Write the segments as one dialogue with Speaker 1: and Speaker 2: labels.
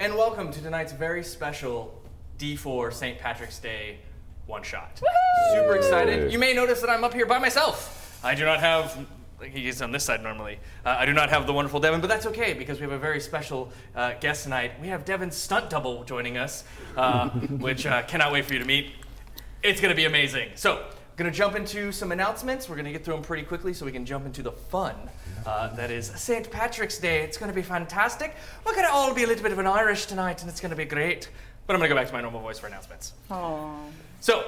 Speaker 1: and welcome to tonight's very special D4 St. Patrick's Day one shot. Super excited. You may notice that I'm up here by myself. I do not have. He is on this side normally. Uh, I do not have the wonderful Devin, but that's okay because we have a very special uh, guest tonight. We have Devin's stunt double joining us, uh, which uh, cannot wait for you to meet. It's gonna be amazing. So, gonna jump into some announcements. We're gonna get through them pretty quickly so we can jump into the fun. Uh, that is St. Patrick's Day. It's gonna be fantastic. We're gonna all be a little bit of an Irish tonight, and it's gonna be great. But I'm gonna go back to my normal voice for announcements. So,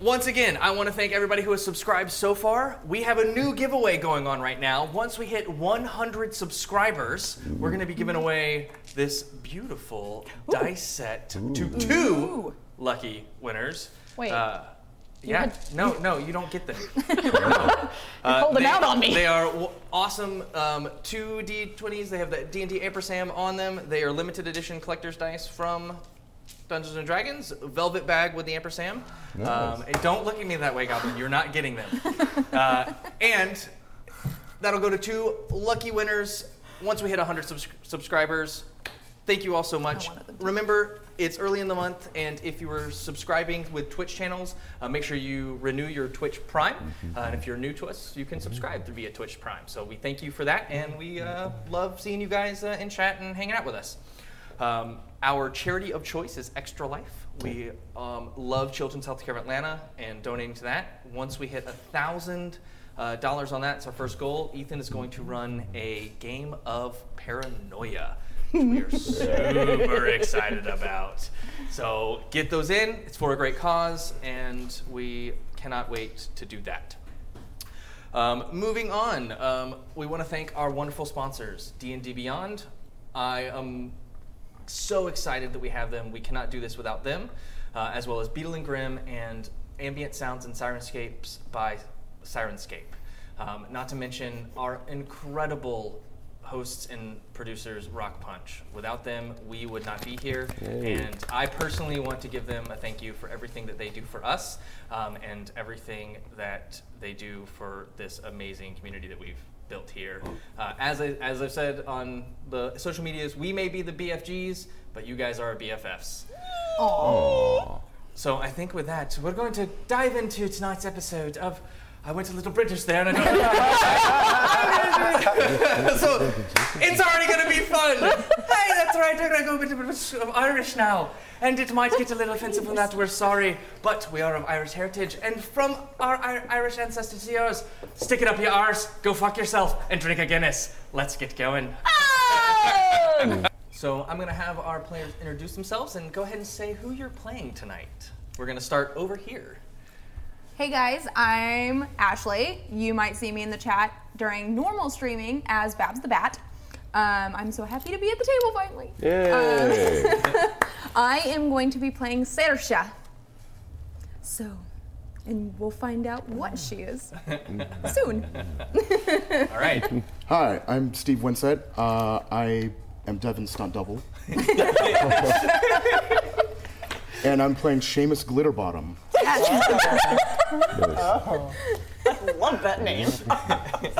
Speaker 1: once again, I want to thank everybody who has subscribed so far. We have a new giveaway going on right now. Once we hit 100 subscribers, we're going to be giving away this beautiful dice set to two lucky winners.
Speaker 2: Wait.
Speaker 1: Uh, yeah.
Speaker 2: had-
Speaker 1: no, no, you don't get them. Uh,
Speaker 2: Hold them
Speaker 1: they-
Speaker 2: out on me.
Speaker 1: They are w- awesome. Um, two D20s. They have the D&D ampersand on them. They are limited edition collector's dice from Dungeons and Dragons. Velvet bag with the ampersand. Um, and don't look at me that way, Goblin. You're not getting them. uh, and that'll go to two lucky winners once we hit 100 subs- subscribers. Thank you all so much.
Speaker 2: wanted them to.
Speaker 1: Remember, it's early in the month, and if you were subscribing with Twitch channels, uh, make sure you renew your Twitch Prime. Uh, and if you're new to us, you can subscribe through via Twitch Prime. So we thank you for that, and we uh, love seeing you guys uh, in chat and hanging out with us. Um, our charity of choice is Extra Life. We um, love Children's Healthcare of Atlanta and donating to that. Once we hit a thousand uh, dollars on that, it's our first goal. Ethan is going to run a game of paranoia. which We are super excited about. So get those in. It's for a great cause, and we cannot wait to do that. Um, moving on, um, we want to thank our wonderful sponsors, D&D Beyond. I am so excited that we have them. We cannot do this without them, uh, as well as Beetle and Grim and Ambient Sounds and Sirenscapes by Sirenscape. Um, not to mention our incredible hosts and producers, Rock Punch. Without them, we would not be here. And I personally want to give them a thank you for everything that they do for us um, and everything that they do for this amazing community that we've built here. Uh, as, I, as I've said on the social medias, we may be the BFGs, but you guys are our BFFs. So I think with that, we're going to dive into tonight's episode of. I went a little British there, and I don't know. so it's already going to be fun. Hey, that's right. We're going to go a bit of British- of Irish now, and it might get a little offensive from that. We're sorry, but we are of Irish heritage, and from our Ir- Irish ancestors to yours. Stick it up your arse, go fuck yourself, and drink a Guinness. Let's get going. So I'm gonna have our players introduce themselves and go ahead and say who you're playing tonight. We're gonna start over here.
Speaker 2: Hey guys, I'm Ashley. You might see me in the chat during normal streaming as Babs the Bat. Um, I'm so happy to be at the table finally.
Speaker 3: Yay!
Speaker 2: I am going to be playing Sersha. So, and we'll find out what she is soon.
Speaker 1: All right.
Speaker 3: Hi, I'm Steve Winsett. Uh, I am Devin's stunt double. and I'm playing Seamus Glitterbottom.
Speaker 4: Love that name.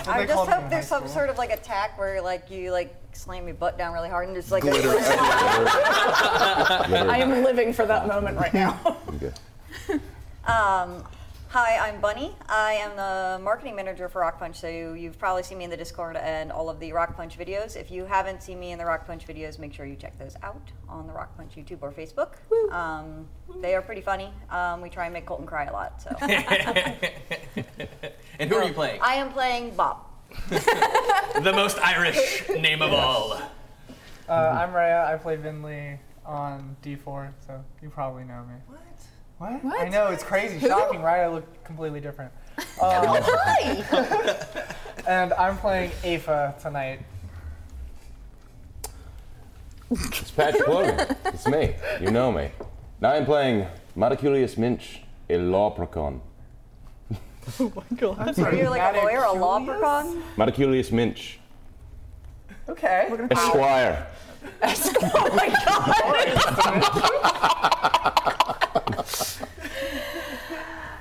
Speaker 4: I just hope there's some sort of like attack where like you like slam your butt down really hard and just like
Speaker 3: Glitter everywhere.
Speaker 5: I am living for that moment right now.
Speaker 4: Um, hi, I'm Bunny. I am the marketing manager for Rock Punch. So you've probably seen me in the Discord and all of the Rock Punch videos. If you haven't seen me in the Rock Punch videos, make sure you check those out on the Rock Punch YouTube or Facebook. Um, they are pretty funny. Um, we try and make Colton cry a lot. So
Speaker 1: And who are you playing?
Speaker 4: I am playing Bob.
Speaker 1: the most Irish name of all.
Speaker 6: Uh, I'm Raya. I play Vinley on D4, so you probably know me. What? What? I
Speaker 2: What?
Speaker 6: know it's crazy, shocking, right? I look completely different. Um, and I'm playing Afa tonight.
Speaker 7: It's Patrick Logan. It's me. You know me. Now I'm playing Mataculius Minch, a leprechaun.
Speaker 4: So you're like a
Speaker 6: Not a
Speaker 4: lawyer, a leprechaun.
Speaker 7: Mataculius Minch,
Speaker 5: Okay.
Speaker 7: Esquire.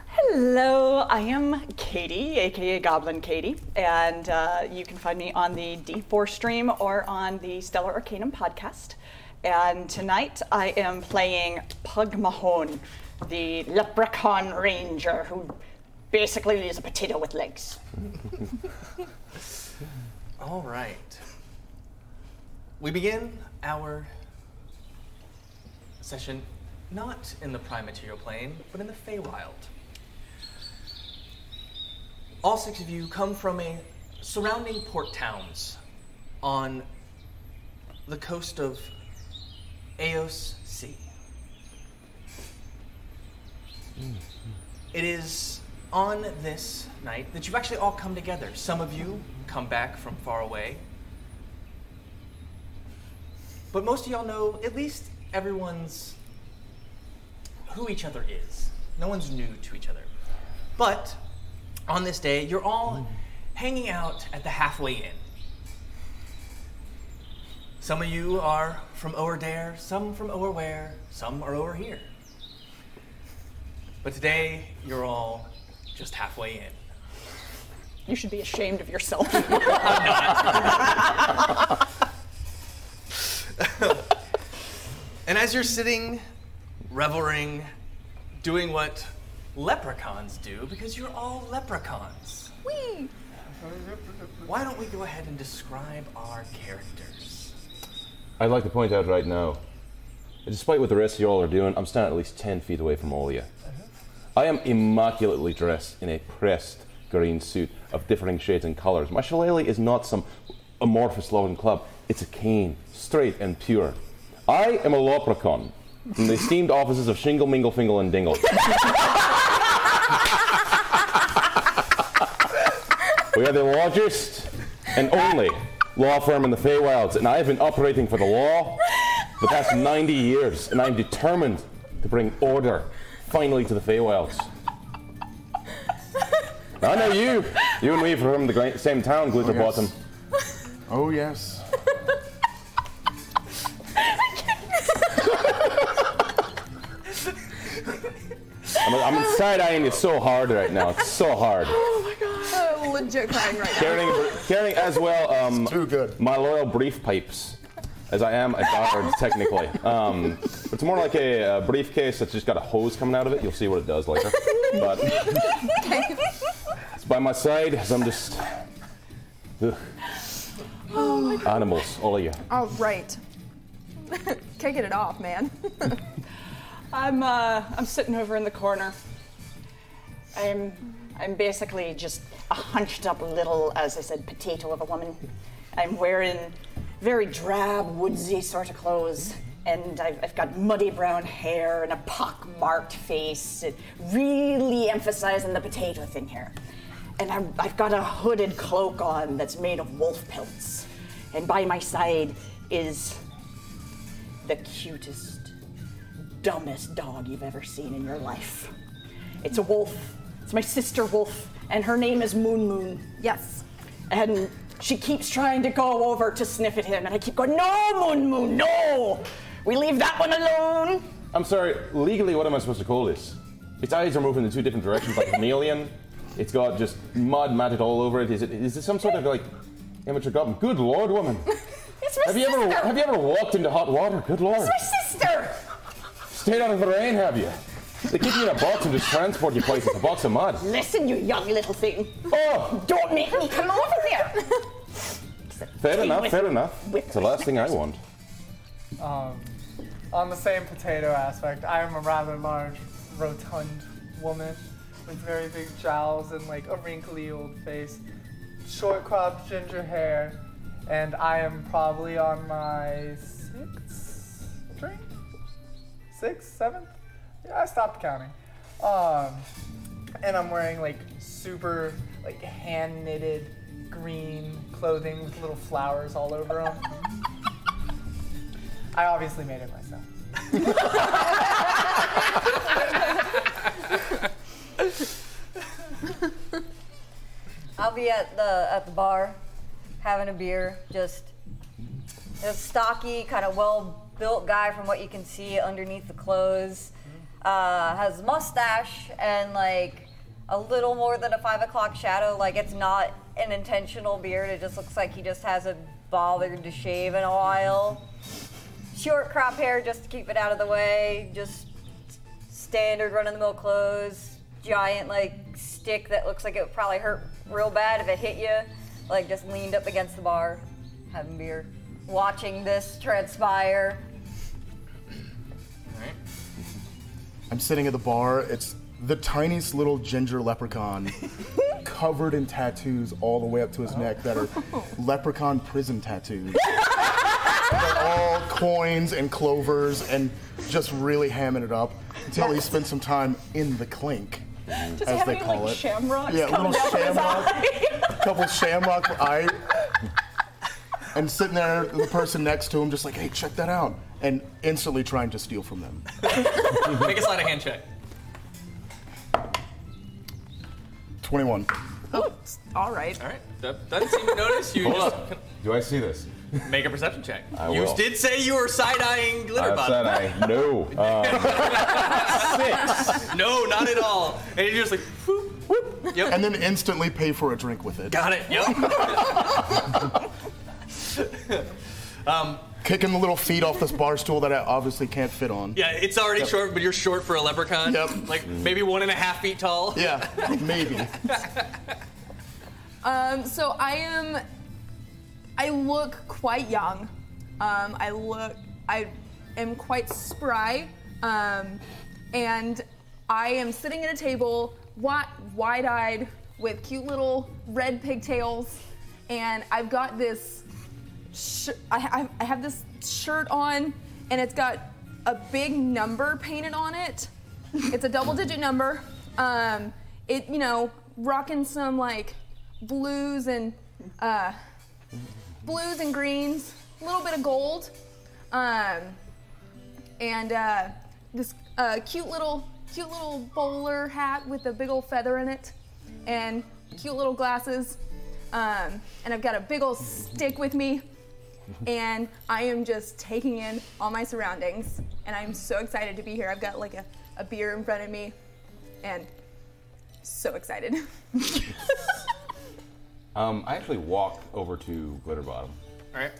Speaker 5: Hello, I am Katie, aka Goblin Katie, and uh, you can find me on the D4 stream or on the Stellar Arcanum podcast. and tonight I am playing Pug Mahone, the leprechaun ranger who basically is a potato with legs.
Speaker 1: All right. We begin our session not in the prime material plane, but in the Feywild. All six of you come from a surrounding port towns on the coast of Eos Sea. It is on this night that you've actually all come together. Some of you come back from far away. But most of y'all know at least everyone's who each other is. No one's new to each other. But on this day, you're all hanging out at the halfway inn. Some of you are from over there, some from over where, some are over here. But today, you're all just halfway in.
Speaker 5: You should be ashamed of yourself.
Speaker 1: And as you're sitting, reveling, doing what leprechauns do, because you're all leprechauns,
Speaker 2: Whee!
Speaker 1: why don't we go ahead and describe our characters?
Speaker 7: I'd like to point out right now, despite what the rest of y'all are doing, I'm standing at least 10 feet away from all of you. I am immaculately dressed in a pressed green suit of differing shades and colors. My shillelagh is not some amorphous loving club, it's a cane, straight and pure. I am a leprechaun from the esteemed offices of Shingle, Mingle, Fingle, and Dingle. We are the largest and only law firm in the Feywilds, and I have been operating for the law the past 90 years, and I'm determined to bring order finally to the Feywilds. I know you. You and we are from the great, same town, Glitter
Speaker 3: yes.
Speaker 7: Bottom.
Speaker 3: Oh yes.
Speaker 7: I'm, I'm inside eyeing you so hard right now. It's so hard.
Speaker 2: Uh, legit crying right now.
Speaker 7: Carrying, carrying as well um,
Speaker 3: Too good.
Speaker 7: my loyal brief pipes, as I am a guard technically. Um, it's more like a, uh briefcase that's just got a hose coming out of it. You'll see what it does later. But it's by my side as I'm just. Ugh. Animals, all of you.
Speaker 2: All right. Kicking it off, man.
Speaker 5: I'm uh, I'm sitting over in the corner. I'm I'm basically just a hunched up little, as I said, potato of a woman. I'm wearing very drab, woodsy sort of clothes, and I've, I've got muddy brown hair and a pockmarked face, and really emphasizing the potato thing here. And I'm, I've got a hooded cloak on that's made of wolf pelts, and by my side is the cutest dumbest dog you've ever seen in your life. It's a wolf. It's my sister wolf, and her name is Moon Moon.
Speaker 2: Yes.
Speaker 5: And she keeps trying to go over to sniff at him, and I keep going, No, Moon Moon, no! We leave that one alone.
Speaker 7: I'm sorry, legally, what am I supposed to call this? Its eyes are moving in two different directions like a chameleon. It's got just mud matted all over it. Is it is it some sort of like amateur goblin? Good lord, woman.
Speaker 5: It's my
Speaker 7: Have you
Speaker 5: sister.
Speaker 7: ever have you ever walked into hot water? Good lord.
Speaker 5: It's my sister.
Speaker 7: Stayed out of the rain, have you? They keep you in a box and just transport you places. A box of mud.
Speaker 5: Listen, you young little thing.
Speaker 7: Oh,
Speaker 5: Don't make me come over there.
Speaker 7: fair enough, fair enough. It's the last thing I want.
Speaker 6: Um, on the same potato aspect, I am a rather large, rotund woman with very big jowls and like a wrinkly old face, short cropped ginger hair, and I am probably on my sixth drink? Sixth, seventh? Yeah, I stopped counting. Um, and I'm wearing like super like hand knitted green clothing with little flowers all over them. I obviously made it myself.
Speaker 4: I'll be at the at the bar, having a beer. Just a stocky, kind of well-built guy from what you can see underneath the clothes. Uh, has mustache and like a little more than a five o'clock shadow. Like it's not an intentional beard. It just looks like he just hasn't bothered to shave in a while. short crop hair just to keep it out of the way, just standard run of the mill clothes, giant like stick that looks like it would probably hurt real bad if it hit you, like just leaned up against the bar, having beer, watching this transpire.
Speaker 1: All right.
Speaker 3: I'm sitting at the bar. It's the tiniest little ginger leprechaun covered in tattoos all the way up to his neck that are
Speaker 5: Oh.
Speaker 3: leprechaun prison tattoos. They're all coins and clovers and just really hamming it up until he spends some time in the clink.
Speaker 5: Does
Speaker 3: as
Speaker 5: he have
Speaker 3: they
Speaker 5: any
Speaker 3: call
Speaker 5: like
Speaker 3: it.
Speaker 5: shamrocks
Speaker 3: Yeah,
Speaker 5: coming
Speaker 3: little
Speaker 5: down from his
Speaker 3: shamrock.
Speaker 5: eye?
Speaker 3: A couple shamrock eye. And sitting there, the person next to him just like, hey, check that out. And instantly trying to steal from them.
Speaker 1: Make a sleight of hand check.
Speaker 3: 21.
Speaker 2: All right.
Speaker 1: All right. That doesn't seem to notice you.
Speaker 7: Hold
Speaker 1: just
Speaker 7: up. Do I see this?
Speaker 1: make a perception check.
Speaker 7: I
Speaker 1: you
Speaker 7: will.
Speaker 1: did say you were side eyeing glitter
Speaker 7: I said
Speaker 1: bottom.
Speaker 7: I Uh, no. Um, six.
Speaker 1: No, not at all. And you're just like, whoop, whoop. Yep.
Speaker 3: And then instantly pay for a drink with it.
Speaker 1: Got it. Yep.
Speaker 3: Kicking the little feet off this bar stool that I obviously can't fit on.
Speaker 1: Yeah, it's already
Speaker 3: Yep.
Speaker 1: short, but you're short for a leprechaun.
Speaker 3: Yep.
Speaker 1: Like maybe one and a half feet tall.
Speaker 3: Yeah, maybe.
Speaker 2: Um, so I am. I look quite young. Um, I look. I am quite spry. Um, and I am sitting at a table, wi- wide-eyed, with cute little red pigtails, and I've got this. Sh- I, I, I have this shirt on, and it's got a big number painted on it. It's a double-digit number. Um, it, you know, rocking some like blues and uh, blues and greens, a little bit of gold, um, and uh, this uh, cute little cute little bowler hat with a big old feather in it, and cute little glasses, um, and I've got a big old stick with me, and I am just taking in all my surroundings, and I'm so excited to be here. I've got like a, a beer in front of me, and so excited.
Speaker 7: Um, I actually walk over to
Speaker 1: All
Speaker 7: Glitterbottom,
Speaker 1: right.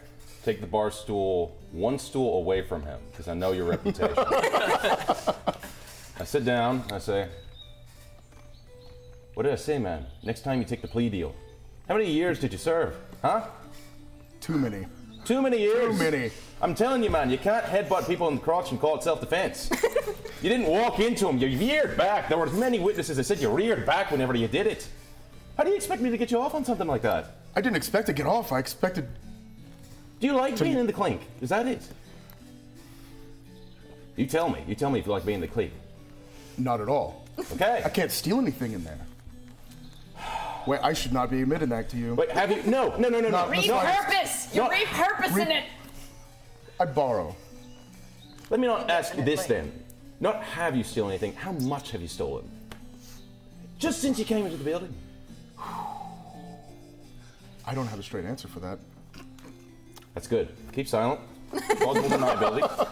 Speaker 7: take the bar stool one stool away from him because I know your reputation. I sit down. I say, "What did I say, man? Next time you take the plea deal. How many years did you serve? Huh?
Speaker 3: Too many.
Speaker 7: Too many years.
Speaker 3: Too many.
Speaker 7: I'm telling you, man, you can't headbutt people in the crotch and call it self-defense. you didn't walk into them. You reared back. There were many witnesses that said you reared back whenever you did it. How do you expect me to get you off on something like that?
Speaker 3: I didn't expect to get off. I expected.
Speaker 7: Do you like being in the clink? Is that it? You tell me. You tell me if you like being in the clink.
Speaker 3: Not at all.
Speaker 7: Okay.
Speaker 3: I can't steal anything in there. Wait, I should not be admitting that to you.
Speaker 7: Wait, have you? No, no, no, no, no.
Speaker 3: Read
Speaker 7: no.
Speaker 5: Repurpose! You're
Speaker 7: No.
Speaker 5: repurposing it!
Speaker 3: I borrow.
Speaker 7: Let me not ask you this then. Not have you stolen anything. How much have you stolen? Just since you came into the building.
Speaker 3: I don't have a straight answer for that.
Speaker 7: That's good. Keep silent. Multiple deniability.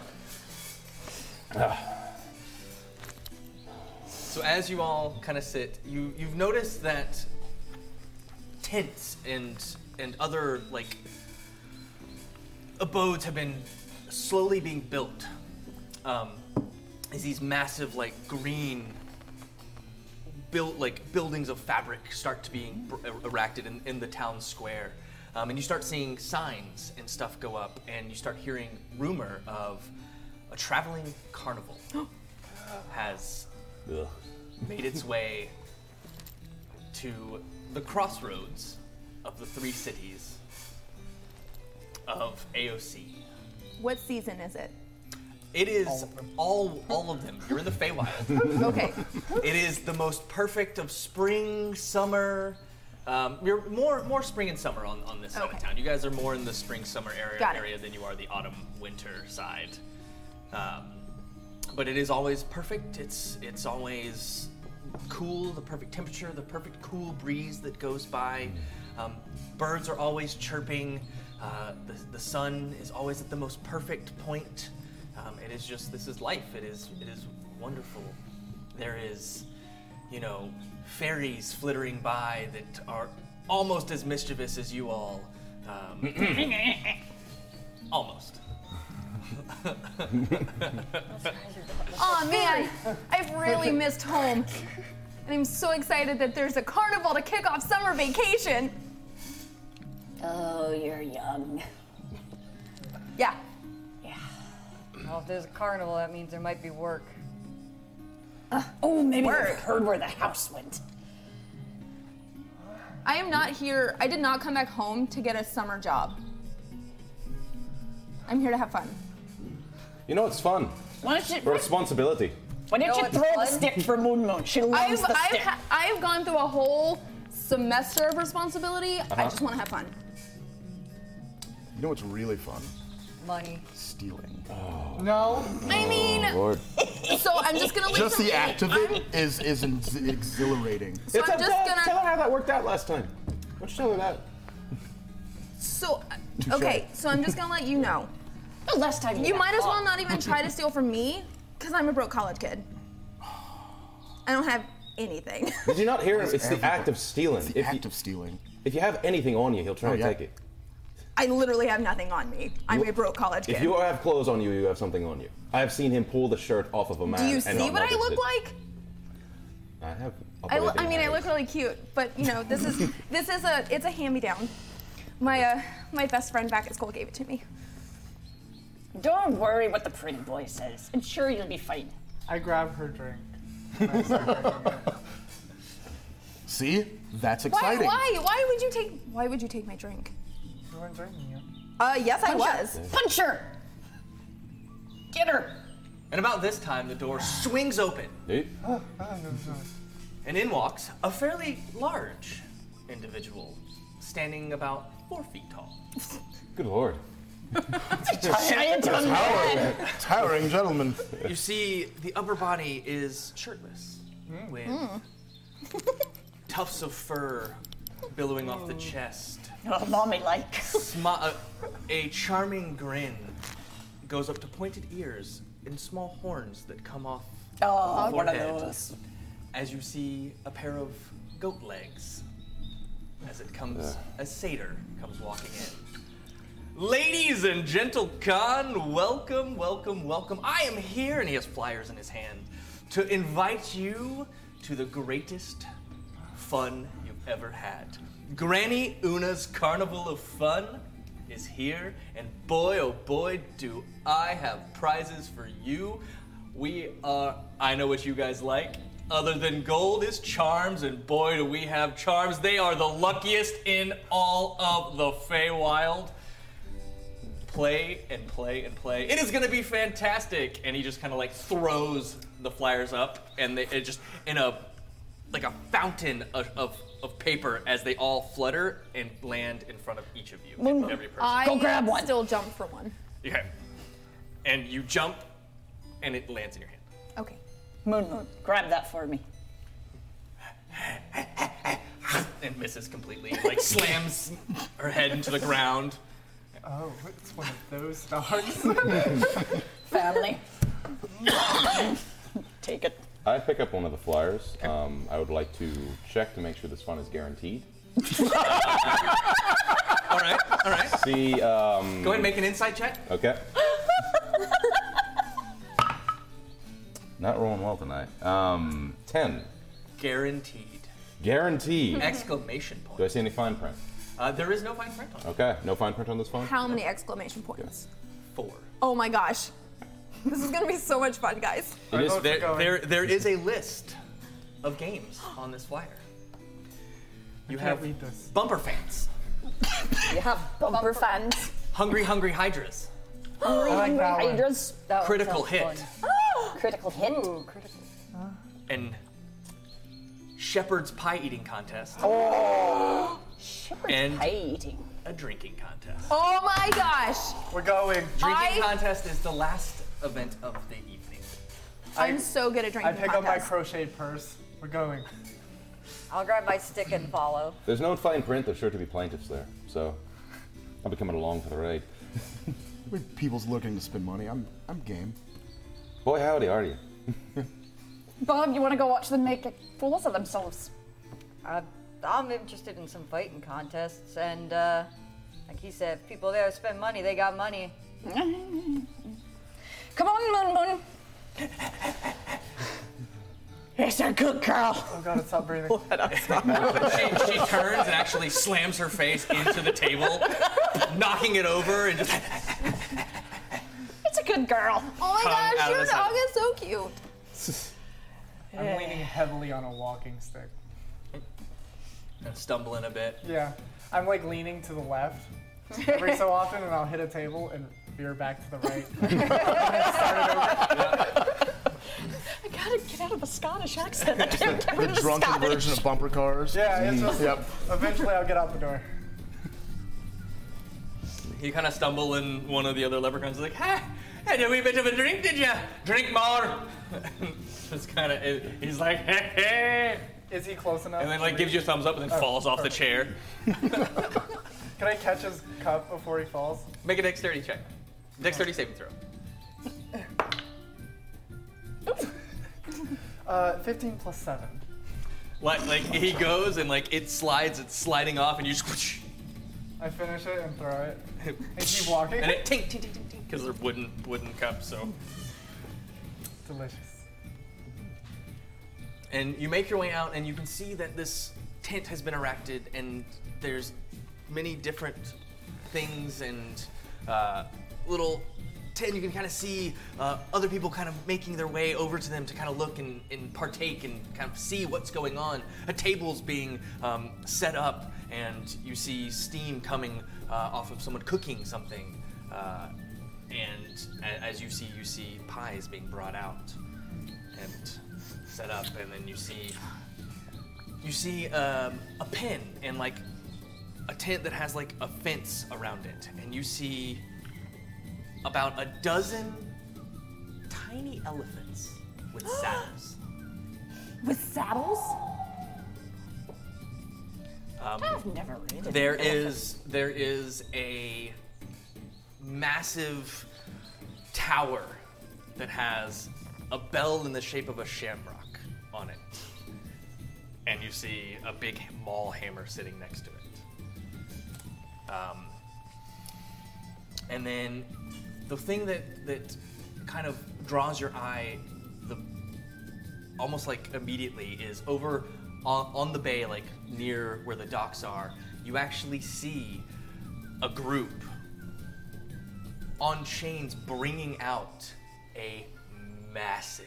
Speaker 1: So as you all kind of sit, you you've noticed that tents and and other like abodes have been slowly being built. Um, is these massive like green built like buildings of fabric start to be br- er, erected in, in the town square um, and you start seeing signs and stuff go up and you start hearing rumor of a traveling carnival has
Speaker 7: Ugh.
Speaker 1: made its way to the crossroads of the three cities of AOC.
Speaker 2: what season is it?
Speaker 1: It is all all, of them. You're in the Feywild.
Speaker 2: Okay.
Speaker 1: it is the most perfect of spring, summer. Um, you're more more spring and summer on, on this side of
Speaker 2: Okay.
Speaker 1: town. You guys are more in the spring summer area
Speaker 2: Got it.
Speaker 1: area than you are the autumn winter side. Um, but it is always perfect. It's it's always cool, the perfect temperature, the perfect cool breeze that goes by. Um, birds are always chirping. Uh, the, the sun is always at the most perfect point. Um, it is just this is life. It is it is wonderful. There is, you know, fairies flittering by that are almost as mischievous as you all. Um, almost.
Speaker 2: Oh man, I've really missed home. And I'm so excited that there's a carnival to kick off summer vacation.
Speaker 5: Oh, you're young.
Speaker 2: Yeah.
Speaker 4: Well, if there's a carnival, that means there might be work.
Speaker 5: Oh, maybe they've heard where the house went.
Speaker 2: I am not here. I did not come back home to get a summer job. I'm here to have fun.
Speaker 7: You know, it's fun.
Speaker 5: Why don't you,
Speaker 7: Responsibility.
Speaker 5: why don't
Speaker 4: No,
Speaker 5: you
Speaker 4: it's
Speaker 5: throw the
Speaker 4: fun.
Speaker 5: stick for Moon Moon? She
Speaker 2: I've,
Speaker 5: loves the
Speaker 2: I've,
Speaker 5: stick.
Speaker 2: ha- I've gone through a whole semester of responsibility.
Speaker 3: Uh-huh.
Speaker 2: I just want to have fun.
Speaker 3: You know what's really fun?
Speaker 4: Money.
Speaker 3: Stealing.
Speaker 7: Uh,
Speaker 6: No,
Speaker 2: I mean,
Speaker 7: Lord.
Speaker 2: so I'm just gonna leave
Speaker 3: Just
Speaker 2: some-
Speaker 3: the act of it is is ex- exhilarating.
Speaker 2: So I'm just
Speaker 7: tell, tell
Speaker 2: gonna.
Speaker 7: her how that worked out last time. Why don't you tell her that?
Speaker 2: So uh, okay, so I'm just gonna let you know.
Speaker 5: The last time
Speaker 2: You
Speaker 5: got
Speaker 2: might as well
Speaker 5: caught.
Speaker 2: not even try to steal from me, because I'm a broke college kid. I don't have anything.
Speaker 7: Did you not hear him? It's the
Speaker 3: everybody-
Speaker 7: act of stealing.
Speaker 3: It's the
Speaker 7: if,
Speaker 3: act
Speaker 7: you,
Speaker 3: of stealing.
Speaker 7: if you have anything on you, he'll try
Speaker 3: Oh,
Speaker 7: and
Speaker 3: yeah.
Speaker 7: take it.
Speaker 2: I literally have nothing on me. I'm a broke college kid.
Speaker 7: If you have clothes on you, you have something on you. I have seen him pull the shirt off of a man.
Speaker 2: Do you
Speaker 7: and
Speaker 2: see
Speaker 7: not
Speaker 2: what I
Speaker 7: notice
Speaker 2: look
Speaker 7: it.
Speaker 2: like?
Speaker 7: I have.
Speaker 2: I, lo- I mean, I look really cute, but you know, this is this is a it's a hand-me-down. My uh, my best friend back at school gave it to me.
Speaker 5: Don't worry what the pretty boy says. I'm sure you'll be fine.
Speaker 6: I grab her drink. and I start drinking it.
Speaker 3: See? That's
Speaker 2: Why?
Speaker 3: exciting.
Speaker 2: Why? Why would you take? Why would you take my drink?
Speaker 6: You weren't drinking it.
Speaker 2: Uh, yes, I was.
Speaker 5: Punch her! Get her!
Speaker 1: And about this time, the door swings open,
Speaker 7: Dude,
Speaker 6: Oh, no, no.
Speaker 1: and in walks a fairly large individual, standing about four feet tall.
Speaker 7: good lord.
Speaker 5: Giant on
Speaker 3: Towering, towering gentleman.
Speaker 1: You see, the upper body is shirtless, with tufts of fur billowing off the chest.
Speaker 5: Oh, mommy like.
Speaker 1: Smi- uh, a charming grin goes up to pointed ears and small horns that come off
Speaker 5: Oh, one of
Speaker 1: forehead.
Speaker 5: those.
Speaker 1: as you see a pair of goat legs as it comes a satyr comes walking in ladies and gentle con welcome welcome welcome i am here and he has flyers in his hand to invite you to the greatest fun you've ever had granny una's carnival of fun is here and boy oh boy do i have prizes for you we are i know what you guys like other than gold is charms, and boy, do we have charms. They are the luckiest in all of the Feywild. Play and play and play. It is going to be fantastic. And he just kind of like throws the flyers up, and they it just in a like a fountain of, of, of paper as they all flutter and land in front of each of you, every person.
Speaker 2: I
Speaker 5: Go grab one.
Speaker 2: Still jump for one.
Speaker 1: Okay. And you jump, and it lands in your hand.
Speaker 2: Okay.
Speaker 5: Moon Moon, grab that for me.
Speaker 1: and misses completely. and, Like slams her head into the ground.
Speaker 6: Oh, it's one of those dogs.
Speaker 5: Family. Take it.
Speaker 7: I pick up one of the flyers. Um, I would like to check to make sure this fun is guaranteed.
Speaker 1: All right, all right.
Speaker 7: See, um,
Speaker 1: Go ahead and make an insight check.
Speaker 7: okay. Not rolling well tonight. Um, ten,
Speaker 1: Guaranteed!
Speaker 7: guaranteed.
Speaker 1: Exclamation
Speaker 7: Do I
Speaker 1: point.
Speaker 7: see any fine print?
Speaker 1: Uh, there is no fine print on it.
Speaker 7: Okay, no fine print on this phone.
Speaker 2: How many exclamation points?
Speaker 1: Four.
Speaker 2: Oh my gosh. This is gonna be so much fun, guys.
Speaker 7: It is
Speaker 6: vote for
Speaker 7: there-
Speaker 6: going.
Speaker 1: There, there is a list of games on this flyer. You have
Speaker 6: read this.
Speaker 1: bumper fans,
Speaker 4: You have
Speaker 5: Bumper fans.
Speaker 1: hungry, hungry hydras,
Speaker 6: I like that one.
Speaker 5: Hydra's
Speaker 1: critical hit,
Speaker 5: critical hit.
Speaker 4: critical.
Speaker 1: and shepherd's pie eating contest,
Speaker 5: Shepherd's
Speaker 1: And-
Speaker 5: pie eating.
Speaker 1: a drinking contest.
Speaker 2: Oh my gosh.
Speaker 6: We're going.
Speaker 1: Drinking
Speaker 2: I-
Speaker 1: contest is the last event of the evening.
Speaker 2: I'm so good at
Speaker 6: I
Speaker 2: drinking.
Speaker 6: pick up my
Speaker 2: podcasts.
Speaker 6: crochet purse. We're going.
Speaker 4: I'll grab my stick and follow.
Speaker 7: There's no fine print. There's sure to be plaintiffs there, so I'll be coming along for the ride.
Speaker 3: With people's looking to spend money, I'm I'm game.
Speaker 7: Boy, howdy, are you?
Speaker 5: Bob, you want to go watch them make fools of themselves?
Speaker 4: Uh, I'm interested in some fighting contests, and uh, like he said, if people there spend money, they got money.
Speaker 5: cook, girl.
Speaker 6: Oh god, it's not breathing.
Speaker 1: she, she turns and actually slams her face into the table, knocking it over and just
Speaker 5: It's a good girl.
Speaker 2: Oh my
Speaker 1: Tongue
Speaker 2: gosh,
Speaker 1: out of
Speaker 2: your
Speaker 1: his head.
Speaker 2: dog is so cute.
Speaker 6: I'm leaning heavily on a walking stick.
Speaker 1: stumbling a bit.
Speaker 6: Yeah. I'm like leaning to the left every so often and I'll hit a table and veer back to the right.
Speaker 5: I gotta get out of a Scottish accent. I can't get
Speaker 3: The
Speaker 5: rid of
Speaker 3: drunken
Speaker 5: Scottish.
Speaker 3: version of bumper cars. Mm,
Speaker 6: Yeah, it's just-
Speaker 3: Yep.
Speaker 6: Eventually I'll get out the door.
Speaker 1: You kind of stumble and one of the other leprechauns is like, "Ha! Had a wee bit of a drink, did ya? Drink more." just kind of, he's like, "Hey, hey!"
Speaker 6: Is he close enough?
Speaker 1: and then like gives you a thumbs up and then falls off the chair.
Speaker 6: Can I catch his cup before he falls?
Speaker 1: Make a dexterity check. Dexterity saving throw.
Speaker 6: Uh, 15 plus 7.
Speaker 1: Like, like he goes and like it slides, it's sliding off, and you just whoosh,
Speaker 6: I finish it and throw it. And keep walking.
Speaker 1: and it tink tink tink tink tink because they're wooden wooden cups. So,
Speaker 6: Delicious.
Speaker 1: and you make your way out, and you can see that this tent has been erected, and there's many different things and uh, little tent. You can kind of see uh, other people kind of making their way over to them to kind of look and, and partake and kind of see what's going on. A table's being um, set up, and you see steam coming uh, off of someone cooking something. Uh, and a- as you see, you see pies being brought out and set up, and then you see you see um, a pen and like a tent that has like a fence around it, and you see about a dozen tiny elephants with saddles.
Speaker 2: With saddles?
Speaker 5: I've never read it.
Speaker 1: Um, There is there is a massive tower that has a bell in the shape of a shamrock on it. And you see a big maul hammer sitting next to it. Um, and then the thing that that kind of draws your eye the almost like immediately is over on, on the bay, like near where the docks are, you actually see a group on chains bringing out a massive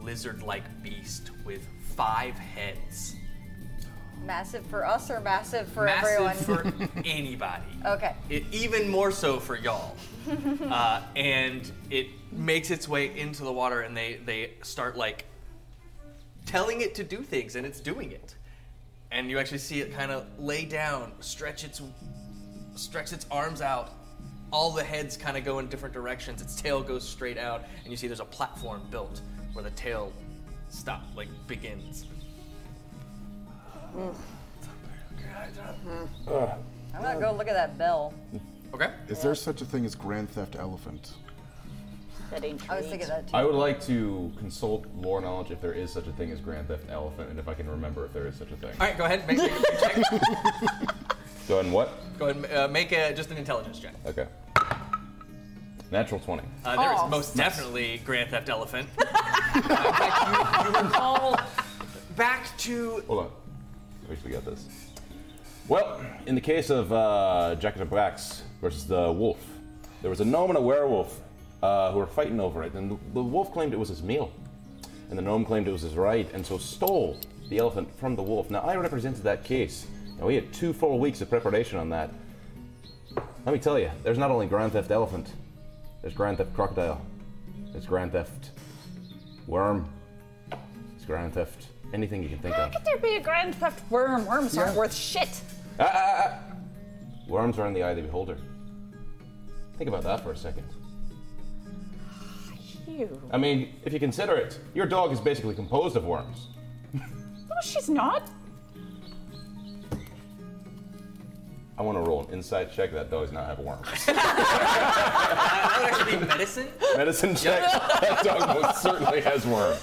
Speaker 1: lizard like beast with five heads.
Speaker 4: Massive for us or massive for everyone?
Speaker 1: massive for anybody.
Speaker 4: okay.
Speaker 1: It, even more so for y'all. uh, and it makes its way into the water, and they, they start like telling it to do things, and it's doing it. And you actually see it kind of lay down, stretch its stretch its arms out. All the heads kind of go in different directions. Its tail goes straight out, and you see there's a platform built where the tail stop like begins.
Speaker 4: I'm gonna go look at that bell.
Speaker 1: Okay.
Speaker 3: Is there such a thing as Grand Theft Elephant?
Speaker 5: That ain't
Speaker 4: I was
Speaker 5: read.
Speaker 4: thinking that too.
Speaker 7: I would like to consult lore knowledge if there is such a thing as Grand Theft Elephant, and if I can remember if there is such a thing.
Speaker 1: All right. Go ahead. Make, make a check.
Speaker 7: Go ahead and what?
Speaker 1: Go ahead. and, Uh, make a, just an intelligence check.
Speaker 7: Okay. Natural 20.
Speaker 1: Uh, there is
Speaker 2: Oh.
Speaker 1: most definitely Grand Theft Elephant. Uh, in fact, you, you recall
Speaker 6: Oh.
Speaker 1: back to uh,
Speaker 7: Hold on. I wish we got this. Well, in the case of uh, Jacket of Blacks versus the wolf, there was a gnome and a werewolf uh, who were fighting over it, and the, the wolf claimed it was his meal, and the gnome claimed it was his right, and so stole the elephant from the wolf. Now, I represented that case, and we had two full weeks of preparation on that. Let me tell you, there's not only Grand Theft Elephant, there's Grand Theft Crocodile, there's Grand Theft Worm, there's Grand Theft anything you can think
Speaker 5: How
Speaker 7: of.
Speaker 5: could there be a Grand Theft worm? Worms aren't
Speaker 3: Yeah.
Speaker 5: worth shit.
Speaker 7: Ah, ah, ah, ah. Worms are in the eye of the beholder. Think about that for a second.
Speaker 5: You.
Speaker 7: I mean, if you consider it, your dog is basically composed of worms.
Speaker 5: No, she's not.
Speaker 7: I want to roll an inside check that dog does not have worms.
Speaker 1: that would actually be medicine.
Speaker 7: Medicine check. that dog most certainly has worms.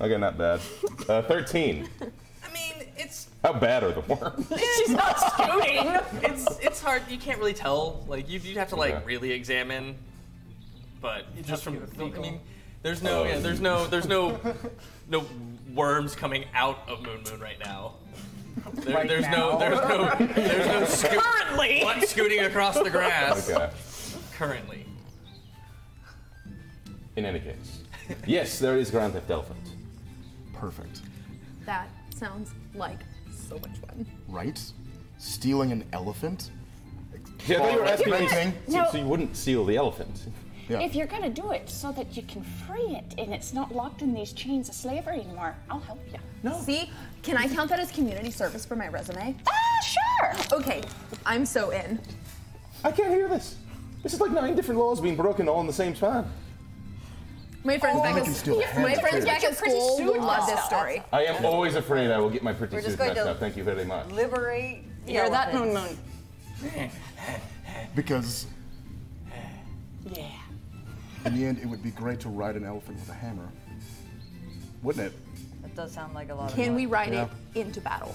Speaker 7: Okay, not bad. Uh, Thirteen.
Speaker 1: I mean, it's
Speaker 7: How bad are the worms?
Speaker 5: She's not scooting.
Speaker 1: it's it's hard. You can't really tell. Like you would have to like
Speaker 7: Okay.
Speaker 1: really examine. But just
Speaker 6: have
Speaker 1: from
Speaker 6: to get a
Speaker 1: I mean,
Speaker 6: fecal.
Speaker 1: There's no, yeah, there's no, there's no, no worms coming out of Moon Moon right now. There-
Speaker 6: Right
Speaker 1: there's no,
Speaker 6: now.
Speaker 1: there's no, there's no scoot,
Speaker 5: Currently!
Speaker 1: one scooting across the grass
Speaker 7: Okay.
Speaker 1: currently.
Speaker 7: In any case, yes, there is Grand Theft Elephant.
Speaker 3: Perfect.
Speaker 2: That sounds like so much fun.
Speaker 3: Right? Stealing an elephant?
Speaker 7: Yeah, I thought you were
Speaker 3: Alright,
Speaker 7: asking me,
Speaker 3: thing.
Speaker 7: so, so you wouldn't seal the elephant.
Speaker 3: Yeah.
Speaker 5: If you're gonna do it so that you can free it and it's not locked in these chains of slavery anymore, I'll help you.
Speaker 2: See, can I count that as community service for my resume?
Speaker 5: Ah, sure!
Speaker 2: Okay, I'm so in.
Speaker 7: I can't hear this. This is like nine different laws being broken all in the same time.
Speaker 2: My friends back
Speaker 3: You can
Speaker 2: at
Speaker 3: steal
Speaker 2: my
Speaker 3: hands,
Speaker 2: friends
Speaker 3: too.
Speaker 2: back at
Speaker 5: Pretty
Speaker 2: school
Speaker 5: soon,
Speaker 2: will love this
Speaker 5: Lisa.
Speaker 2: story.
Speaker 7: I am always afraid I will get my pretty
Speaker 4: We're just
Speaker 7: suit
Speaker 4: going
Speaker 7: messed
Speaker 4: to-
Speaker 7: up. Thank you very much.
Speaker 4: Liberate. the
Speaker 5: Hear that, Moon
Speaker 4: elephants.
Speaker 5: Moon?
Speaker 3: Because
Speaker 5: Yeah.
Speaker 3: in the end, it would be great to ride an elephant with a hammer. Wouldn't it?
Speaker 4: That does sound like a lot of.
Speaker 2: Can
Speaker 4: fun.
Speaker 2: we ride
Speaker 3: Yeah.
Speaker 2: it into battle?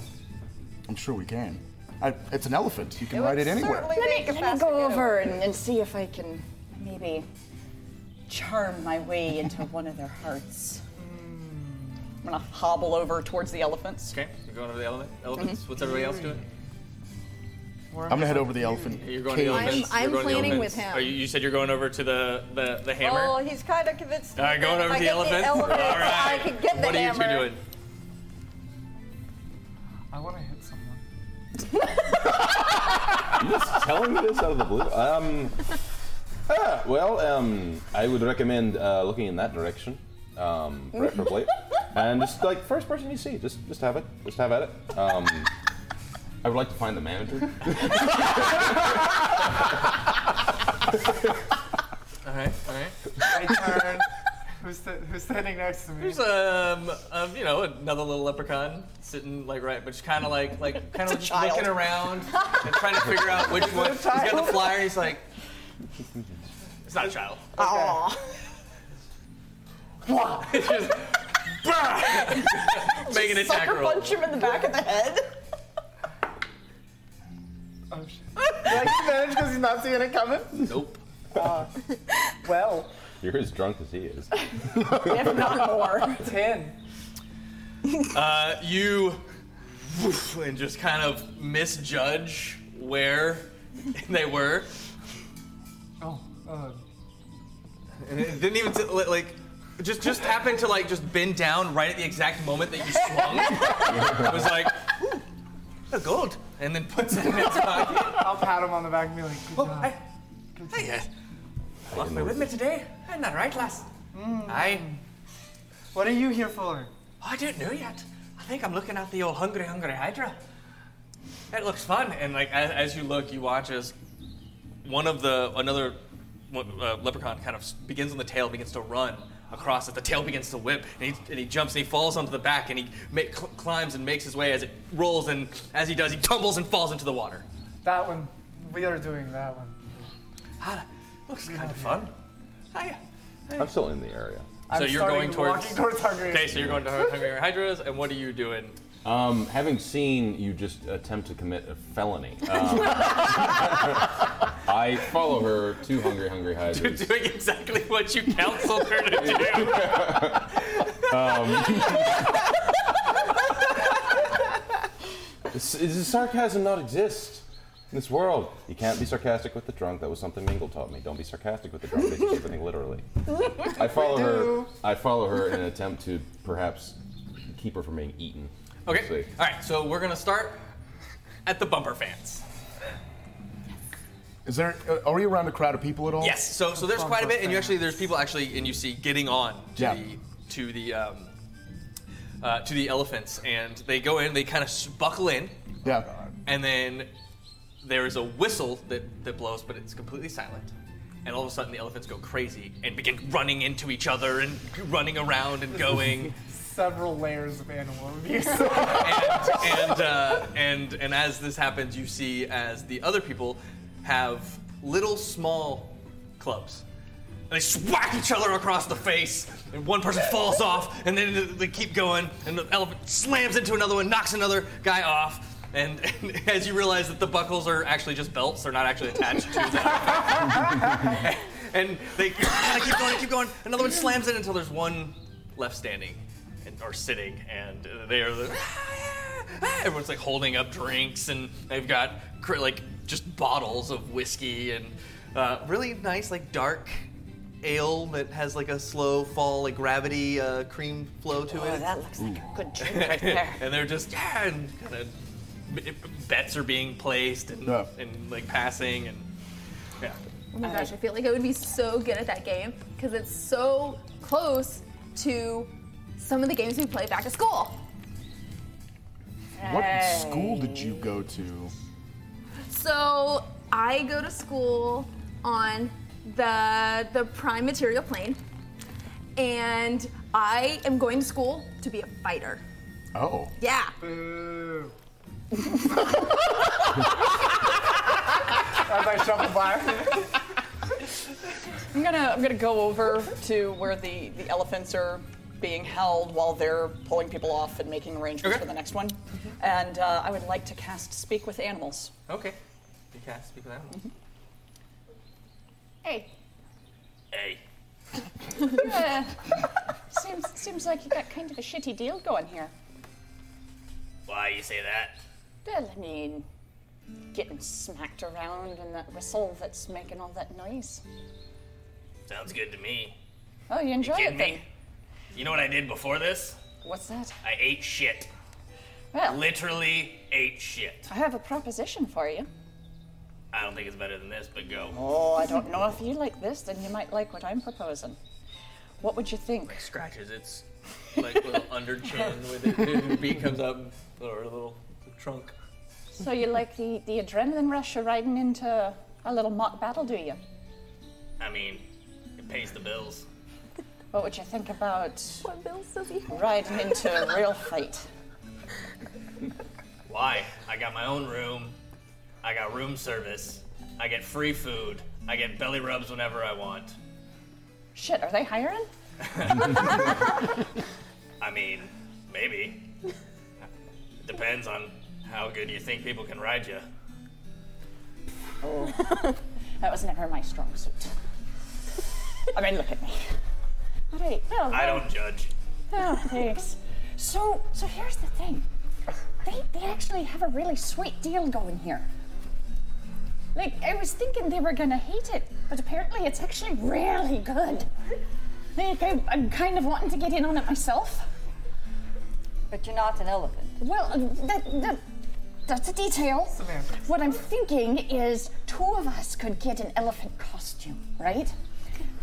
Speaker 3: I'm sure we can. I, it's an elephant. You can
Speaker 4: It
Speaker 3: ride
Speaker 4: would
Speaker 3: it anywhere.
Speaker 4: certainly
Speaker 5: Let
Speaker 4: make
Speaker 5: me,
Speaker 4: a
Speaker 5: let me
Speaker 4: faster
Speaker 5: go
Speaker 4: getaway.
Speaker 5: over and, and see if I can maybe charm my way into one of their hearts. I'm gonna hobble over towards the elephants.
Speaker 1: Okay, you're going over the ele- elephants.
Speaker 6: Mm-hmm.
Speaker 1: What's everybody else doing?
Speaker 3: I'm gonna head over to the elephant.
Speaker 1: You're going to the
Speaker 3: cage.
Speaker 1: elephants.
Speaker 2: I'm
Speaker 1: You're going to the
Speaker 2: planning
Speaker 1: elephants.
Speaker 2: with him.
Speaker 1: Are you, you said you're going over to the the, the hammer.
Speaker 4: Oh, he's kind of convinced. me
Speaker 1: All right,
Speaker 4: that
Speaker 1: going
Speaker 4: if
Speaker 1: over
Speaker 4: I
Speaker 1: to the
Speaker 4: get
Speaker 1: elephant.
Speaker 4: elephant,
Speaker 1: All right.
Speaker 4: I can get the
Speaker 1: what
Speaker 4: hammer.
Speaker 1: are you two doing?
Speaker 6: I want to hit someone.
Speaker 7: You just telling me this out of the blue? Um, ah, well, um, I would recommend uh, looking in that direction, um, preferably, and just like first person you see, just just have it, just have at it. Um, I would like to find the manager.
Speaker 1: All right, all right.
Speaker 6: I turn. who's, sta- who's standing next to me?
Speaker 1: There's um, um, you know, another little leprechaun sitting like right, but just kind of like like kind of just
Speaker 5: child.
Speaker 1: looking around and trying to figure out which one. He's got the flyer. He's like, it's not a child.
Speaker 5: Aw.
Speaker 1: It's just making an attack
Speaker 5: Sucker
Speaker 1: roll.
Speaker 5: punch him in the back of the head.
Speaker 6: Oh shit. Like he managed because he's not seeing it coming.
Speaker 1: Nope.
Speaker 6: Well,
Speaker 7: You're as drunk as he is.
Speaker 5: If not more.
Speaker 6: ten.
Speaker 1: Uh, you woof, and just kind of misjudge where they were.
Speaker 6: Oh, uh,
Speaker 1: And it didn't even t- li- like just just happened to like just bend down right at the exact moment that you swung. it was like "Ooh, a gold, and then puts it in its pocket.
Speaker 6: I'll pat him on the back and be like, good job.
Speaker 1: Oh, I, hey, uh, lost my with me today. I'm not right, lass. I
Speaker 6: What are you here for?
Speaker 1: I don't know yet. I think I'm looking at the old Hungry Hungry Hydra. That looks fun. And like as, as you look, you watch as one of the another one- uh, leprechaun kind of s- begins on the tail, begins to run across it. The tail begins to whip, and he, and he jumps and he falls onto the back, and he ma- cl- climbs and makes his way as it rolls. And as he does, he tumbles and falls into the water.
Speaker 6: That one. We are doing that one.
Speaker 1: Ah, looks kind of fun. Hiya.
Speaker 7: I'm still in the area.
Speaker 1: So you're going
Speaker 6: starting
Speaker 1: towards.
Speaker 6: walking towards Hungary.
Speaker 1: Okay, so you're going to Hungry Hungry Hydras, and what are you doing?
Speaker 7: Um, having seen you just attempt to commit a felony, um, I follow her to Hungry Hungry
Speaker 1: You're
Speaker 7: Hydras.
Speaker 1: doing exactly what you counseled her to do.
Speaker 7: Is- Does sarcasm not exist in this world? You can't be sarcastic with the drunk. That was something Mingle taught me. Don't be sarcastic with the drunk. They take everything literally. I follow her. I follow her in an attempt to perhaps keep her from being eaten. We'll
Speaker 1: Okay.
Speaker 7: see.
Speaker 1: All right. So we're gonna start at the bumper fans.
Speaker 3: Is there? uh, Are we around a crowd of people at all?
Speaker 1: Yes. So so there's quite a bit, and you actually there's people actually, and you see getting on to
Speaker 3: Yeah.
Speaker 1: the to the um, uh, to the elephants, and they go in, they kind of buckle in,
Speaker 3: Yeah.
Speaker 1: and then there is a whistle that that blows, but it's completely silent. And all of a sudden, the elephants go crazy and begin running into each other and running around and going.
Speaker 6: Several layers of animal abuse.
Speaker 1: and and, uh, and and as this happens, you see as the other people have little small clubs. And they swack each other across the face, and one person falls off, and then th- they keep going, and the elephant slams into another one, knocks another guy off. And, and as you realize that the buckles are actually just belts, they're not actually attached to the
Speaker 8: and they kind of keep going, keep going. Another one slams it until there's one left standing and, or sitting, and they are. The, ah." everyone's like holding up drinks, and they've got cr- like just bottles of whiskey and uh, really nice like dark ale that has like a slow fall like gravity uh, cream flow to
Speaker 5: Oh,
Speaker 8: it
Speaker 5: that looks like a good drink right there.
Speaker 8: and they're just yeah, and kind of bets are being placed and
Speaker 3: Yeah.
Speaker 8: and like passing and yeah.
Speaker 2: Oh my gosh, I feel like I would be so good at that game because it's so close to some of the games we played back at school.
Speaker 3: What school did you go to?
Speaker 2: So I go to school on the the prime material plane, and I am going to school to be a fighter.
Speaker 3: Oh.
Speaker 2: Yeah.
Speaker 6: Boo. As I shuffle by,
Speaker 5: I'm gonna I'm gonna go over to where the the elephants are being held while they're pulling people off and making arrangements
Speaker 8: Okay.
Speaker 5: for the next one, and uh, I would like to cast Speak with Animals.
Speaker 8: Okay. You can't speak with animals.
Speaker 5: Hey,
Speaker 8: Hey.
Speaker 5: seems seems like you got kind of a shitty deal going here.
Speaker 8: Why you say that?
Speaker 5: Well, I mean, getting smacked around and that whistle that's making all that noise.
Speaker 8: Sounds good to me.
Speaker 5: Oh, you enjoy it then?
Speaker 8: You know what I did before this?
Speaker 5: What's that?
Speaker 8: I ate shit.
Speaker 5: Well,
Speaker 8: Literally ate shit.
Speaker 5: I have a proposition for you.
Speaker 8: I don't think it's better than this, but go.
Speaker 5: Oh, I don't know if you like this, then you might like what I'm proposing. What would you think?
Speaker 8: Scratches its like little under chin with it. The beak comes up or a little trunk.
Speaker 5: So you like the, the adrenaline rush of riding into a little mock battle, do you?
Speaker 8: I mean, it pays the bills.
Speaker 5: What would you think about
Speaker 2: What bills does he have?
Speaker 5: riding into a real fight?
Speaker 8: Why? I got my own room. I got room service. I get free food. I get belly rubs whenever I want.
Speaker 5: Shit, are they hiring?
Speaker 8: I mean, maybe. it depends on how good you think people can ride you.
Speaker 5: That was never my strong suit. I mean, look at me. All right, well,
Speaker 8: I don't judge.
Speaker 5: Oh, thanks. So, so here's the thing. They, they actually have a really sweet deal going here. Like, I was thinking they were gonna hate it, but apparently it's actually really good. Like, I, I'm kind of wanting to get in on it myself.
Speaker 4: But you're not an elephant.
Speaker 5: Well, uh, that, that, that's a detail.
Speaker 6: Samantha.
Speaker 5: What I'm thinking is two of us could get an elephant costume, right?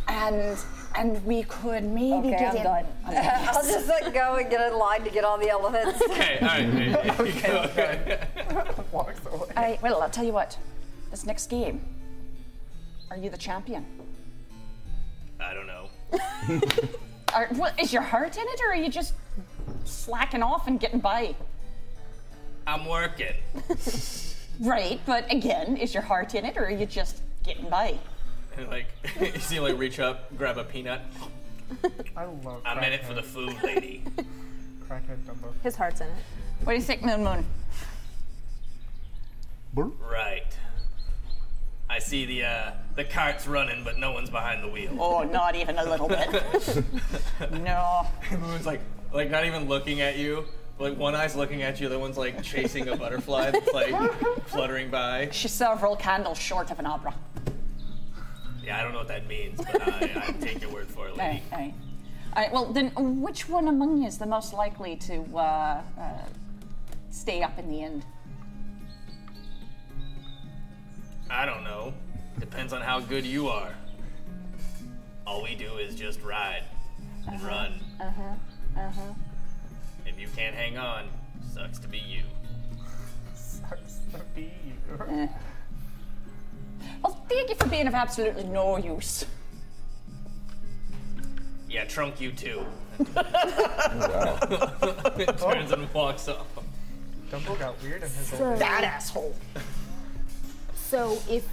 Speaker 5: And and we could maybe
Speaker 4: Okay,
Speaker 5: get
Speaker 4: I'm
Speaker 5: in.
Speaker 4: done. I'll just like go and get in line to get all the elephants.
Speaker 8: Okay, alright.
Speaker 6: walks away.
Speaker 5: I, well, I'll tell you what. This next game, are you the champion?
Speaker 8: I don't know.
Speaker 5: Are, what, is your heart in it, or are you just slacking off and getting by?
Speaker 8: I'm working.
Speaker 5: Right, but again, is your heart in it, or are you just getting by?
Speaker 8: And like, you see, him, like, reach up, grab a peanut.
Speaker 6: I love.
Speaker 8: I'm in it for the food, lady.
Speaker 6: crackhead Dumbo.
Speaker 9: His heart's in it.
Speaker 5: What do you think, Moon Moon?
Speaker 3: Burr.
Speaker 8: Right. I see the uh, the cart's running, but no one's behind the wheel.
Speaker 5: Oh, not even a little bit. no.
Speaker 8: Moon's like like not even looking at you. Like one eye's looking at you, the other one's like chasing a butterfly that's like fluttering by.
Speaker 5: She's several candles short of an opera.
Speaker 8: Yeah, I don't know what that means, but I, I take your word for it,
Speaker 5: All right,
Speaker 8: lady.
Speaker 5: all right. All right, well, then which one among you is the most likely to uh, uh, stay up in the end?
Speaker 8: I don't know. Depends on how good you are. All we do is just ride and
Speaker 5: Uh-huh.
Speaker 8: run. Uh huh. Uh huh. If you can't hang on, sucks to be you.
Speaker 6: Sucks to be you.
Speaker 5: Eh. Well, thank you for being of absolutely no use.
Speaker 8: Yeah, trunk you too. Turns and walks off.
Speaker 6: Dumbo got weird in his old.
Speaker 9: So,
Speaker 5: That asshole.
Speaker 9: so if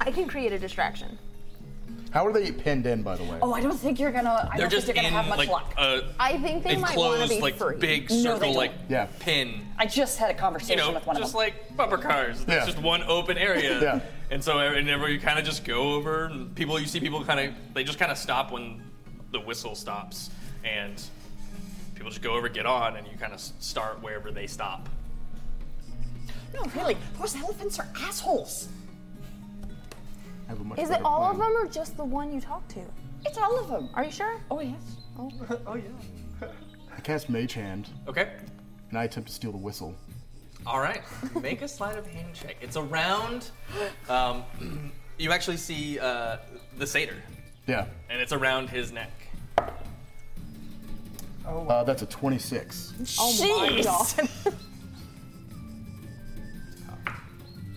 Speaker 9: I can create a distraction.
Speaker 3: How are they pinned in, by the way?
Speaker 5: Oh, I don't think you're gonna. I
Speaker 8: They're
Speaker 5: don't think
Speaker 8: just
Speaker 5: you're gonna
Speaker 8: in
Speaker 5: have much
Speaker 8: like
Speaker 5: luck.
Speaker 8: a
Speaker 9: I think they might want to
Speaker 8: enclosed
Speaker 9: be
Speaker 8: like
Speaker 9: free.
Speaker 8: big
Speaker 5: No, they
Speaker 8: circle like
Speaker 5: don't.
Speaker 3: Yeah.
Speaker 8: pin
Speaker 5: I just had a conversation
Speaker 8: you know,
Speaker 5: with one
Speaker 8: just
Speaker 5: of them.
Speaker 8: like bumper cars. It's
Speaker 3: Yeah.
Speaker 8: just one open area.
Speaker 3: Yeah.
Speaker 8: And so whenever you kind of just go over, and people you see people kind of they just kind of stop when the whistle stops, and people just go over, get on, and you kind of start wherever they stop.
Speaker 5: No, really, those elephants are assholes.
Speaker 3: I have a much
Speaker 9: Is it
Speaker 3: better
Speaker 9: all of
Speaker 3: plan.
Speaker 9: them or just the one you talked to?
Speaker 5: It's all of them.
Speaker 9: Are you sure?
Speaker 5: Oh yes.
Speaker 6: Oh yeah.
Speaker 3: I cast Mage Hand,
Speaker 8: Okay.
Speaker 3: and I attempt to steal the whistle.
Speaker 8: All right. Make a sleight of hand check. It's a round. Um, you actually see uh, the satyr,
Speaker 3: Yeah.
Speaker 8: and it's around his neck.
Speaker 6: Oh wow.
Speaker 3: Uh, that's a 26.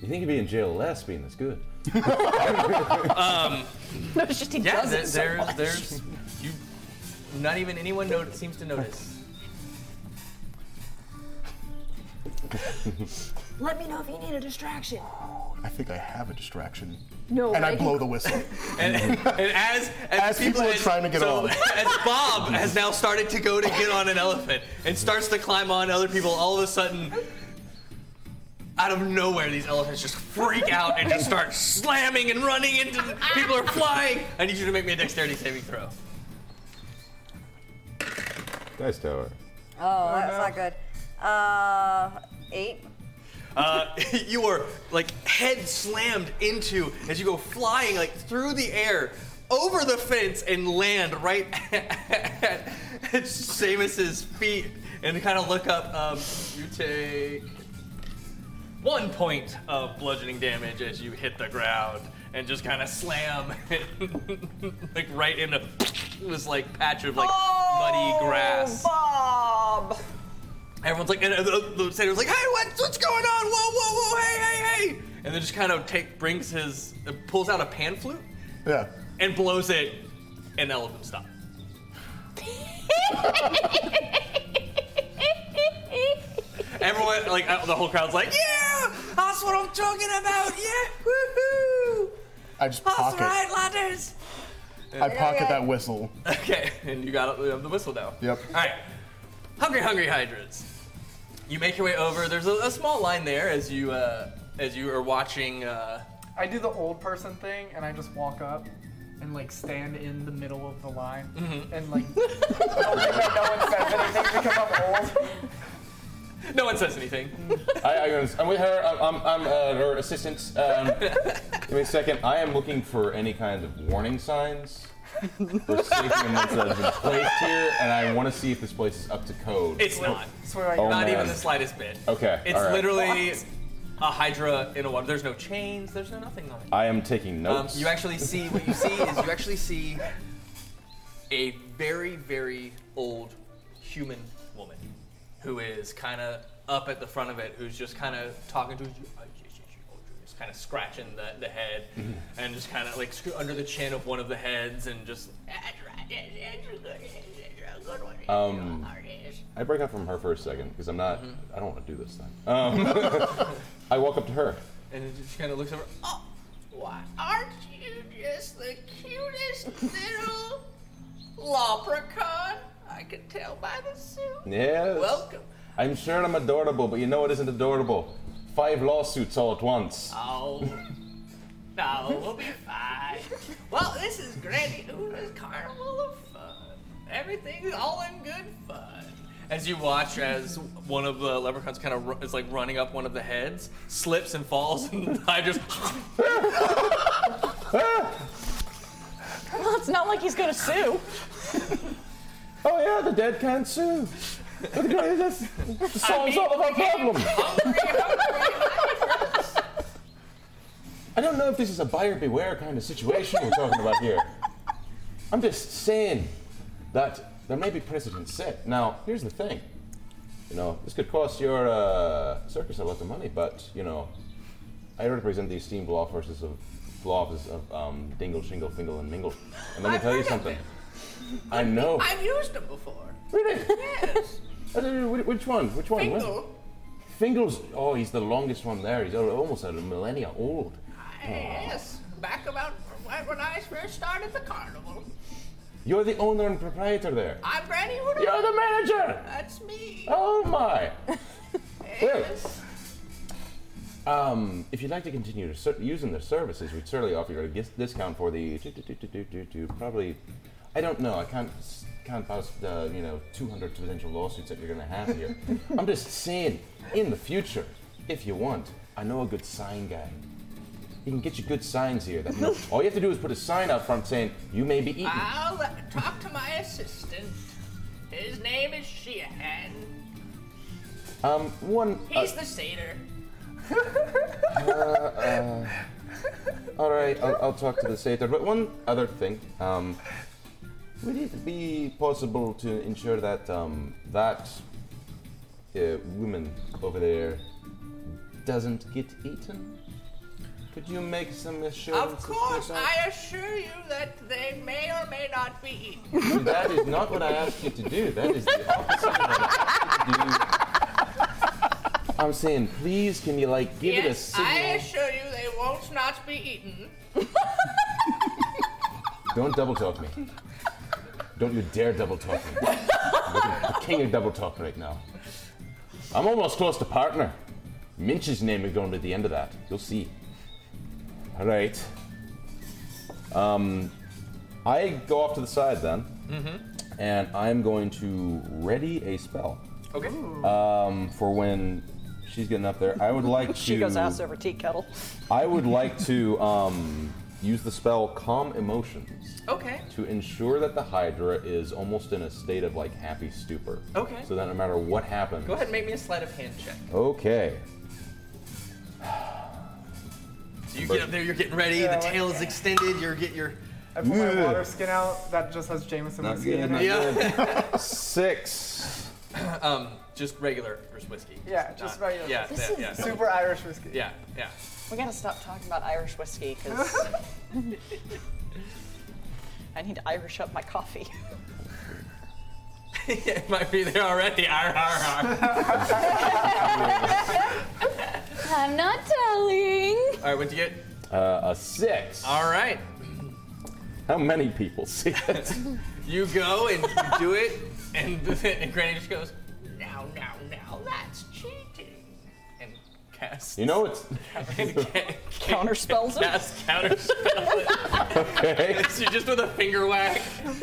Speaker 7: You think he'd be in jail less being this good?
Speaker 5: No, it's just he
Speaker 8: Yeah,
Speaker 5: does
Speaker 8: there,
Speaker 5: it so
Speaker 8: there's,
Speaker 5: much.
Speaker 8: there's, you, not even anyone no- seems to notice.
Speaker 9: Let me know if you need a distraction.
Speaker 3: I think I have a distraction.
Speaker 9: No,
Speaker 3: And I
Speaker 9: I
Speaker 3: blow the whistle.
Speaker 8: And, and as, as,
Speaker 3: As people are trying to get
Speaker 8: so,
Speaker 3: on.
Speaker 8: as Bob has now started to go to get on an elephant and starts to climb on other people, all of a sudden, out of nowhere, these elephants just freak out and just start slamming and running into the, people are flying. I need you to make me a dexterity saving throw.
Speaker 7: Dice tower.
Speaker 4: Oh, that's not good. Uh, eight.
Speaker 8: Uh, you are like head slammed into as you go flying like through the air over the fence and land right at Seamus's feet and kind of look up. Um, you take one point of bludgeoning damage as you hit the ground and just kind of slam like right into this like patch of like muddy grass.
Speaker 5: Bob.
Speaker 8: Everyone's like, and uh, the, the senator's like, hey, what's, what's going on? Whoa, whoa, whoa, hey, hey, hey! And then just kind of take, brings his, uh, pulls out a pan flute
Speaker 3: yeah.
Speaker 8: and blows it, and elephant stop. Everyone, like uh, the whole crowd's like, yeah, that's what I'm talking about, yeah, woohoo,
Speaker 3: I just
Speaker 8: that's
Speaker 3: pocket.
Speaker 8: right, ladders.
Speaker 3: I pocket
Speaker 4: Okay.
Speaker 3: that whistle.
Speaker 8: Okay, and you got uh, the whistle now.
Speaker 3: Yep.
Speaker 8: All right, hungry, hungry hydras. You make your way over. There's a, a small line there as you uh, as you are watching. Uh,
Speaker 6: I do the old person thing and I just walk up and like stand in the middle of the line
Speaker 8: Mm-hmm.
Speaker 6: and like hoping that no one says anything because I'm old.
Speaker 8: no one says anything.
Speaker 7: I, I, am with her. I'm, I'm, I'm uh, her assistant. Um, give me a second. I am looking for any kind of warning signs. We're safety and that have been placed here, and I want to see if this place is up to code.
Speaker 8: It's not.
Speaker 6: Swear I
Speaker 7: Oh,
Speaker 8: Not
Speaker 7: man.
Speaker 8: even the slightest bit.
Speaker 7: Okay,
Speaker 8: It's
Speaker 7: all right.
Speaker 8: literally a hydra in a water. There's no chains. There's no nothing on it.
Speaker 7: I am taking
Speaker 8: Um,
Speaker 7: notes.
Speaker 8: you actually see what you see is you actually see a very very old human woman who is kind of up at the front of it, who's just kind of talking to. Just kind of scratching the, the head and just kind of like scr- under the chin of one of the heads and just
Speaker 7: Um, I break up from her for a second because I'm not.
Speaker 8: Mm-hmm.
Speaker 7: I don't want to do this thing. Um, I walk up to her.
Speaker 8: and it just kind of looks over. Oh, why aren't you just the cutest little leprechaun? I can tell by the suit.
Speaker 7: Yes.
Speaker 8: Welcome.
Speaker 7: I'm sure I'm adorable, but you know it isn't adorable. Five lawsuits all at once.
Speaker 8: Oh, no, we'll be fine. Well, this is Granny Una's Carnival of Fun. Everything's all in good fun. As you watch, as one of the leprechauns kind of ru- is like running up one of the heads, slips and falls, and I just
Speaker 5: Well, it's not like he's gonna sue.
Speaker 7: Oh yeah, the dead can't sue. But the guy- that's- that solves all of our problems. I don't know if this is a buyer beware kind of situation we're talking about here. I'm just saying that there may be precedent set. Now, here's the thing. You know, this could cost your uh, circus a lot of money, but you know, I represent the esteemed law forces of law office of um, Dingle, Shingle, Fingle, and Mingle. And let me tell you something. I know.
Speaker 8: I've used them before.
Speaker 7: Really?
Speaker 8: Yes.
Speaker 7: Uh, wh- Which one? Which one? Where?
Speaker 8: Bingo.
Speaker 7: Fingal's. Oh, he's the longest one there. He's al- almost a millennia old.
Speaker 8: Yes, back about right when I first started the carnival.
Speaker 7: You're the owner and proprietor there.
Speaker 8: I'm Granny Hoodoo.
Speaker 7: You're the manager.
Speaker 8: That's me.
Speaker 7: Oh my. Well, Um, if you'd like to continue to ser- using their services, we'd certainly offer you a dis- discount for the do- do- do- do- do- do- do- probably. I don't know. I can't s- count past the you know 200 potential lawsuits that you're going to have here. I'm just saying, in the future, if you want, I know a good sign guy. He can get you good signs here. That, you know, all you have to do is put a sign out front saying you may be eaten.
Speaker 8: Ah.
Speaker 1: I'll talk to my assistant. His name is Sheahan.
Speaker 7: Um, one. uh,
Speaker 1: He's the satyr.
Speaker 7: All right, I'll, I'll talk to the satyr. But one other thing, um, would it be possible to ensure that um, that uh, woman over there doesn't get eaten? Could you make some assurances?
Speaker 1: Of course,
Speaker 7: to
Speaker 1: I
Speaker 7: that?
Speaker 1: assure you that they may or may not be eaten.
Speaker 7: That is not what I asked you to do. That is the opposite of what I asked you to do. I'm saying, please, can you like give it a
Speaker 1: Yes,
Speaker 7: signal?
Speaker 1: I assure you they won't not be eaten.
Speaker 7: Don't double talk me. Don't you dare double talk me. I'm the king of double talk right now. I'm almost close to partner. Minch's name is going to the end of that. You'll see. All right. Um, I go off to the side then,
Speaker 8: Mm-hmm.
Speaker 7: and I'm going to ready a spell
Speaker 8: Okay.
Speaker 7: um, for when she's getting up there. I would like to.
Speaker 5: She goes ass over tea kettle.
Speaker 7: I would like to um, use the spell Calm Emotions
Speaker 8: Okay.
Speaker 7: to ensure that the Hydra is almost in a state of like happy stupor.
Speaker 8: Okay.
Speaker 7: So that no matter what happens.
Speaker 8: Go ahead and make me a sleight of hand check.
Speaker 7: Okay.
Speaker 8: So you get up there, you're getting ready, the tail is extended, you're get your
Speaker 6: I pull my
Speaker 7: Yeah.
Speaker 6: water skin out that just has Jameson
Speaker 7: Not
Speaker 6: whiskey
Speaker 7: good.
Speaker 6: in
Speaker 7: Not
Speaker 6: it.
Speaker 7: good. Six.
Speaker 8: um just regular Irish whiskey.
Speaker 6: Yeah, just
Speaker 8: not-
Speaker 6: regular
Speaker 8: Yeah,
Speaker 9: This
Speaker 8: yeah, yeah.
Speaker 9: is-
Speaker 6: Super Irish whiskey.
Speaker 8: Yeah, yeah.
Speaker 5: We gotta stop talking about Irish whiskey because I need to Irish up my coffee.
Speaker 8: it might be there already. Arr, arr, arr.
Speaker 9: I'm not telling.
Speaker 8: All right, what'd you get?
Speaker 7: Uh, a six.
Speaker 8: All right.
Speaker 7: How many people see that?
Speaker 8: You go and you do it, and, and Granny just goes
Speaker 1: Now, now, now, that's cheating.
Speaker 8: and casts.
Speaker 7: you know it's
Speaker 8: and ca-
Speaker 5: Counter spells it.
Speaker 8: cast counter spell.
Speaker 7: okay.
Speaker 8: So just with a finger whack.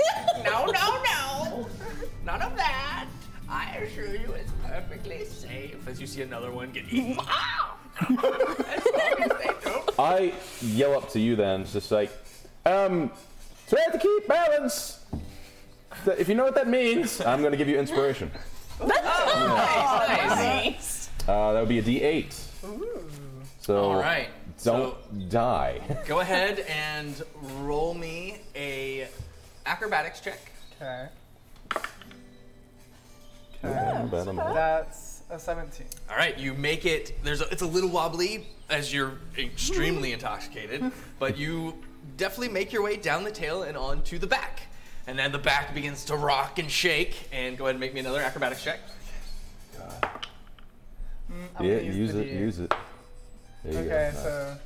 Speaker 1: No, no, no. None of that. I assure you it's perfectly safe. Ah!
Speaker 8: As you see another one get eaten.
Speaker 1: Ow! as long as they don't
Speaker 7: I yell up to you then, it's just like, um, try to keep balance. If you know what that means, I'm going to give you inspiration.
Speaker 5: Nice.
Speaker 7: Uh, that would be a D8. So
Speaker 8: All right.
Speaker 7: don't die.
Speaker 8: Go ahead and roll me a acrobatics check.
Speaker 6: Okay. That's a 17.
Speaker 8: All right, you make it. There's a, it's a little wobbly as you're extremely intoxicated, but you definitely make your way down the tail and onto the back, and then the back begins to rock and shake. And go ahead and make me another acrobatics check.
Speaker 6: I'm
Speaker 7: yeah,
Speaker 6: gonna
Speaker 7: use
Speaker 6: the
Speaker 7: it,
Speaker 6: D8.
Speaker 7: use it. There you go.
Speaker 6: Okay,
Speaker 7: Nice.
Speaker 6: so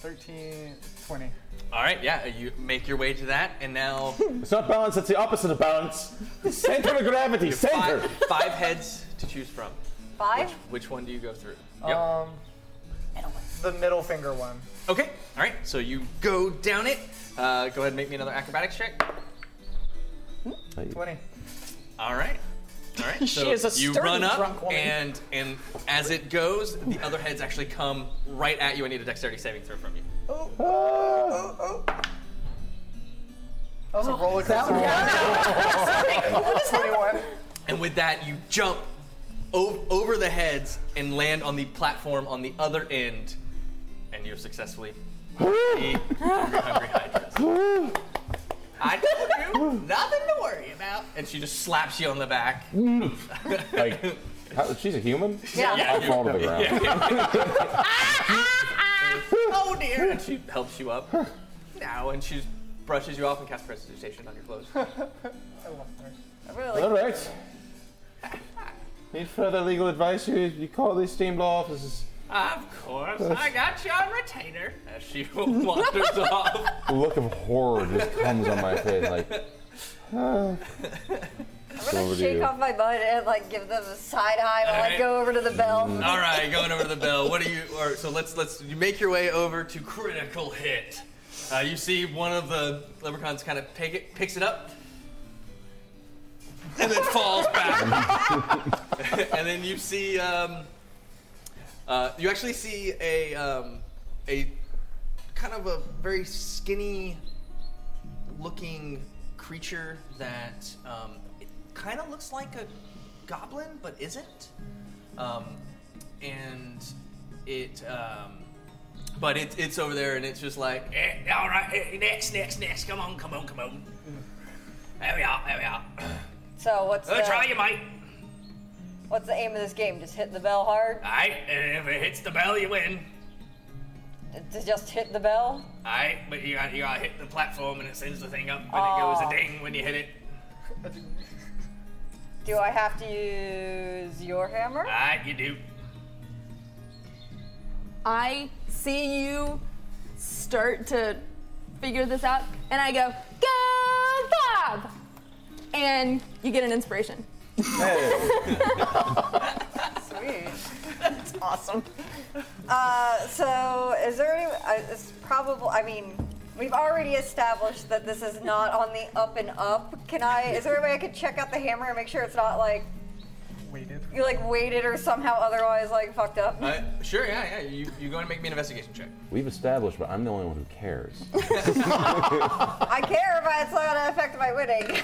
Speaker 6: 13, 20.
Speaker 8: All right, yeah, you make your way to that, and now
Speaker 7: It's not balance, it's the opposite of balance. Center of gravity, center!
Speaker 8: five, five heads to choose from.
Speaker 4: Five?
Speaker 8: Which one do you go through? Yep.
Speaker 6: Um, the middle finger one.
Speaker 8: okay. All right. So you go down it. Uh, go ahead and make me another acrobatics check.
Speaker 6: 20.
Speaker 8: All right. All right.
Speaker 5: She
Speaker 8: so
Speaker 5: is a
Speaker 8: you
Speaker 5: sturdy
Speaker 8: run up
Speaker 5: drunk woman.
Speaker 8: and and as it goes, the other heads actually come right at you. I need a dexterity saving throw from you.
Speaker 6: Oh, That was a roller coaster. one. 21.
Speaker 8: And with that, you jump o- over the heads and land on the platform on the other end, and you're successfully free from your hungry hydras.
Speaker 1: I told you, nothing to worry about.
Speaker 8: And she just slaps you on the back.
Speaker 7: Like, how, she's a human?
Speaker 8: Yeah,
Speaker 7: I
Speaker 8: you-
Speaker 7: fall to the ground.
Speaker 1: Oh dear.
Speaker 8: And she helps you up now, and she brushes you off and casts prestidigitation on your clothes.
Speaker 6: I love her.
Speaker 4: I really
Speaker 7: All
Speaker 4: like
Speaker 7: right. Need further legal advice? You, you call these team law offices.
Speaker 1: Of course, I got you on retainer.
Speaker 8: As she wanders off.
Speaker 7: The look of horror just comes on my face. Like,
Speaker 4: I'm gonna
Speaker 7: Over to
Speaker 4: shake
Speaker 7: you.
Speaker 4: off my butt and like give them a side eye while I
Speaker 8: Alright. Mm.
Speaker 4: go over to the bell.
Speaker 8: All right, going over to the bell. What do you? Or, so let's let's you make your way over to critical hit. Uh, you see one of the leprechauns kind of pick it, picks it up, and then falls back. and then you see um, uh, you actually see a um, a kind of a very skinny looking creature that um, it kind of looks like a goblin but isn't um, and it um, but it, it's over there and it's just like
Speaker 1: Eh, all right, eh, next, next, next. Come on, come on, come on. There we are, there we are.
Speaker 4: So what's
Speaker 1: Good try,
Speaker 4: the,
Speaker 1: you mate.
Speaker 4: what's the aim of this game? Just hit the bell hard?
Speaker 1: Aye, and if it hits the bell, you win.
Speaker 4: To just hit the bell?
Speaker 1: Aye, but you got you got to hit the platform and it sends the thing up and it
Speaker 4: Aw.
Speaker 1: goes a ding when you hit it.
Speaker 4: Do I have to use your hammer?
Speaker 8: Ah.
Speaker 1: Aye, you do.
Speaker 2: I see you start to figure this out, and I go, go Bob! And you get an inspiration.
Speaker 4: Sweet.
Speaker 5: Awesome.
Speaker 4: Uh, so is there any, uh, it's probably, I mean, we've already established that this is not on the up and up. Can I, is there a way I could check out the hammer and make sure it's not like,
Speaker 6: Waited.
Speaker 4: you like weighted or somehow otherwise like fucked up?
Speaker 8: uh, sure yeah yeah you, you're going to make me an investigation check
Speaker 7: We've established, but I'm the only one who cares.
Speaker 4: I care, but it's not gonna affect my winning.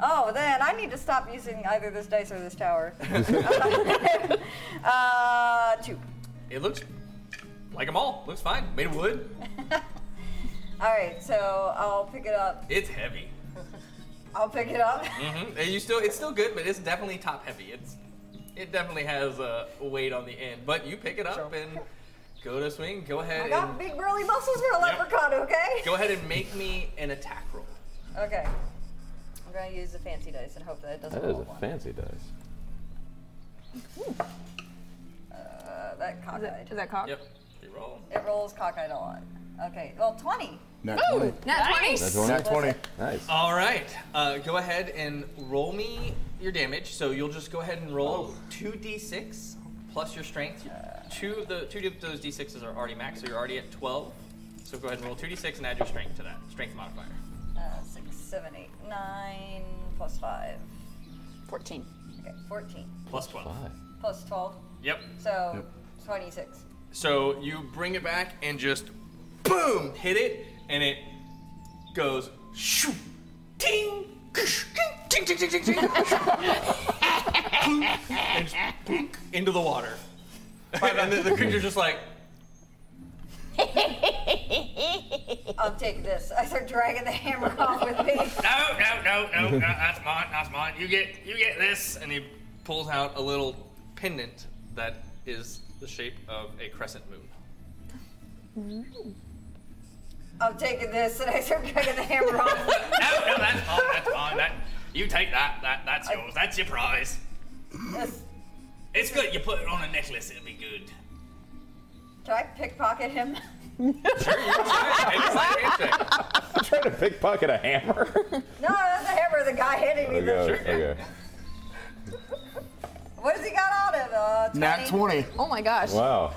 Speaker 4: oh, then I need to stop using either this dice or this tower. uh, two.
Speaker 8: it looks like them all looks fine made of wood
Speaker 4: All right, so I'll pick it up.
Speaker 8: it's heavy
Speaker 4: I'll pick it up.
Speaker 8: hmm you still it's still good but it's definitely top heavy it's it definitely has a weight on the end but you pick it up and go to swing go
Speaker 4: I
Speaker 8: ahead
Speaker 4: got
Speaker 8: and
Speaker 4: big burly muscles for a leprechaun. Okay.
Speaker 8: go ahead and make me an attack roll
Speaker 4: Okay. I'm gonna use the fancy dice and hope that it doesn't.
Speaker 7: That is
Speaker 4: roll
Speaker 7: a
Speaker 4: one.
Speaker 7: fancy dice.
Speaker 4: Uh, that
Speaker 2: Is that,
Speaker 4: cockeyed.
Speaker 2: is that cocked?
Speaker 8: yep you roll
Speaker 4: It rolls cockeyed a lot. Okay. Well, twenty.
Speaker 3: Nat
Speaker 2: Ooh,
Speaker 3: 20.
Speaker 2: nat 20.
Speaker 7: That's one.
Speaker 3: Nat 20.
Speaker 7: Nice.
Speaker 8: All right. Uh, go ahead and roll me your damage. So you'll just go ahead and roll two d6 plus your strength. Two of the two of those d6s are already maxed, so you're already at 12. So go ahead and roll two d6 and add your strength to that strength modifier.
Speaker 4: Uh, six, seven, eight, nine, plus five.
Speaker 5: 14.
Speaker 4: Okay, fourteen.
Speaker 8: Plus 12.
Speaker 7: Five.
Speaker 4: Plus twelve.
Speaker 8: Yep.
Speaker 4: So twenty-six.
Speaker 8: So you bring it back and just boom, hit it, and it goes shoo, ting, kush, ting, ting, ting, ting, ting, ting, Boom, and just boink into the water. and the, the creature's just like,
Speaker 4: I'll take this. I start dragging the hammer off with me.
Speaker 1: No, no, no, no,
Speaker 8: uh,
Speaker 1: no. That's mine. That's mine. You get you get this.
Speaker 8: and he pulls out a little pendant that is the shape of a crescent moon.
Speaker 4: I'm taking this, and I start dragging the hammer off.
Speaker 1: No, no, that's mine. That's mine. That you take that. That that's yours. That's your prize.
Speaker 4: This-
Speaker 1: It's good. You put it on a necklace. It'll be good.
Speaker 4: Can I pickpocket him?
Speaker 7: I'm trying to pickpocket a hammer.
Speaker 4: No, that's the hammer. The guy hitting me.
Speaker 7: okay, okay.
Speaker 4: What has he got on him? Uh, 20.
Speaker 3: Nat 20.
Speaker 2: Oh my gosh.
Speaker 7: Wow.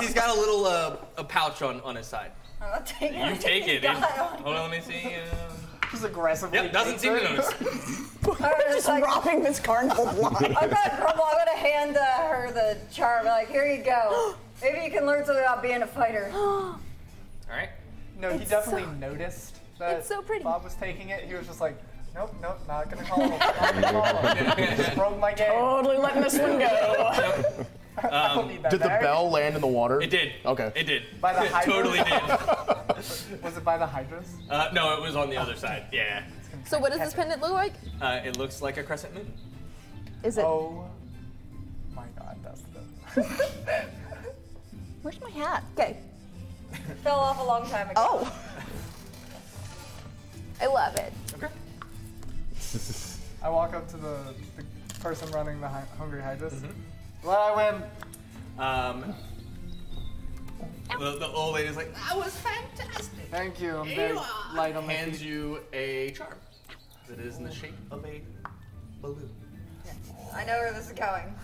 Speaker 8: he's got a little uh, a pouch on, on his side.
Speaker 4: I'll take it.
Speaker 8: You take it.
Speaker 4: God,
Speaker 8: it-
Speaker 4: I don't-
Speaker 8: hold on, let me see. Uh,
Speaker 6: Just aggressively.
Speaker 8: yep, doesn't
Speaker 6: takes
Speaker 8: seem to
Speaker 6: it.
Speaker 8: notice.
Speaker 4: I'm just like, I'm
Speaker 5: Robbing this carnival blind.
Speaker 4: gonna crumble. I'm gonna hand uh, her the charm. like, here you go. Maybe you can learn something about being a fighter.
Speaker 8: All right.
Speaker 6: No, he definitely noticed that
Speaker 2: it's so pretty.
Speaker 6: Bob was taking it. He was just like, nope, nope, not gonna call him. Not gonna call him. just broke my game.
Speaker 5: totally letting this one go.
Speaker 6: I don't need that
Speaker 3: Did the
Speaker 6: back.
Speaker 3: bell land in the water?
Speaker 8: It did.
Speaker 3: Okay.
Speaker 8: It did.
Speaker 6: By the
Speaker 8: it
Speaker 6: hydra?
Speaker 8: totally did.
Speaker 6: Was it by the hydras?
Speaker 8: Uh, no, it was on the other side. Yeah.
Speaker 2: So what does this pendant look like?
Speaker 8: Uh, it looks like a crescent moon.
Speaker 2: Is it?
Speaker 6: Oh my god, that's the.
Speaker 9: Where's my hat?
Speaker 2: Okay.
Speaker 4: Fell off a long time ago.
Speaker 5: Oh.
Speaker 2: I love it.
Speaker 8: Okay.
Speaker 6: I walk up to the, the person running the hi- hungry hydras. Well, I win.
Speaker 8: Um, the, the old lady's like,
Speaker 1: That was fantastic.
Speaker 6: Thank you. I'm very light on my
Speaker 8: hands
Speaker 6: feet.
Speaker 8: you a charm. it is in the shape of a balloon.
Speaker 4: I know where this is going.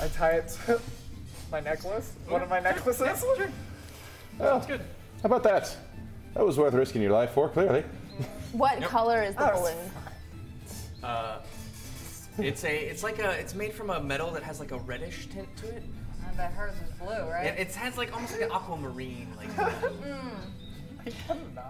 Speaker 6: I tie it to my necklace. One of my necklaces.
Speaker 7: That's good. How about that? That was worth risking your life for, clearly.
Speaker 9: What color is the
Speaker 6: Oh,
Speaker 9: balloon?
Speaker 8: Uh, it's a, it's like a, it's made from a metal that has like a reddish tint to it.
Speaker 4: I bet hers is blue, right?
Speaker 8: And it has like almost like an aquamarine, like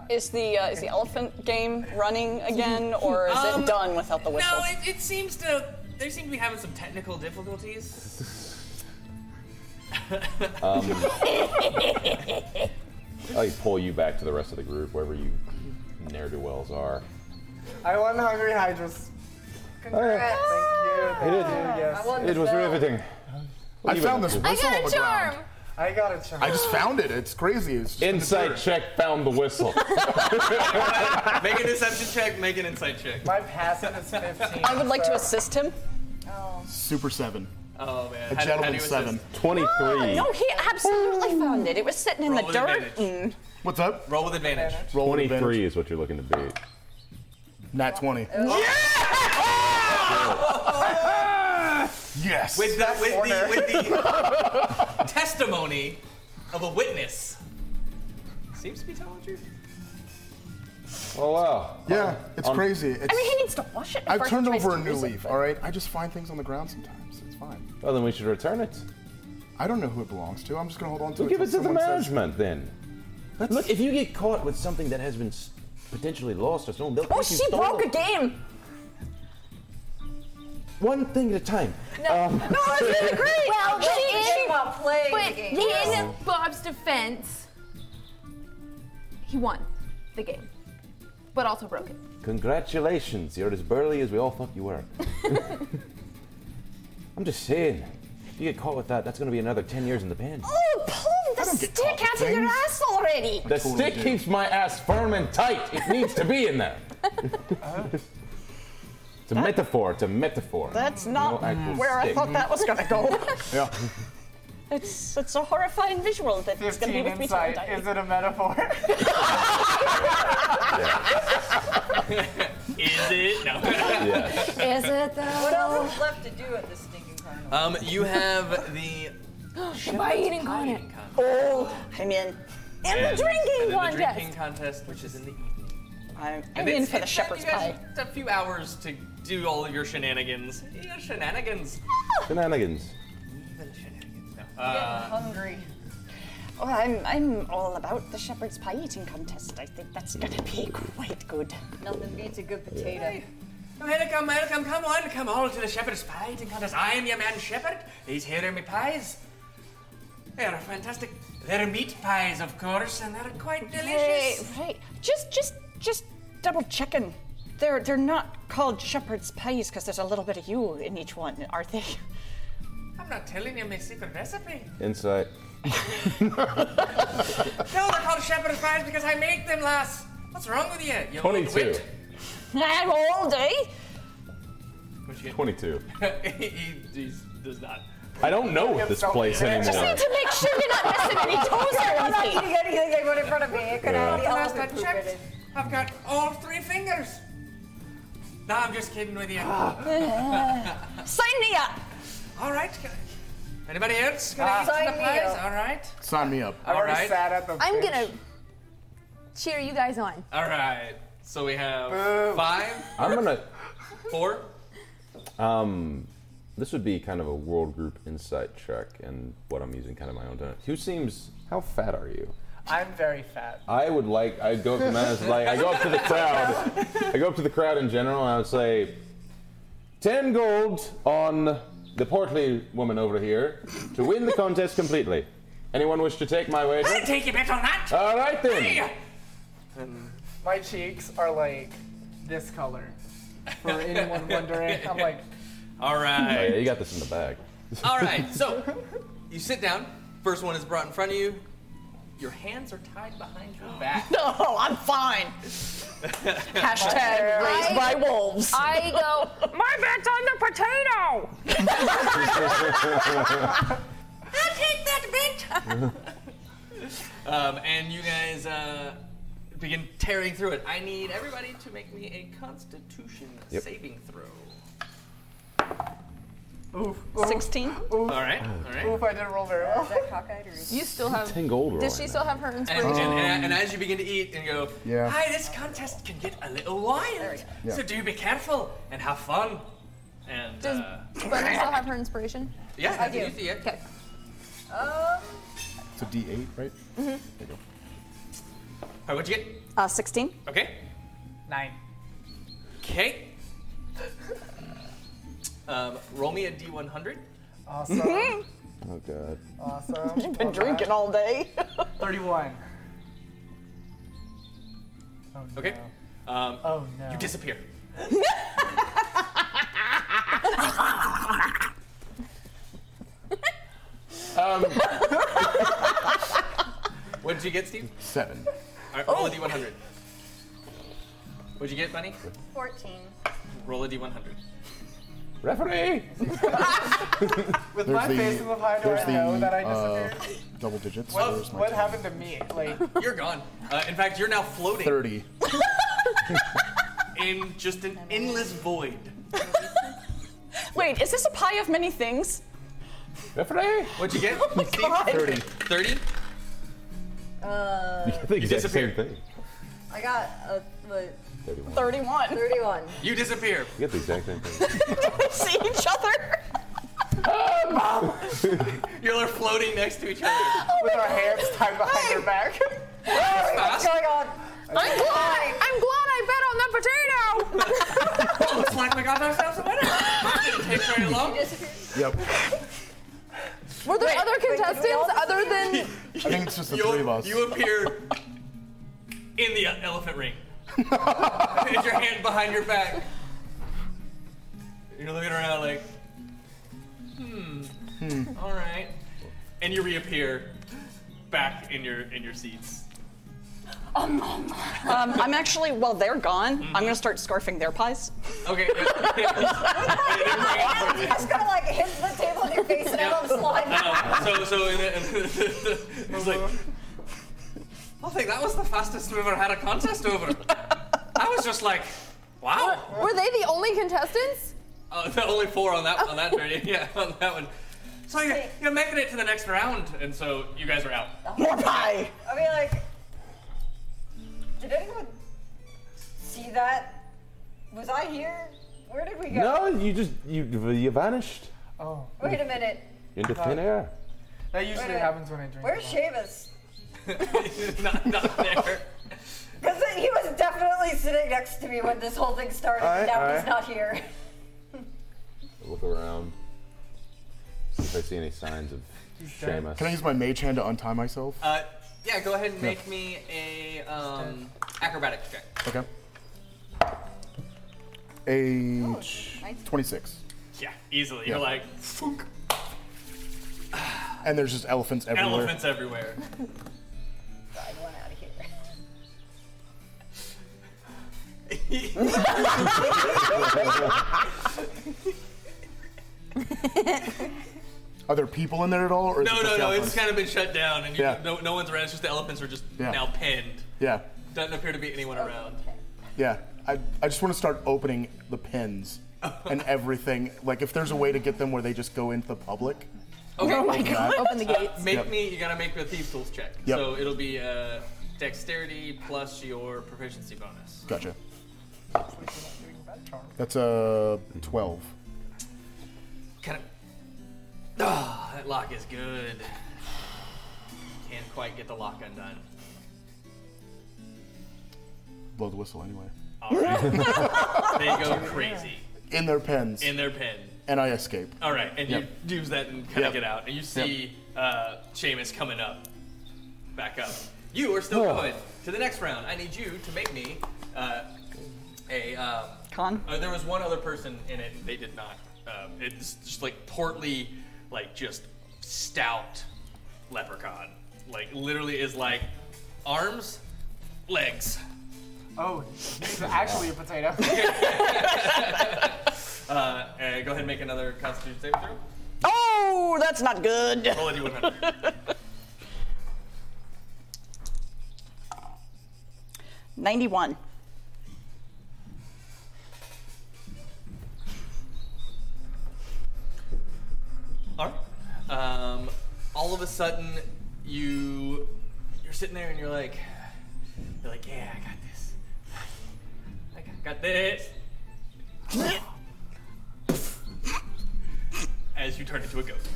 Speaker 5: Is the uh, is the elephant game running again, or is
Speaker 8: Um,
Speaker 5: it done without the whistle?
Speaker 8: No, it, it seems to. They seem to be having some technical difficulties.
Speaker 7: I pull you back to the rest of the group, wherever you ne'er do wells are.
Speaker 6: I won Hungry Hydras.
Speaker 4: Congrats.
Speaker 6: Thank you.
Speaker 7: It,
Speaker 4: I
Speaker 6: Yes.
Speaker 4: won
Speaker 7: it
Speaker 4: the
Speaker 7: was
Speaker 4: bell.
Speaker 7: riveting.
Speaker 3: I found this
Speaker 9: I
Speaker 3: whistle on
Speaker 9: got
Speaker 3: the
Speaker 9: a charm.
Speaker 3: ground.
Speaker 6: I got a charm.
Speaker 3: I just found it. It's crazy. It's just in the
Speaker 7: Insight
Speaker 3: dirt.
Speaker 7: check found the whistle.
Speaker 8: make a deception check. Make an insight check.
Speaker 6: My passive is 15.
Speaker 5: I would like to assist him.
Speaker 3: Super seven.
Speaker 8: Oh man.
Speaker 3: A
Speaker 8: How do- how do
Speaker 3: gentleman
Speaker 8: you
Speaker 3: seven.
Speaker 8: assist?
Speaker 7: 23.
Speaker 5: No, he absolutely found it. It was sitting in
Speaker 8: Roll
Speaker 5: the
Speaker 8: with
Speaker 5: dirt. Mm,
Speaker 8: advantage.
Speaker 3: What's up?
Speaker 8: Roll with advantage.
Speaker 3: Roll with advantage.
Speaker 7: 23 is what you're looking to beat.
Speaker 3: Nat twenty.
Speaker 9: Oh.
Speaker 3: Yes.
Speaker 8: Oh. With the, with the, with the testimony of a witness. Seems to be telling the truth.
Speaker 7: Oh, wow.
Speaker 3: yeah, it's
Speaker 7: On-
Speaker 3: crazy. It's,
Speaker 5: I mean, he needs to wash it. before
Speaker 3: I've
Speaker 5: he
Speaker 3: turned
Speaker 5: tries
Speaker 3: over a
Speaker 5: to
Speaker 3: new
Speaker 5: use it,
Speaker 2: Oh,
Speaker 3: leaf.
Speaker 5: but-
Speaker 3: All right, I just find things on the ground sometimes. It's fine.
Speaker 7: Well, then we should return it.
Speaker 3: I don't know who it belongs to. I'm just gonna hold on to
Speaker 7: We'll
Speaker 3: it.
Speaker 7: give it to
Speaker 3: till
Speaker 7: the
Speaker 3: someone says-
Speaker 7: management then. Look, if you get caught with something that has been s- potentially lost or stolen, they'll
Speaker 5: Oh,
Speaker 7: think you
Speaker 5: she
Speaker 7: stole
Speaker 5: broke a
Speaker 7: it.
Speaker 5: game.
Speaker 7: One thing at a time.
Speaker 9: No, it's really great. Well,
Speaker 4: She,
Speaker 9: she,
Speaker 4: she, about playing the
Speaker 9: but
Speaker 4: game.
Speaker 9: in Bob's defense, he won the game, but also broke it.
Speaker 7: Congratulations, you're as burly as we all thought you were. I'm just saying, if you get caught with that, that's going to be another 10 years in the pen.
Speaker 5: Oh, pull the
Speaker 3: get
Speaker 5: stick
Speaker 3: caught
Speaker 5: out
Speaker 3: with
Speaker 5: of your
Speaker 3: things.
Speaker 5: ass already.
Speaker 7: The
Speaker 3: Totally
Speaker 7: stick
Speaker 3: do.
Speaker 7: keeps my ass firm and tight. It needs to be in there. it's a metaphor. It's a metaphor.
Speaker 5: That's not
Speaker 7: No actual
Speaker 5: where I
Speaker 7: stick.
Speaker 5: thought that was gonna go.
Speaker 3: Yeah.
Speaker 5: it's it's a horrifying visual that it's gonna be
Speaker 6: 15
Speaker 5: with me till I
Speaker 6: insight.
Speaker 5: die.
Speaker 6: Is it a metaphor?
Speaker 8: Is it? No.
Speaker 7: Yes.
Speaker 9: Is it
Speaker 4: What
Speaker 9: though?
Speaker 4: else is left to do at this stinking carnival?
Speaker 8: um, you have the
Speaker 9: By eating on it.
Speaker 5: Oh, I'm in.
Speaker 9: And the
Speaker 8: and then
Speaker 9: drinking
Speaker 8: the
Speaker 9: one, yes.
Speaker 8: drinking contest, which is in the evening.
Speaker 5: I'm, I'm in for the
Speaker 8: it's-
Speaker 5: shepherd's
Speaker 8: you guys-
Speaker 5: pie.
Speaker 8: It's a few hours to do all of your shenanigans. Your shenanigans.
Speaker 7: Shenanigans.
Speaker 8: Evil shenanigans. No. Uh,
Speaker 4: Hungry.
Speaker 5: Oh, I'm I'm all about the shepherd's pie eating contest. I think that's gonna be quite good.
Speaker 4: Nothing beats a good potato.
Speaker 8: Welcome, welcome, Oh, come on, come all to the shepherd's pie eating contest. I am your man shepherd. These here are my pies. They are fantastic. They're meat pies, of course, and they're quite
Speaker 5: Right,
Speaker 8: delicious.
Speaker 5: right. Just just just double checking. They're they're not called shepherd's pies because there's a little bit of you in each one, are they?
Speaker 8: I'm not telling you my secret recipe.
Speaker 7: Insight.
Speaker 8: No, they're called shepherd's pies because I make them, lass. What's wrong with you? You old
Speaker 7: 22.
Speaker 8: wit.
Speaker 5: I'm old, eh?
Speaker 8: Which you-
Speaker 7: 22.
Speaker 8: he, he's- does not.
Speaker 7: I don't know this place anymore.
Speaker 5: To make sure you're not missing any toes or
Speaker 4: I'm not
Speaker 5: anything.
Speaker 4: eating anything I put in front of me. It could have the
Speaker 8: Last I
Speaker 4: elephant poop in
Speaker 8: checked,
Speaker 4: it.
Speaker 8: I've got all three fingers. No, I'm just kidding with you.
Speaker 5: Sign me up.
Speaker 8: All right. Anybody else? Gonna
Speaker 6: Ah.
Speaker 8: eat some of the
Speaker 4: Sign me
Speaker 8: pies?
Speaker 4: up.
Speaker 8: All right.
Speaker 3: Sign me up.
Speaker 6: I already
Speaker 8: Alright.
Speaker 6: sat at the
Speaker 9: I'm
Speaker 6: fish.
Speaker 9: gonna cheer you guys on.
Speaker 8: All right. So we have
Speaker 6: Boo.
Speaker 8: five,
Speaker 7: I'm going to.
Speaker 8: four.
Speaker 7: Um, this would be kind of a world group insight check, and what I'm using kind of my own. to- Who seems? How fat are you?
Speaker 6: I'm very fat.
Speaker 7: I would like. I go up to man, it's like I go up to the crowd. I go up to the crowd in general, and I would say, ten gold on the portly woman over here to win the contest completely. Anyone wish to take my wager?
Speaker 8: I'll take you bet on that.
Speaker 7: All right then.
Speaker 8: Hey!
Speaker 6: My cheeks are like this color. For anyone wondering, I'm like,
Speaker 8: All
Speaker 7: Oh, yeah,
Speaker 8: right.
Speaker 7: you got this in the bag.
Speaker 8: All right. So you sit down. First one is brought in front of you. Your hands are tied behind your back.
Speaker 5: No, I'm fine. Hashtag raised by wolves.
Speaker 9: I go,
Speaker 5: My bet's on the potato.
Speaker 8: Um, and you guys uh, begin tearing through it. I need everybody to make me a Constitution
Speaker 7: Yep.
Speaker 8: saving throw.
Speaker 5: 16?
Speaker 8: All right, all right.
Speaker 6: Oof, I didn't roll very well.
Speaker 4: Is that cockeyed or is
Speaker 2: You still have.
Speaker 7: Ten gold
Speaker 2: Does she still have her
Speaker 8: And, uh,
Speaker 2: inspiration?
Speaker 8: and, and, and as you begin to eat and go,
Speaker 3: Yeah.
Speaker 8: hi, this contest can get a little
Speaker 3: go.
Speaker 8: wild.
Speaker 3: Yeah.
Speaker 8: So do be careful and have fun. And
Speaker 2: Does
Speaker 8: uh,
Speaker 2: Bunny still have her inspiration?
Speaker 8: yeah,
Speaker 2: I
Speaker 8: you
Speaker 2: do.
Speaker 8: can use it, yeah.
Speaker 2: Okay.
Speaker 4: Uh,
Speaker 3: It's a D8, right?
Speaker 8: All right, what'd you get?
Speaker 5: Uh, 16?
Speaker 8: Okay.
Speaker 6: Nine.
Speaker 8: Okay. um, roll me a D100.
Speaker 6: Awesome.
Speaker 7: Oh god.
Speaker 6: awesome. You've
Speaker 5: Been drinking all day.
Speaker 6: 31. Oh, no.
Speaker 8: Okay. Um,
Speaker 6: Oh no.
Speaker 8: you disappear.
Speaker 7: Um,
Speaker 8: What did you get, Steve?
Speaker 3: Seven.
Speaker 8: All right,
Speaker 7: Oh.
Speaker 8: roll a D100. What'd you get, Bunny?
Speaker 4: 14?
Speaker 8: Roll a D100.
Speaker 7: referee.
Speaker 6: With
Speaker 3: There's
Speaker 6: my
Speaker 3: the-
Speaker 6: face in the pie, do
Speaker 3: there's
Speaker 6: I know
Speaker 3: the,
Speaker 6: that I
Speaker 3: uh,
Speaker 6: disappeared?
Speaker 3: Double digits. Where's
Speaker 6: what
Speaker 3: my
Speaker 6: what
Speaker 3: time?
Speaker 6: happened to me? Like,
Speaker 8: You're gone. Uh, in fact, you're now floating
Speaker 3: 30.
Speaker 8: in just an endless void.
Speaker 5: Wait, is this a pie of many things?
Speaker 7: Referee.
Speaker 8: What'd you get? Steve?
Speaker 3: 30.
Speaker 8: 30?
Speaker 4: Uh,
Speaker 7: You get the exact same
Speaker 8: disappeared.
Speaker 7: thing.
Speaker 4: I got a, what,
Speaker 7: 31.
Speaker 5: 31.
Speaker 4: 31.
Speaker 8: You disappear.
Speaker 7: You get the exact same thing.
Speaker 5: See each other?
Speaker 8: Y'all are floating next to each other.
Speaker 6: with our hands tied behind our back.
Speaker 8: Fast.
Speaker 4: Going on.
Speaker 2: I'm glad. I'm glad I bet on that potato.
Speaker 8: It looks Oh, like we got ourselves a winner. Didn't take very long.
Speaker 3: Yep.
Speaker 2: Were there other
Speaker 4: wait, did we all
Speaker 2: contestants other than?
Speaker 3: I think it's just the
Speaker 8: You-
Speaker 3: three of us.
Speaker 8: You appear in the elephant ring. With your hand behind your back. You're looking around like, hmm, all right. And you reappear back in your in your seats.
Speaker 5: Um, I'm actually, while they're gone, I'm gonna start scarfing their pies.
Speaker 8: Okay.
Speaker 4: You just kind of like hits the table in your face and everyone's flying.
Speaker 8: Um, so, so in the, in the, it's like, I think that was the fastest we've ever had a contest over. I was just like, wow.
Speaker 2: Were they the only contestants?
Speaker 8: Uh, there are only four on that on that journey. Yeah, on that one. So you're, you're making it to the next round, and so you guys are out.
Speaker 5: More pie!
Speaker 4: I mean, like, did anyone see that? Was I here? Where did we go?
Speaker 7: no, you just you you vanished
Speaker 6: Oh,
Speaker 4: Wait a minute.
Speaker 7: into thin air.
Speaker 6: that usually
Speaker 4: Wait, wait.
Speaker 6: happens when I drink.
Speaker 4: Where's
Speaker 6: a lot.
Speaker 4: Seamus?
Speaker 8: not, not there.
Speaker 4: Because he was definitely sitting next to me when this whole thing started, and
Speaker 7: Alright,
Speaker 4: now he's not
Speaker 7: alright.
Speaker 4: here.
Speaker 7: Look around. See if I see any signs of
Speaker 6: dead.
Speaker 7: Seamus.
Speaker 3: Can I use my mage hand to untie myself?
Speaker 8: Uh, yeah, go ahead and make me a um, acrobatics check.
Speaker 3: Okay. Age
Speaker 4: nice.
Speaker 3: 26.
Speaker 8: Yeah, easily. You're
Speaker 3: Yeah.
Speaker 8: like
Speaker 3: And there's just elephants everywhere.
Speaker 8: elephants everywhere.
Speaker 4: I want out of here.
Speaker 3: Are there people in there at all? Or is
Speaker 8: No,
Speaker 3: it
Speaker 8: no,
Speaker 3: just
Speaker 8: no.
Speaker 3: Elephants?
Speaker 8: It's kind of been shut down, and you,
Speaker 3: Yeah.
Speaker 8: no, no one's around. It's just the elephants are just
Speaker 3: Yeah.
Speaker 8: now penned.
Speaker 3: Yeah,
Speaker 8: Doesn't appear to be anyone around.
Speaker 3: yeah. I, I just want to start opening the pens and everything. Like, if there's a way to get them where they just go into the public.
Speaker 8: Okay.
Speaker 3: my god.
Speaker 2: Open the gates.
Speaker 8: Uh, Make
Speaker 3: Yep.
Speaker 8: me. You gotta make me a thieves tools check.
Speaker 3: Yep.
Speaker 8: So it'll be uh, dexterity plus your proficiency bonus.
Speaker 3: Gotcha.
Speaker 6: That charm.
Speaker 3: That's a 12.
Speaker 8: Kind of. Ah, that lock is good. Can't quite get the lock undone.
Speaker 3: Blow the whistle anyway.
Speaker 8: All right. they go crazy
Speaker 3: In their pens.
Speaker 8: in their pen.
Speaker 3: and I escape.
Speaker 8: All right, and
Speaker 3: Yep.
Speaker 8: you use that and kind
Speaker 3: Yep.
Speaker 8: of get out, and you see uh, Seamus coming up, back up. You are still
Speaker 7: Oh.
Speaker 8: going to the next round. I need you to make me uh, a. Um,
Speaker 5: Con?
Speaker 8: Uh, there was one other person in it, and they did not. Um, it's just like portly, like just stout leprechaun. Like literally is like arms, legs.
Speaker 6: Oh, this is actually a potato.
Speaker 8: Uh, and go ahead and make another Constitution saving throw.
Speaker 5: Oh, that's not good.
Speaker 8: Roll a d100.
Speaker 5: 91.
Speaker 8: All right. Um, all of a sudden, you you're sitting there and you're like, you're like, yeah, I got this. I got, got this. As you turn into a ghost.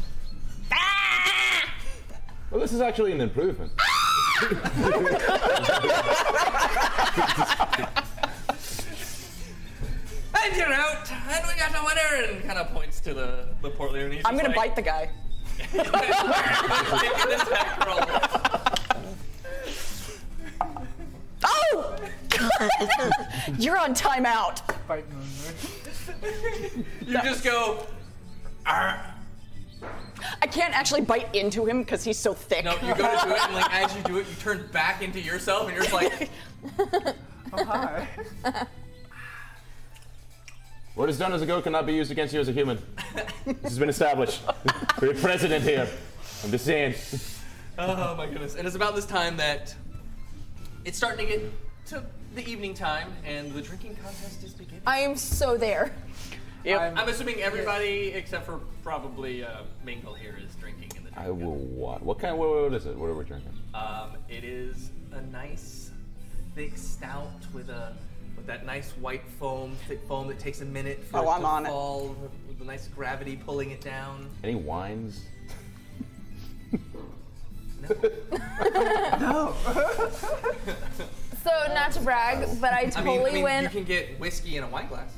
Speaker 7: Well, this is actually an improvement.
Speaker 8: And you're out, and we got a winner, and kind of points to the, the portly and he's
Speaker 5: I'm
Speaker 8: just
Speaker 5: gonna bite
Speaker 8: like,
Speaker 5: the guy.
Speaker 8: Make an attack roll.
Speaker 5: Oh! You're on timeout.
Speaker 6: Bite moon, right?
Speaker 8: You just go, "Arr."
Speaker 5: I can't actually bite into him because he's so thick.
Speaker 8: no, you go to do it, and like as you do it, you turn back into yourself, and you're just like,
Speaker 6: Oh, hi.
Speaker 7: What is done as a goat cannot be used against you as a human. this has been established. We're president here. I'm just saying.
Speaker 8: Oh my goodness. And it's about this time that it's starting to get to the evening time and the drinking contest is beginning.
Speaker 2: I am so there.
Speaker 8: I'm, assuming everybody except for probably uh, Mingle here is drinking in the
Speaker 7: I
Speaker 8: drink.
Speaker 7: will what? What kind? What, what is it? What are we drinking?
Speaker 8: Um, it is a nice thick stout with a with that nice white foam, thick foam that takes a minute for
Speaker 5: Oh,
Speaker 8: it
Speaker 5: I'm
Speaker 8: to
Speaker 5: on it.
Speaker 8: fall, with the nice gravity pulling it down.
Speaker 7: Any wines?
Speaker 9: So not to brag, but I
Speaker 8: I
Speaker 9: totally
Speaker 8: mean, I mean, you
Speaker 9: went.
Speaker 8: can get whiskey in a wine glass.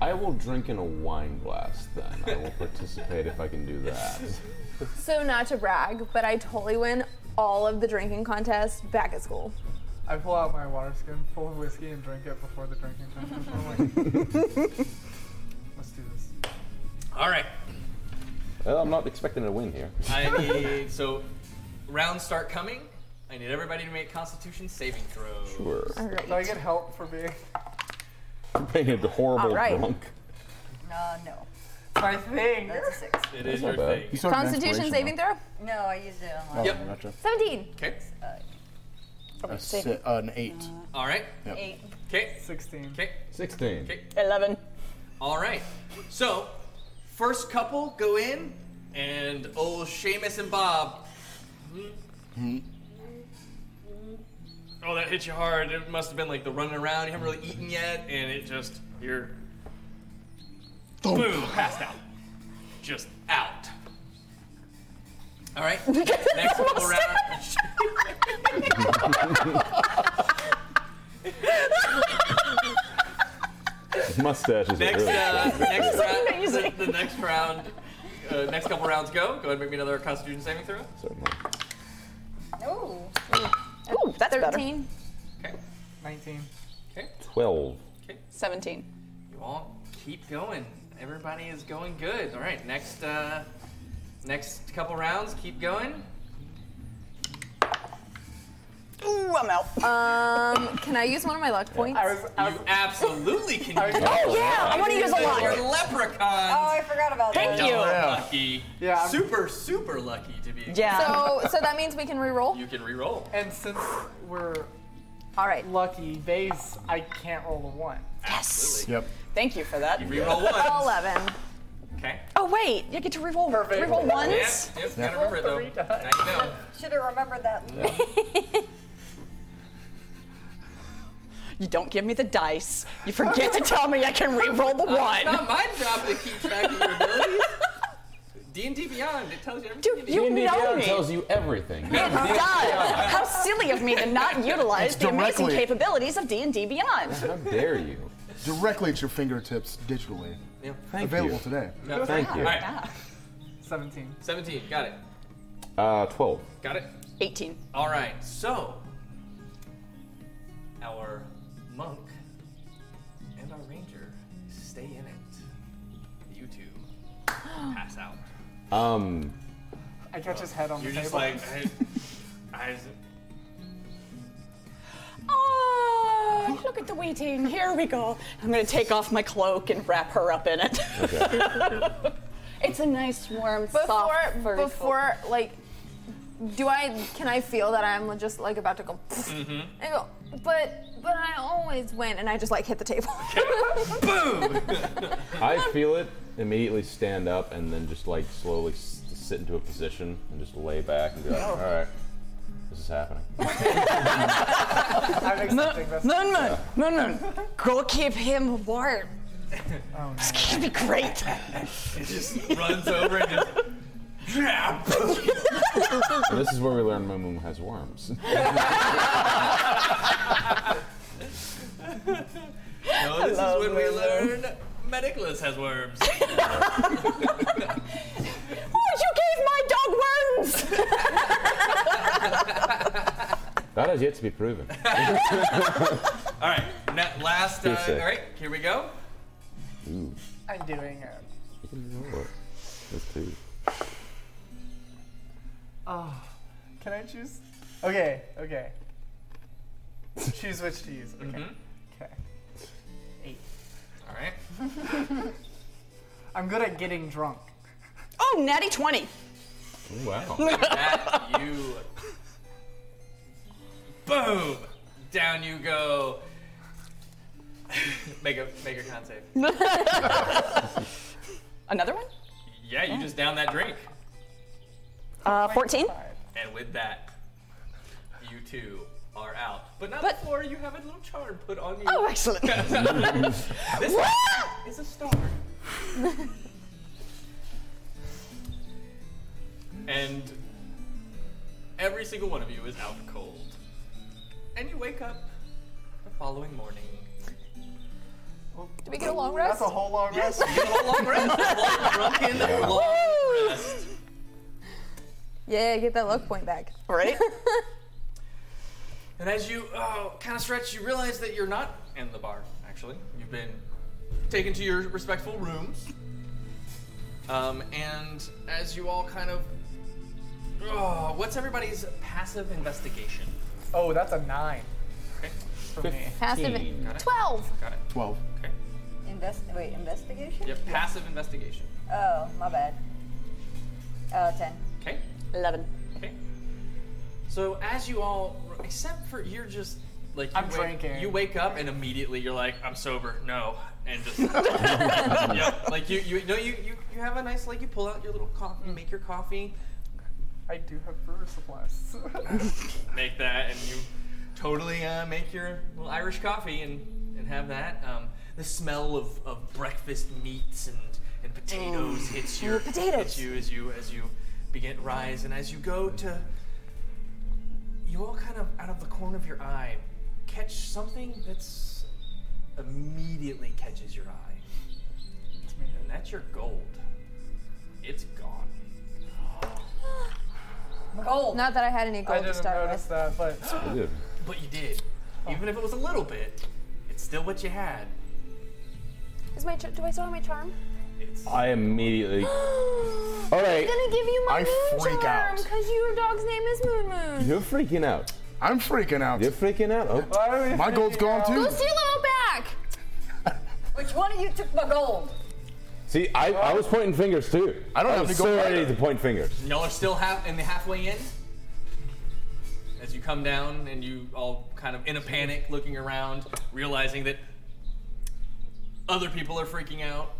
Speaker 7: I will drink in a wine glass then. I will participate if I can do that.
Speaker 9: So not to brag, but I totally win all of the drinking contests back at school.
Speaker 6: I pull out my water skin full of whiskey and drink it before the drinking time. I'm like, let's do this.
Speaker 8: All right.
Speaker 7: Well, I'm not expecting a win here.
Speaker 8: I need so rounds start coming. I need everybody to make Constitution saving throws.
Speaker 7: We're
Speaker 6: Do I get help for being?
Speaker 7: being a horrible
Speaker 9: All right.
Speaker 7: drunk.
Speaker 4: Uh, no,
Speaker 6: My thing.
Speaker 4: that's a six.
Speaker 8: It is your
Speaker 7: Not bad.
Speaker 8: thing.
Speaker 3: still have an
Speaker 9: Constitution
Speaker 3: inspiration,
Speaker 9: saving
Speaker 3: though.
Speaker 9: throw.
Speaker 4: No, I used it on
Speaker 8: Yep.
Speaker 3: Oh, gotcha.
Speaker 9: Seventeen.
Speaker 8: Okay.
Speaker 3: A si- an eight.
Speaker 8: All right.
Speaker 4: eight.
Speaker 8: Okay.
Speaker 6: Sixteen.
Speaker 8: Okay.
Speaker 7: 16.
Speaker 8: Okay.
Speaker 5: 11.
Speaker 8: All right. So, first couple go in, and old Seamus and Bob. Oh, that hit you hard. It must have been like the running around. You haven't really eaten yet, and it just you're boom passed out, just out. All right. Next couple rounds.
Speaker 7: Mustache is
Speaker 8: Next,
Speaker 7: really
Speaker 8: uh, next round.
Speaker 5: amazing.
Speaker 8: The, the next round. Uh, next couple rounds go. Go ahead and make me another Constitution saving throw.
Speaker 7: Certainly.
Speaker 4: Ooh.
Speaker 5: Ooh, that's better.
Speaker 9: Thirteen.
Speaker 8: Okay.
Speaker 6: Nineteen.
Speaker 8: Okay.
Speaker 7: 12.
Speaker 5: 17.
Speaker 8: You all keep going. Everybody is going good. All right. Next. Uh, next couple rounds. Keep going.
Speaker 5: Ooh, I'm out.
Speaker 9: Um, can I use one of my luck points?
Speaker 6: I was. I
Speaker 8: You
Speaker 6: was.
Speaker 8: absolutely can. use it.
Speaker 5: oh, yeah, I want to use a
Speaker 8: You're
Speaker 5: lot.
Speaker 4: Oh,
Speaker 8: leprechauns.
Speaker 4: I forgot about that.
Speaker 5: Thank you.
Speaker 8: Double Lucky.
Speaker 6: Yeah, I'm-
Speaker 8: Super, super lucky to be.
Speaker 5: Yeah.
Speaker 9: So, so that means we can re-roll.
Speaker 8: You can re-roll.
Speaker 6: And since we're
Speaker 9: All right.
Speaker 6: lucky base, I can't roll a one.
Speaker 5: yes.
Speaker 3: Yep.
Speaker 5: Thank you for that.
Speaker 8: Re-roll one.
Speaker 9: Eleven.
Speaker 8: Okay.
Speaker 5: Oh, wait, you get to reroll. Reroll
Speaker 8: Yeah,
Speaker 5: once?
Speaker 8: yep, gotta remember it though.
Speaker 6: Three dice.
Speaker 8: Now you know.
Speaker 4: Should have remembered that.
Speaker 5: You don't give me the dice. You forget to tell me I can reroll the
Speaker 8: It's not
Speaker 5: one.
Speaker 8: my job to keep track of your abilities. D and D Beyond, it tells you everything.
Speaker 5: Dude,
Speaker 8: need.
Speaker 5: you know me.
Speaker 7: tells you everything.
Speaker 5: It does. How silly of me to not utilize the amazing
Speaker 3: directly-
Speaker 5: capabilities of D&D Beyond.
Speaker 7: How dare you?
Speaker 3: Directly at your fingertips digitally.
Speaker 8: Yeah.
Speaker 7: Thank
Speaker 3: Available
Speaker 7: you.
Speaker 3: today.
Speaker 7: Thank you.
Speaker 8: All right,
Speaker 6: Seventeen.
Speaker 8: seventeen. Got it.
Speaker 7: Uh, 12.
Speaker 8: Got it.
Speaker 5: 18.
Speaker 8: All right. So, our monk and our ranger stay in it. You two pass out.
Speaker 7: Um,
Speaker 6: I catch his head on
Speaker 8: You're
Speaker 6: the
Speaker 8: just
Speaker 6: table.
Speaker 8: like, I, I,
Speaker 5: Oh, look at the waiting. Here we go. I'm going to take off my cloak and wrap her up in it.
Speaker 7: okay.
Speaker 5: It's a nice, warm,
Speaker 2: Before,
Speaker 5: soft, furry
Speaker 2: before, like,
Speaker 9: do I can I feel that I'm just like about to go?
Speaker 6: Mm-hmm.
Speaker 9: I go, but but I always win, and I just like hit the table.
Speaker 8: Boom!
Speaker 7: I feel it immediately stand up and then just like slowly s- sit into a position and just lay back and be
Speaker 5: Oh.
Speaker 7: like, all right, this is happening.
Speaker 6: I'm accepting this.
Speaker 5: No, no, no, no. Go keep him warm. It's gonna be great.
Speaker 8: It just runs over and just.
Speaker 7: And this is where we learn Moon Moon has worms.
Speaker 8: No, this is when we learn Mediclus has worms.
Speaker 5: Oh, you gave my dog worms.
Speaker 7: that has yet to be proven.
Speaker 8: All right, na- last. Uh,
Speaker 7: Yes,
Speaker 8: all
Speaker 7: sir.
Speaker 8: right, here we go.
Speaker 7: Ooh,
Speaker 6: I'm doing it.
Speaker 7: you can roll it. That's two.
Speaker 6: Can I choose? Okay, okay. choose which to use. Okay.
Speaker 8: Mm-hmm.
Speaker 6: Okay.
Speaker 8: All right.
Speaker 6: I'm good at getting drunk.
Speaker 5: Oh, natty 20.
Speaker 7: Ooh, Wow.
Speaker 8: That you. Boom! Down you go. make a make a con save.
Speaker 5: Another one?
Speaker 8: Yeah, you just down that drink.
Speaker 5: Uh, 14.
Speaker 8: And with that, you two are out. But not
Speaker 5: But-
Speaker 8: before you have a little charm put on you.
Speaker 5: Oh, excellent.
Speaker 8: This is a star. and every single one of you is out cold. And you wake up the following morning.
Speaker 9: Do we get a long rest?
Speaker 6: That's a whole long rest.
Speaker 8: You get a long rest. a long drunken long rest.
Speaker 9: Yeah, get that luck point back.
Speaker 5: Right?
Speaker 8: And as you oh, kind of stretch, you realize that you're not in the bar, actually. You've been taken to your respectful rooms. Um, and as you all kind of. Oh, what's everybody's passive investigation?
Speaker 6: Oh, that's a nine
Speaker 8: Okay,
Speaker 6: for me.
Speaker 9: Passive.
Speaker 8: got it.
Speaker 9: Twelve.
Speaker 8: Got it.
Speaker 3: 12.
Speaker 8: Okay.
Speaker 4: Invest. Wait, investigation.
Speaker 8: Yep, passive investigation.
Speaker 4: Oh, my bad. Uh, ten.
Speaker 8: Okay.
Speaker 5: 11.
Speaker 8: Okay. So as you all, except for you're just like you
Speaker 6: I'm
Speaker 8: wake,
Speaker 6: drinking.
Speaker 8: You wake up and immediately you're like, I'm sober. No, and just yep. Like you, you know, you, you you have a nice like you pull out your little coffee, you make your coffee,
Speaker 6: I do have brewer supplies.
Speaker 8: make that, and you totally uh, make your little Irish coffee and and have that. Um, the smell of, of breakfast meats and and potatoes hits your hits you as you as you begin rise, and as you go to you all kind of out of the corner of your eye catch something that's immediately catches your eye and that's your gold it's gone
Speaker 4: Gold.
Speaker 9: Not that I had any
Speaker 6: I
Speaker 9: gold to
Speaker 6: didn't
Speaker 9: start with.
Speaker 6: notice that, but
Speaker 7: Dude,
Speaker 8: but you did even if it was a little bit it's still what you had
Speaker 9: Is my ch- do I still have my charm?
Speaker 8: it's
Speaker 7: I immediately. All
Speaker 9: I'm
Speaker 7: right.
Speaker 9: gonna give you my
Speaker 3: I
Speaker 9: moon
Speaker 3: freak
Speaker 9: charm
Speaker 3: out.
Speaker 9: because your dog's name is Moon Moon.
Speaker 7: You're freaking out.
Speaker 3: I'm freaking out.
Speaker 7: You're freaking out. Oh,
Speaker 6: Why are we
Speaker 3: My gold's
Speaker 6: freaking
Speaker 3: gone
Speaker 6: out?
Speaker 3: too.
Speaker 9: Go steal it all back.
Speaker 4: Which one of you took my gold?
Speaker 7: see, I, I was pointing fingers too.
Speaker 3: I don't
Speaker 7: I
Speaker 3: have
Speaker 7: was
Speaker 3: to go
Speaker 7: so ready
Speaker 3: either.
Speaker 7: to point fingers.
Speaker 8: Y'all are still half in the halfway in. As you come down and you all kind of in a panic, looking around, realizing that other people are freaking out.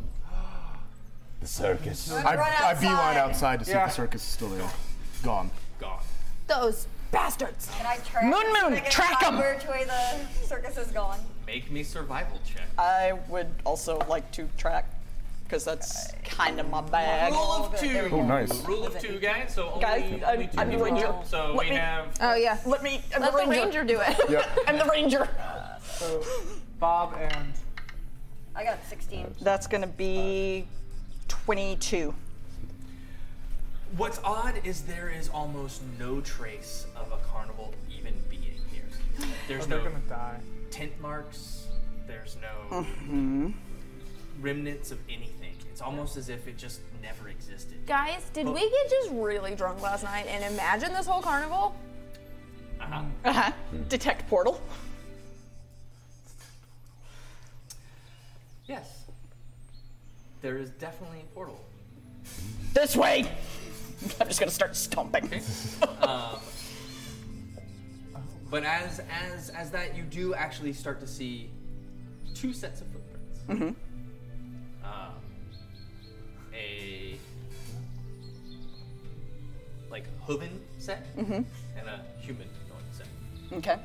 Speaker 7: The circus.
Speaker 3: I,
Speaker 4: Run
Speaker 3: I
Speaker 4: outside.
Speaker 3: beeline outside to see
Speaker 6: Yeah.
Speaker 3: if the circus is still there. Gone.
Speaker 8: Gone.
Speaker 9: Those bastards.
Speaker 4: Can I track?
Speaker 5: Moon,
Speaker 4: can I
Speaker 5: moon,
Speaker 4: get
Speaker 5: track 'em.
Speaker 4: Which way the circus is going?
Speaker 8: Make me survival check.
Speaker 5: I would also like to track, because that's kind of my bag.
Speaker 8: Rule of
Speaker 4: there
Speaker 8: two.
Speaker 4: we go.
Speaker 3: Oh, nice.
Speaker 8: Rule of two, guys. So only,
Speaker 5: Guys,
Speaker 8: only
Speaker 5: I'm-
Speaker 8: 2
Speaker 5: I'm the
Speaker 8: people.
Speaker 5: ranger.
Speaker 8: So
Speaker 5: Let
Speaker 8: we
Speaker 5: me- uh,
Speaker 8: have
Speaker 9: Oh yeah.
Speaker 5: Let me. I'm
Speaker 9: Let
Speaker 5: the ranger.
Speaker 9: do it.
Speaker 5: I'm the ranger.
Speaker 6: So, Bob and
Speaker 4: I got sixteen.
Speaker 5: That's gonna be 22.
Speaker 8: What's odd is there is almost no trace of a carnival even being here. There's
Speaker 6: they're
Speaker 8: no
Speaker 6: gonna die.
Speaker 8: tent marks. There's no
Speaker 5: Mm-hmm.
Speaker 8: remnants of anything. It's almost as if it just never existed.
Speaker 9: Guys, did we get just really drunk last night and imagine this whole carnival?
Speaker 8: Uh-huh.
Speaker 5: Uh huh. Detect portal.
Speaker 8: Yes. There is definitely a portal.
Speaker 5: This way. I'm just gonna start stomping.
Speaker 8: But as as as that, you do actually start to see two sets of footprints. Um, a like hooven set and a humanoid set,
Speaker 5: Okay.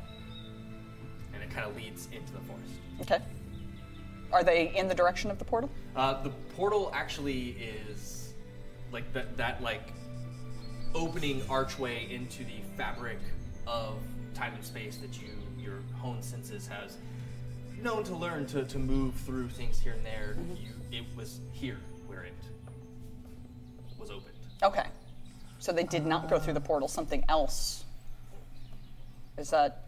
Speaker 8: and it kind of leads into the forest.
Speaker 5: Okay. Are they in the direction of the portal?
Speaker 8: Uh, the portal actually is like that that like opening archway into the fabric of time and space that you your honed senses has known to learn to, to move through things here and there. You, it was here where it was opened.
Speaker 5: Okay. So they did not go through the portal. Something else. Is that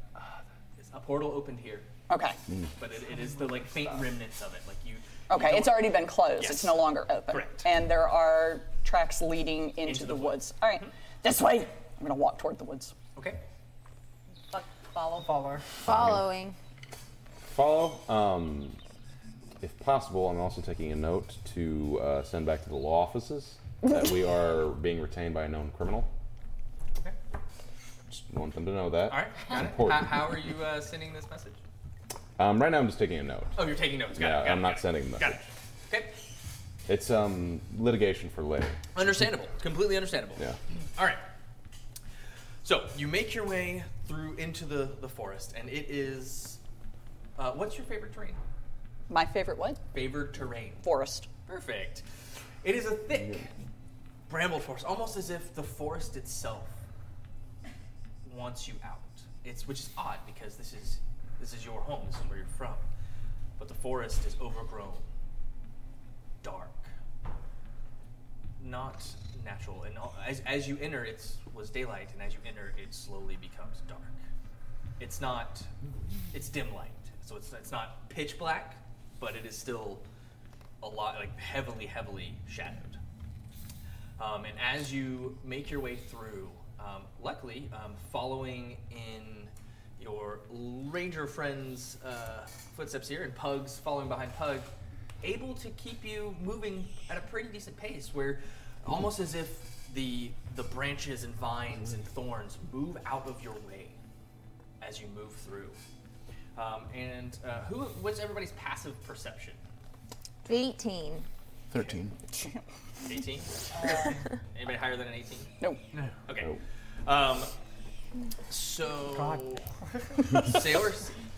Speaker 8: It's a portal opened here,
Speaker 5: okay?
Speaker 8: but it, it is the like faint remnants of it. Like you. you
Speaker 5: Okay.
Speaker 8: don't-
Speaker 5: It's already been closed.
Speaker 8: Yes.
Speaker 5: It's no longer open.
Speaker 8: Correct.
Speaker 5: And there are tracks leading into,
Speaker 8: Into
Speaker 5: the,
Speaker 8: the wood. Mm-hmm.
Speaker 5: woods. All right. This way. I'm gonna walk toward the woods.
Speaker 8: okay.
Speaker 4: Fuck, Follow.
Speaker 6: Follower.
Speaker 9: Following.
Speaker 7: Follow. Um, if possible, I'm also taking a note to uh, send back to the law offices that we are being retained by a known criminal.
Speaker 8: Okay.
Speaker 7: Just want them to know that.
Speaker 8: All right. Got it. How,
Speaker 7: Important.
Speaker 8: how are you uh, sending this message?
Speaker 7: Um, right now, I'm just taking a note.
Speaker 8: Oh, you're taking notes. Got
Speaker 7: Yeah,
Speaker 8: it. got
Speaker 7: I'm
Speaker 8: it,
Speaker 7: not
Speaker 8: got it,
Speaker 7: sending them.
Speaker 8: Got it. Okay.
Speaker 7: It's um, litigation for later.
Speaker 8: Understandable. Completely understandable.
Speaker 7: Yeah.
Speaker 8: All right. So you make your way through into the, the forest, and it is. Uh, what's your favorite terrain?
Speaker 5: My favorite what?
Speaker 8: Favored terrain.
Speaker 5: Forest.
Speaker 8: Perfect. It is a thick bramble forest, almost as if the forest itself wants you out. It's which is odd because this is this is your home. This is where you're from, but the forest is overgrown, dark, not natural. And all- as as you enter, it was daylight, and as you enter, it slowly becomes dark. It's not. It's dim light, so it's it's not pitch black, but it is still a lot like heavily, heavily shadowed. Um, and as you make your way through, um, luckily, um, following in your ranger friend's uh, footsteps here, and Pug's following behind Pug, able to keep you moving at a pretty decent pace, where almost as if the the branches and vines and thorns move out of your way as you move through. Um, and uh, who? What's everybody's passive perception?
Speaker 9: 18.
Speaker 3: 13.
Speaker 8: 18? Anybody higher than an 18?
Speaker 5: No.
Speaker 8: Okay. Um, so. Sailor.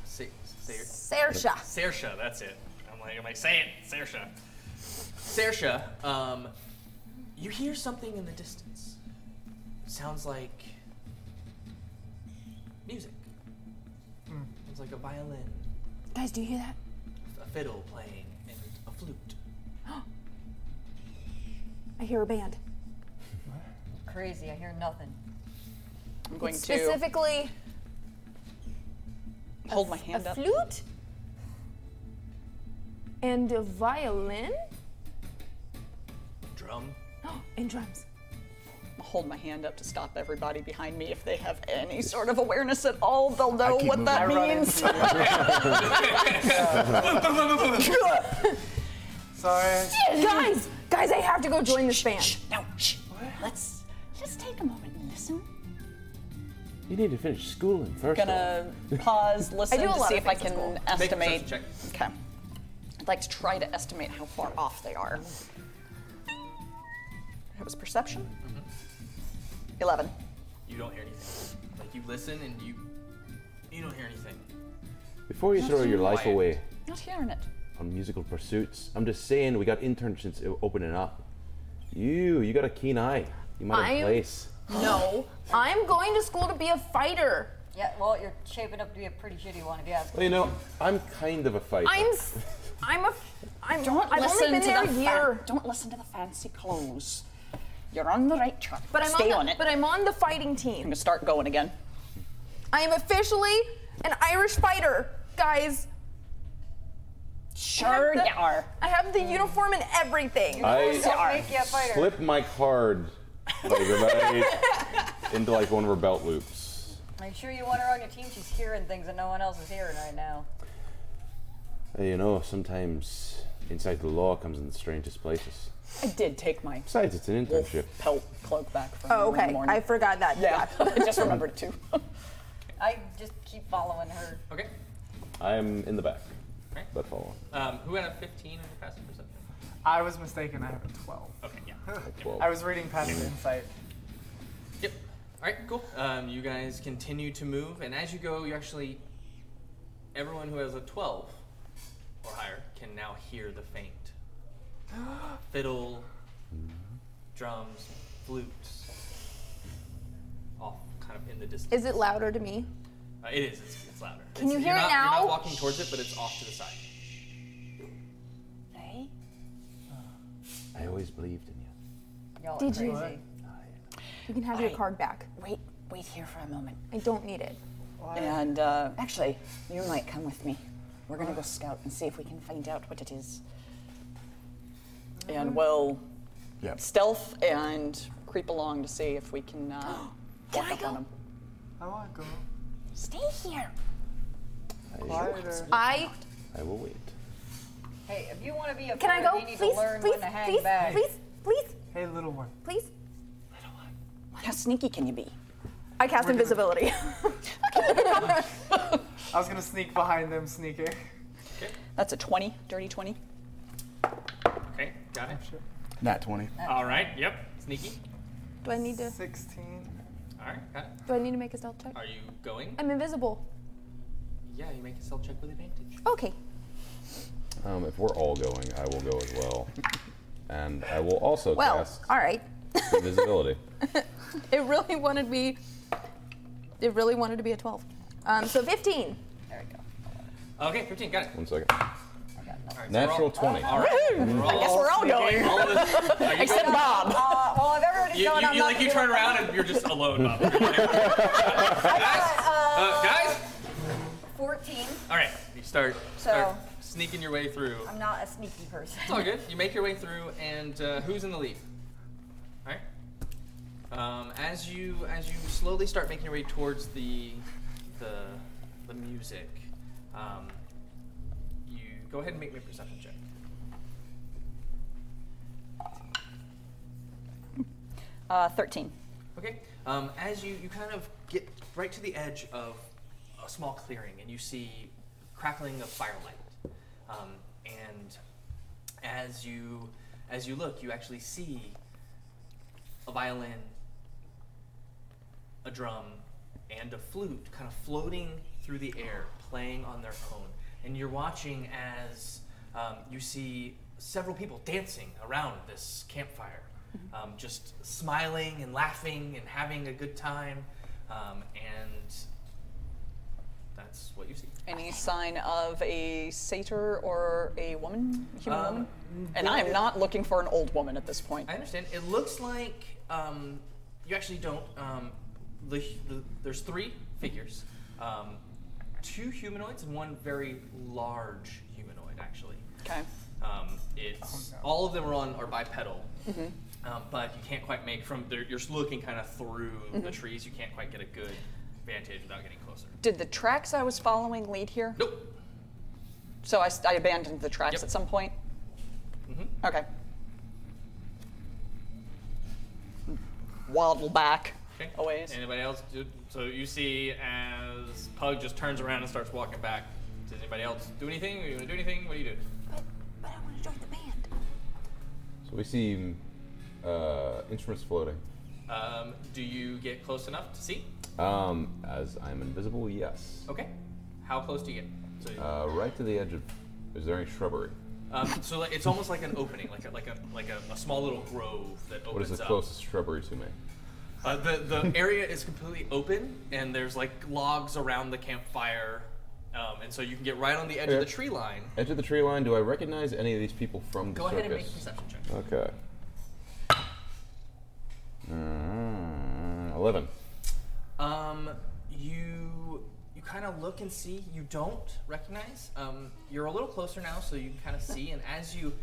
Speaker 8: Sa- Sa-
Speaker 9: Sersha.
Speaker 8: Sersha, that's it. I'm like, I'm like, say it, Sersha. Sersha, um, you hear something in the distance. Sounds like music. It's like a violin,
Speaker 9: Guys, do you hear that?
Speaker 8: a fiddle playing, and a flute.
Speaker 9: I hear a band.
Speaker 4: Crazy. I hear nothing.
Speaker 5: I'm going to
Speaker 9: Specifically,
Speaker 5: hold my
Speaker 9: a
Speaker 5: hand up.
Speaker 9: flute and a violin
Speaker 8: Drum.
Speaker 9: and drums.
Speaker 5: hold my hand up to stop everybody behind me if they have any sort of awareness at all. They'll know
Speaker 3: keep
Speaker 5: what
Speaker 3: moving.
Speaker 5: that
Speaker 3: I
Speaker 6: run
Speaker 5: means.
Speaker 6: Sorry.
Speaker 9: guys, guys, I have to go join this band.
Speaker 5: no, shh. Let's let's take a moment and listen.
Speaker 7: You need to finish schooling 1st
Speaker 5: Gonna pause, listen
Speaker 9: I do a
Speaker 5: to
Speaker 9: lot
Speaker 5: see
Speaker 9: of
Speaker 5: if I
Speaker 9: things
Speaker 5: can
Speaker 9: at school.
Speaker 8: Make a perception
Speaker 5: estimate.
Speaker 8: check.
Speaker 5: Okay. I'd like to try to estimate how far off they are. It was perception.
Speaker 8: Mm-hmm.
Speaker 5: Eleven.
Speaker 8: You don't hear anything. Like you listen and you you don't hear anything.
Speaker 7: Before you throw your life
Speaker 8: Quiet.
Speaker 7: away
Speaker 5: Not hearing it.
Speaker 7: on musical pursuits, I'm just saying we got internships o- opening up. You, you got a keen eye. You might have a
Speaker 9: I'm-
Speaker 7: place.
Speaker 9: No, I'm going to school to be a fighter.
Speaker 4: Yeah, well, you're shaping up to be a pretty shitty one if you ask me.
Speaker 7: Well, you know, I'm kind of a fighter.
Speaker 9: I'm, s- I'm a, I'm.
Speaker 5: Don't
Speaker 9: I've
Speaker 5: listen
Speaker 9: only been
Speaker 5: to
Speaker 9: there
Speaker 5: the
Speaker 9: a
Speaker 5: fa-
Speaker 9: year.
Speaker 5: Don't listen to the fancy clothes. You're on the right track.
Speaker 9: but I'm
Speaker 5: Stay
Speaker 9: on,
Speaker 5: on,
Speaker 9: the,
Speaker 5: it.
Speaker 9: But I'm on the fighting
Speaker 5: I'm
Speaker 9: team.
Speaker 5: gonna start going again.
Speaker 9: I am officially an Irish fighter, guys.
Speaker 5: Sure,
Speaker 9: the-
Speaker 5: you are.
Speaker 9: I have the uniform and everything.
Speaker 7: Uh,
Speaker 4: Don't
Speaker 7: I
Speaker 4: make you a fighter.
Speaker 7: slipped my card like, right into like one of her belt loops.
Speaker 4: Make sure you want her on your team. She's hearing things that no one else is hearing right now.
Speaker 7: You know, sometimes Inside the law comes in the strangest places.
Speaker 5: I did take my
Speaker 7: Besides, it's an
Speaker 5: wolf
Speaker 7: internship.
Speaker 5: pelt cloak back from
Speaker 2: Oh,
Speaker 5: you in the
Speaker 2: okay.
Speaker 5: morning.
Speaker 2: I forgot that.
Speaker 5: yeah, I just remembered it too.
Speaker 4: I just keep following her.
Speaker 8: Okay.
Speaker 7: I am in the back,
Speaker 8: Okay.
Speaker 7: but follow.
Speaker 8: Um, who had a 15 in passive perception?
Speaker 6: I was mistaken. I have a 12.
Speaker 8: Okay, yeah.
Speaker 7: Twelve.
Speaker 6: I was reading Passive Insight.
Speaker 8: Yep. All right, cool. Um, you guys continue to move, and as you go, you actually, everyone who has a 12 or higher can now hear the faint fiddle, drums, flutes, all kind of in the distance.
Speaker 2: Is it louder to me?
Speaker 8: Uh, it is. It's, it's louder.
Speaker 2: Can
Speaker 8: It's-
Speaker 2: you hear
Speaker 8: you're
Speaker 2: it
Speaker 8: not, You're
Speaker 2: now?
Speaker 8: not walking towards it, but it's off to the side.
Speaker 4: Hey,
Speaker 7: I always believed in you.
Speaker 4: y'all are
Speaker 2: Did
Speaker 4: crazy.
Speaker 2: you- You can have your
Speaker 5: I-
Speaker 2: card back.
Speaker 5: Wait, wait here for a moment.
Speaker 2: I don't need it.
Speaker 5: And uh, actually, you might come with me. We're gonna go scout and see if we can find out what it is. And we'll
Speaker 3: Yeah.
Speaker 5: stealth and creep along to see if we can uh, get up on them.
Speaker 6: I want to go
Speaker 5: Stay here.
Speaker 6: quieter.
Speaker 2: I
Speaker 7: I will wait.
Speaker 4: Hey, if you want to be a
Speaker 2: can I
Speaker 4: friend,
Speaker 2: go?
Speaker 4: you need
Speaker 2: Please,
Speaker 4: to learn
Speaker 2: please,
Speaker 4: when to hang
Speaker 2: please,
Speaker 4: back.
Speaker 2: please, please,
Speaker 6: Hey, little one.
Speaker 2: please.
Speaker 5: How sneaky can you be?
Speaker 2: I cast invisibility.
Speaker 6: I was gonna sneak behind them, sneaking.
Speaker 5: That's a 20, dirty 20.
Speaker 8: Okay, got it.
Speaker 3: Nat 20.
Speaker 8: All right, yep. Sneaky.
Speaker 2: do I need to?
Speaker 6: 16.
Speaker 8: All right, got it.
Speaker 2: Do I need to make a stealth check?
Speaker 8: Are you going?
Speaker 2: I'm invisible.
Speaker 8: Yeah, you make a self check with advantage.
Speaker 2: Okay.
Speaker 10: Um, if we're all going, I will go as well. And I will also
Speaker 2: Well,
Speaker 10: cast
Speaker 2: all right.
Speaker 10: invisibility.
Speaker 2: It really wanted me. It really wanted to be a 12. Um, so 15.
Speaker 4: There we go.
Speaker 8: Okay, 15, got it.
Speaker 10: One second.
Speaker 8: All right, so we're
Speaker 10: Natural
Speaker 8: all-
Speaker 10: 20.
Speaker 8: All right. We're all,
Speaker 5: We're all going.
Speaker 8: all of us. Are you
Speaker 5: Except
Speaker 8: going?
Speaker 5: Bob.
Speaker 4: Uh, well, if everybody's
Speaker 8: You,
Speaker 4: going,
Speaker 8: you,
Speaker 4: I'm
Speaker 8: you,
Speaker 4: not
Speaker 8: like you
Speaker 4: gonna
Speaker 8: turn
Speaker 4: do it.
Speaker 8: around and you're just alone, Bob. guys, uh, guys.
Speaker 4: 14,
Speaker 8: All right, you start,
Speaker 4: So-
Speaker 8: start sneaking your way through.
Speaker 4: I'm not a sneaky person.
Speaker 8: It's all good. You make your way through, and uh, who's in the lead? All right. Um, as you as you slowly start making your way towards the the the music, um, you go ahead and make me a perception check.
Speaker 5: Uh, 13.
Speaker 8: Okay. Um, as you, you kind of get right to the edge of a small clearing and you see crackling of firelight. Um, and as you as you look, you actually see a violin, a drum, and a flute kind of floating through the air, playing on their own. And you're watching as um, you see several people dancing around this campfire, um, just smiling and laughing and having a good time. Um, and that's what you see.
Speaker 5: Any sign of a satyr or a woman, human
Speaker 8: Um,
Speaker 5: woman? And I am not looking for an old woman at this point.
Speaker 8: I understand. It looks like um, you actually don't. Um, the, the, there's three figures, um, two humanoids and one very large humanoid, actually.
Speaker 5: Okay.
Speaker 8: Um, it's all of them are on are bipedal, um, but you can't quite make from. They're, you're just looking kind of through the trees. You can't quite get a good vantage without getting closer.
Speaker 5: Did the tracks I was following lead here?
Speaker 8: Nope.
Speaker 5: So I, s- I abandoned the tracks
Speaker 8: Yep. Mm-hmm.
Speaker 5: at some point? Okay. Waddle back
Speaker 8: Okay.
Speaker 5: a ways.
Speaker 8: Anybody else? do- So you see as Pug just turns around and starts walking back. Does anybody else do anything? Or you want to do anything? What do you do?
Speaker 9: But I want to join the band.
Speaker 10: So we see mm, uh, instruments floating.
Speaker 8: Um, do you get close enough to see?
Speaker 10: Um, as I'm invisible, yes.
Speaker 8: Okay. How close do you get? Um, So,
Speaker 10: Uh, right to the edge of. Is there any shrubbery?
Speaker 8: um, so like, it's almost like an opening, like a, like a like a, a small little grove that opens
Speaker 10: What is the
Speaker 8: up.
Speaker 10: closest shrubbery to me?
Speaker 8: Uh, the the area is completely open, and there's like logs around the campfire, um, and so you can get right on the edge of the
Speaker 10: Yeah.
Speaker 8: tree line.
Speaker 10: Edge of the tree line. Do I recognize any of these people from the
Speaker 8: Go
Speaker 10: circus?
Speaker 8: ahead and make a perception check.
Speaker 10: Okay. Mm, Eleven.
Speaker 8: Um, you you kind of look and see. You don't recognize. Um, you're a little closer now, so you kind of see. And as you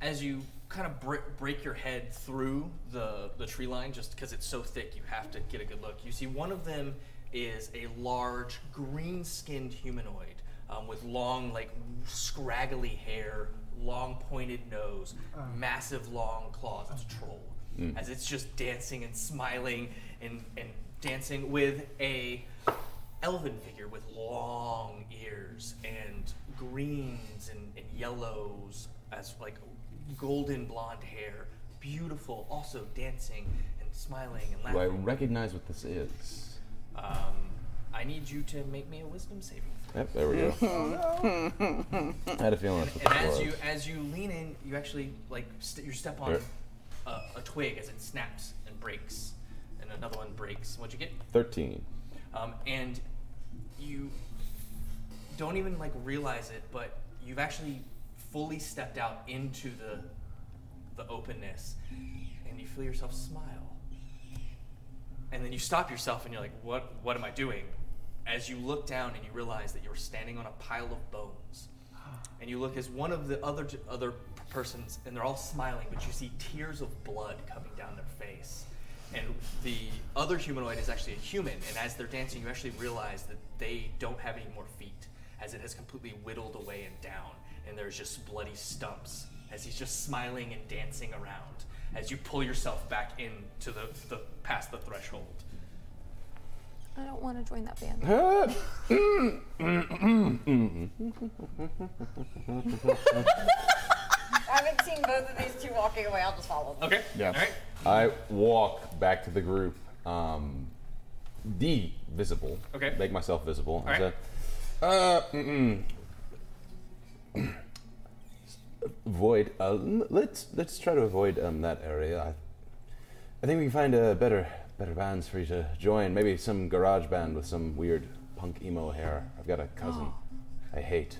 Speaker 8: as you kind of br- break your head through the the tree line, just because it's so thick, you have to get a good look. You see one of them is a large green-skinned humanoid. um, with long, like scraggly hair, long pointed nose, massive long claws. It's a troll.
Speaker 1: Mm.
Speaker 8: As it's just dancing and smiling and, and dancing with a elven figure with long ears and greens and, and yellows as like golden blonde hair. Beautiful, also dancing and smiling and
Speaker 7: Do I
Speaker 8: laughing.
Speaker 7: recognize what this is?
Speaker 8: Um, I need you to make me a wisdom saving.
Speaker 7: Yep, there we go. I had a feeling that's what
Speaker 8: And
Speaker 7: that
Speaker 8: as
Speaker 7: was.
Speaker 8: you as you lean in, you actually like st- you step on
Speaker 7: Right.
Speaker 8: a, a twig as it snaps and breaks, and another one breaks. What'd you get?
Speaker 7: Thirteen.
Speaker 8: Um, and you don't even like realize it, but you've actually fully stepped out into the the openness, and you feel yourself smile. And then you stop yourself, and you're like, "What? What am I doing?" As you look down, and you realize that you're standing on a pile of bones, and you look as one of the other other persons, and they're all smiling, but you see tears of blood coming down their face. And the other humanoid is actually a human, and as they're dancing, you actually realize that they don't have any more feet, as it has completely whittled away and down, and there's just bloody stumps as he's just smiling and dancing around as you pull yourself back into the, the past the threshold.
Speaker 9: I don't want to join that band.
Speaker 4: I haven't seen both of these two walking away. I'll just follow them.
Speaker 8: Okay.
Speaker 7: Yeah. I walk back to the group, um, D visible.
Speaker 8: Okay.
Speaker 7: Make myself visible.
Speaker 8: All right.
Speaker 7: Is that- uh, mm-mm. Void. Uh, n- let's let's try to avoid um, that area. I, I think we can find uh, better better bands for you to join. Maybe some garage band with some weird punk emo hair. I've got a cousin I hate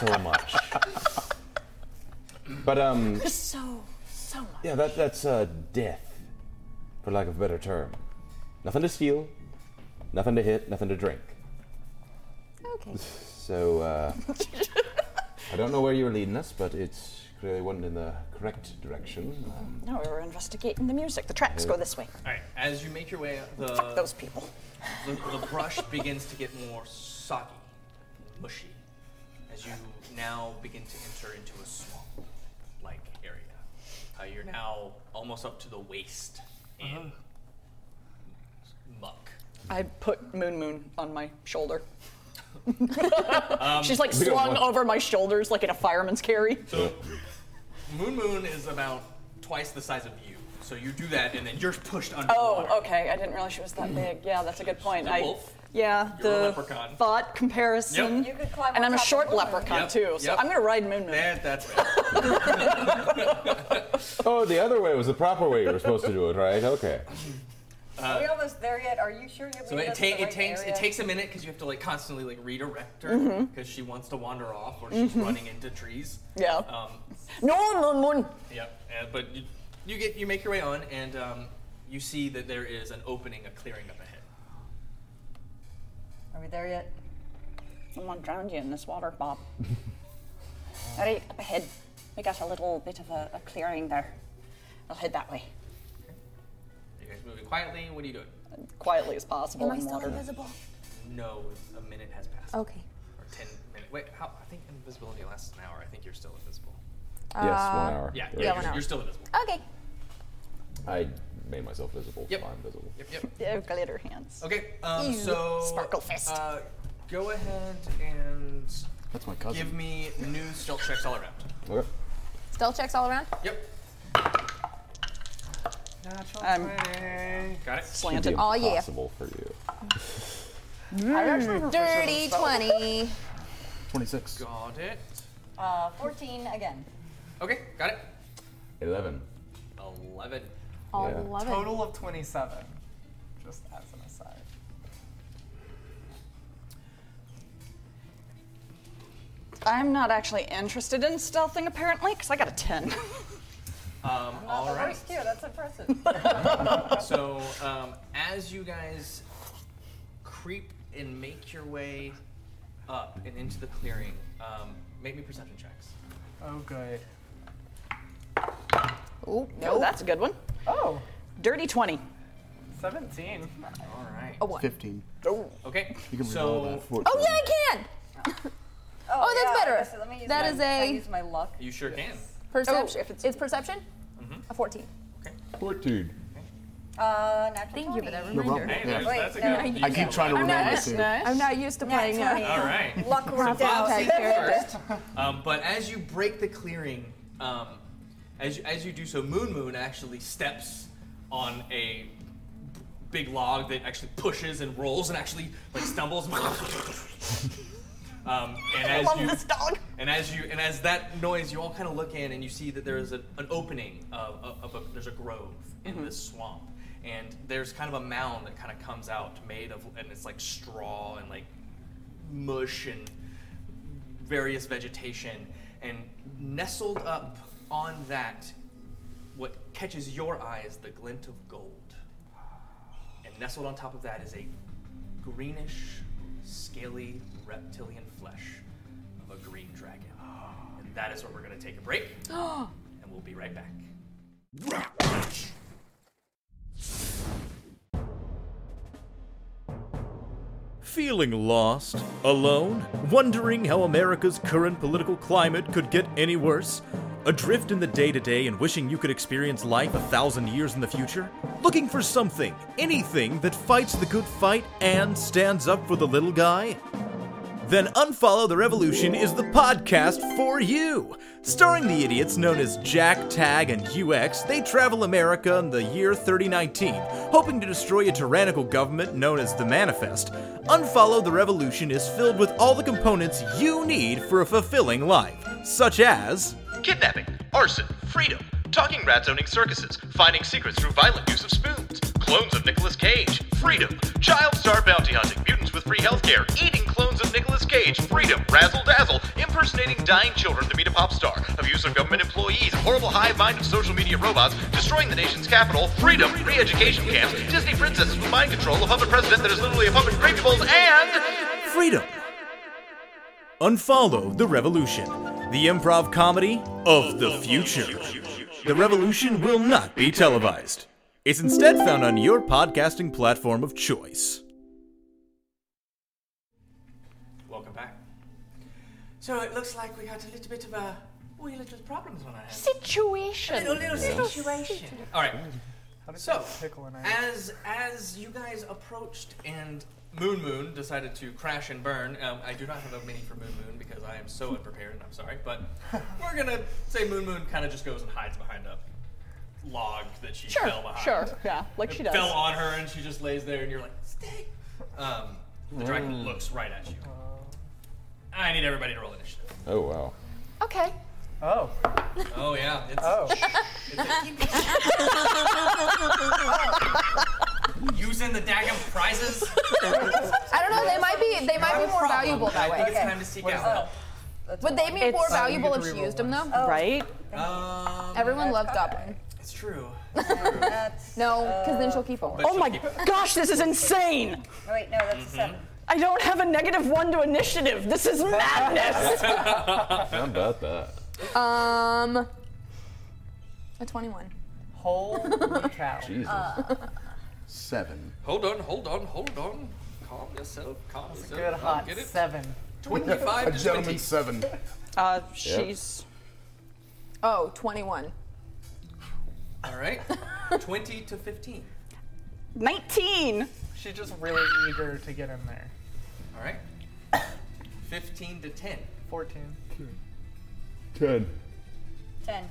Speaker 7: so much. But um,
Speaker 5: so, so much.
Speaker 7: yeah, that, that's uh, death, for lack of a better term. Nothing to steal, nothing to hit, nothing to drink.
Speaker 4: Okay.
Speaker 7: So, uh, I don't know where you were leading us, but it's clearly wasn't in the correct direction. Um,
Speaker 5: No, we were investigating the music. The tracks go this way.
Speaker 8: All right. As you make your way, the
Speaker 5: Fuck those people.
Speaker 8: the, the brush begins to get more soggy, mushy, as you now begin to enter into a swamp-like area. Uh, you're now almost up to the waist in muck.
Speaker 5: I put Moon Moon on my shoulder.
Speaker 8: Um,
Speaker 5: She's like
Speaker 8: we got
Speaker 5: slung
Speaker 8: one.
Speaker 5: over my shoulders like in a fireman's carry.
Speaker 8: So, Moon Moon is about twice the size of you. So you do that, and then you're pushed under.
Speaker 5: Oh, okay. I didn't realize she was that big. Yeah, that's a good point.
Speaker 8: She's a
Speaker 5: I,
Speaker 8: wolf.
Speaker 5: Yeah,
Speaker 8: You're a
Speaker 5: the
Speaker 8: leprechaun.
Speaker 5: thought comparison.
Speaker 8: Yep. You
Speaker 4: could climb
Speaker 5: and
Speaker 4: on
Speaker 5: I'm a
Speaker 4: top of
Speaker 5: short
Speaker 4: Moon Moon.
Speaker 5: leprechaun
Speaker 8: Yep,
Speaker 5: too, so
Speaker 8: yep.
Speaker 5: I'm gonna ride Moon Moon.
Speaker 8: That, that's
Speaker 7: oh, the other way was the proper way you were supposed to do it, right? Okay.
Speaker 4: Are we almost there yet? Are you sure you're
Speaker 8: So
Speaker 4: leading
Speaker 8: it,
Speaker 4: us
Speaker 8: ta-
Speaker 4: to the
Speaker 8: it
Speaker 4: right
Speaker 8: takes
Speaker 4: area?
Speaker 8: it takes a minute because you have to like constantly like redirect her because
Speaker 5: Mhm.
Speaker 8: she wants to wander off or she's
Speaker 5: Mhm.
Speaker 8: running into trees.
Speaker 5: Yeah.
Speaker 8: Um,
Speaker 5: No, Moon Moon.
Speaker 8: yep. uh, but you, you get you make your way on and um, you see that there is an opening, a clearing up ahead.
Speaker 4: Are we there yet?
Speaker 5: I want to drown you in this water, Bob. All right, up ahead. We got a little bit of a, a clearing there. I'll head that way,
Speaker 8: Are you guys moving quietly? What are you doing?
Speaker 5: quietly as possible.
Speaker 8: Am I
Speaker 5: in
Speaker 8: still
Speaker 5: water.
Speaker 8: invisible? No, a minute has passed.
Speaker 5: Okay.
Speaker 8: Or ten minutes. Wait, how? I think invisibility lasts an hour. I think you're still invisible.
Speaker 7: Yes, one Uh, hour.
Speaker 8: Yeah,
Speaker 7: Yeah,
Speaker 8: yeah,
Speaker 7: one
Speaker 8: you're,
Speaker 7: hour.
Speaker 8: you're still invisible.
Speaker 9: Okay.
Speaker 7: I made myself visible.
Speaker 8: Yep.
Speaker 7: so I'm visible.
Speaker 8: Yep, yep.
Speaker 5: Yeah, glitter hands.
Speaker 8: Okay, um,
Speaker 5: Ew.
Speaker 8: so
Speaker 5: sparkle fist.
Speaker 8: Uh, go ahead and
Speaker 3: That's my cousin.
Speaker 8: give me new stealth checks all around.
Speaker 7: Okay.
Speaker 9: Stealth checks all around?
Speaker 8: Yep.
Speaker 5: I'm
Speaker 8: Got it.
Speaker 5: slanted.
Speaker 9: Oh, yeah.
Speaker 7: Possible for you.
Speaker 5: actually prefer
Speaker 9: Dirty
Speaker 5: stealth.
Speaker 9: 20.
Speaker 3: 26.
Speaker 8: Got it.
Speaker 4: Uh, 14 again.
Speaker 8: Okay, got it.
Speaker 7: Eleven.
Speaker 8: 11.
Speaker 6: All
Speaker 7: Yeah.
Speaker 9: 11.
Speaker 6: Total of 27. Just as an aside.
Speaker 5: I'm not actually interested in stealthing apparently, because I got a ten.
Speaker 8: Um, all right.
Speaker 4: First two, that's impressive. Oh,
Speaker 8: so um, as you guys creep and make your way up and into the clearing, um, make me perception checks.
Speaker 6: Oh, good.
Speaker 5: Oh, no, that's a good one.
Speaker 6: Oh.
Speaker 5: Dirty 20.
Speaker 6: Seventeen.
Speaker 8: All right.
Speaker 5: Oh,
Speaker 9: A one.
Speaker 3: 15.
Speaker 8: Okay.
Speaker 3: You can
Speaker 8: So-
Speaker 3: reroll that.
Speaker 9: Oh yeah, I can. Oh, that's
Speaker 4: yeah,
Speaker 9: better.
Speaker 4: okay, so let me use
Speaker 9: That
Speaker 4: my-
Speaker 9: is
Speaker 4: I
Speaker 9: a-
Speaker 4: use my luck.
Speaker 8: You sure
Speaker 9: Perception. it's, perception. A fourteen.
Speaker 10: 14.
Speaker 4: Uh, natural
Speaker 9: Thank you for that
Speaker 3: No
Speaker 9: reminder.
Speaker 3: problem.
Speaker 8: can. Hey,
Speaker 3: Yeah.
Speaker 8: there's-
Speaker 4: Wait,
Speaker 8: that's a
Speaker 4: no.
Speaker 8: good.
Speaker 3: I keep trying to
Speaker 9: I'm
Speaker 3: remember
Speaker 9: not,
Speaker 3: my
Speaker 9: that's
Speaker 3: save.
Speaker 5: nice.
Speaker 2: I'm not used to playing. Uh,
Speaker 8: All right.
Speaker 4: Luck worked
Speaker 8: Bob
Speaker 4: out.
Speaker 8: takes
Speaker 2: Okay,
Speaker 8: it
Speaker 2: fair.
Speaker 8: first. Um, but as you break the clearing, um, as, you, as you do so, Moon Moon actually steps on a big log that actually pushes and rolls and actually like stumbles. um, and as you, And as you and as that noise, you all kind of look in and you see that there is a, an opening of, of, of a, there's a grove in this swamp, and there's kind of a mound that kind of comes out made of and it's like straw and like mush and various vegetation, and nestled up on that, what catches your eye is the glint of gold. And nestled on top of that is a greenish, scaly reptilian flesh of a green dragon. And that is where we're going to take a break, and we'll be right back.
Speaker 11: Feeling lost? Alone? Wondering how America's current political climate could get any worse? Adrift in the day to day and wishing you could experience life a thousand years in the future? Looking for something, anything that fights the good fight and stands up for the little guy? Then Unfollow the Revolution is the podcast for you. Starring the idiots known as Jack, Tag, and UX, they travel America in the year 3019, hoping to destroy a tyrannical government known as the Manifest. Unfollow the Revolution is filled with all the components you need for a fulfilling life, such as kidnapping, arson, freedom, talking rats owning circuses, finding secrets through violent use of spoons, clones of Nicolas Cage, freedom, child star bounty hunting, mutants with free healthcare, eating clones of Nicolas Cage, freedom, razzle dazzle, impersonating dying children to meet a pop star, abuse of government employees, a horrible hive mind of social media robots, destroying the nation's capital, freedom, re education camps, Disney princesses with mind control, a puppet president that is literally a puppet in gravy bowls, and freedom. Unfollow the Revolution, the improv comedy of the future. The revolution will not be televised. It's instead found on your podcasting platform of choice.
Speaker 8: Welcome back.
Speaker 1: So it looks like we had a little bit of a wee little problems on our hands.
Speaker 5: Situation.
Speaker 1: A little situation.
Speaker 8: All right. So,
Speaker 6: Pickle and I.
Speaker 8: as as you guys approached and Moon Moon decided to crash and burn, um, I do not have a mini for Moon Moon because I am so unprepared. and I'm sorry, but we're gonna say Moon Moon kind of just goes and hides behind a log that she
Speaker 5: Sure,
Speaker 8: fell behind.
Speaker 5: sure, yeah, like she
Speaker 8: It
Speaker 5: does.
Speaker 8: Fell on her and she just lays there, and you're like, "Stay." Um, the dragon looks right at you. I need everybody to roll initiative.
Speaker 10: Oh, wow.
Speaker 9: Okay.
Speaker 6: Oh.
Speaker 8: Oh yeah, it's,
Speaker 6: Oh.
Speaker 8: using the daggum prizes.
Speaker 6: Oh,
Speaker 9: I don't know. They might be. They might be more valuable that
Speaker 8: I think
Speaker 9: way.
Speaker 8: it's time to seek out help.
Speaker 9: Would they be more
Speaker 5: It's-
Speaker 9: valuable if she used them though?
Speaker 5: Right?
Speaker 8: Um,
Speaker 9: Everyone loves Goblin.
Speaker 8: it's true.
Speaker 4: That's,
Speaker 9: No, because then she'll keep them.
Speaker 8: But
Speaker 5: Oh
Speaker 8: she'll
Speaker 5: my
Speaker 8: keep-
Speaker 5: gosh, this is insane!
Speaker 4: no, wait, no, that's a
Speaker 8: Mm-hmm.
Speaker 4: seven.
Speaker 5: I don't have a negative one to initiative. This is madness.
Speaker 10: How about that?
Speaker 9: Um, a twenty-one.
Speaker 6: Holy cow.
Speaker 10: Jesus.
Speaker 3: Seven.
Speaker 8: Hold on, hold on, hold on. Calm yourself, calm yourself.
Speaker 6: Good
Speaker 8: I'll
Speaker 6: hot
Speaker 8: get it.
Speaker 6: seven.
Speaker 3: A
Speaker 8: 25 to 20.
Speaker 3: gentleman seven.
Speaker 5: Uh, she's.
Speaker 9: Oh, 21.
Speaker 8: All right. 20 to 15.
Speaker 5: 19!
Speaker 6: She's just really eager to get in there.
Speaker 8: All right. 15 to 10.
Speaker 6: Fourteen.
Speaker 10: 10.
Speaker 4: Ten.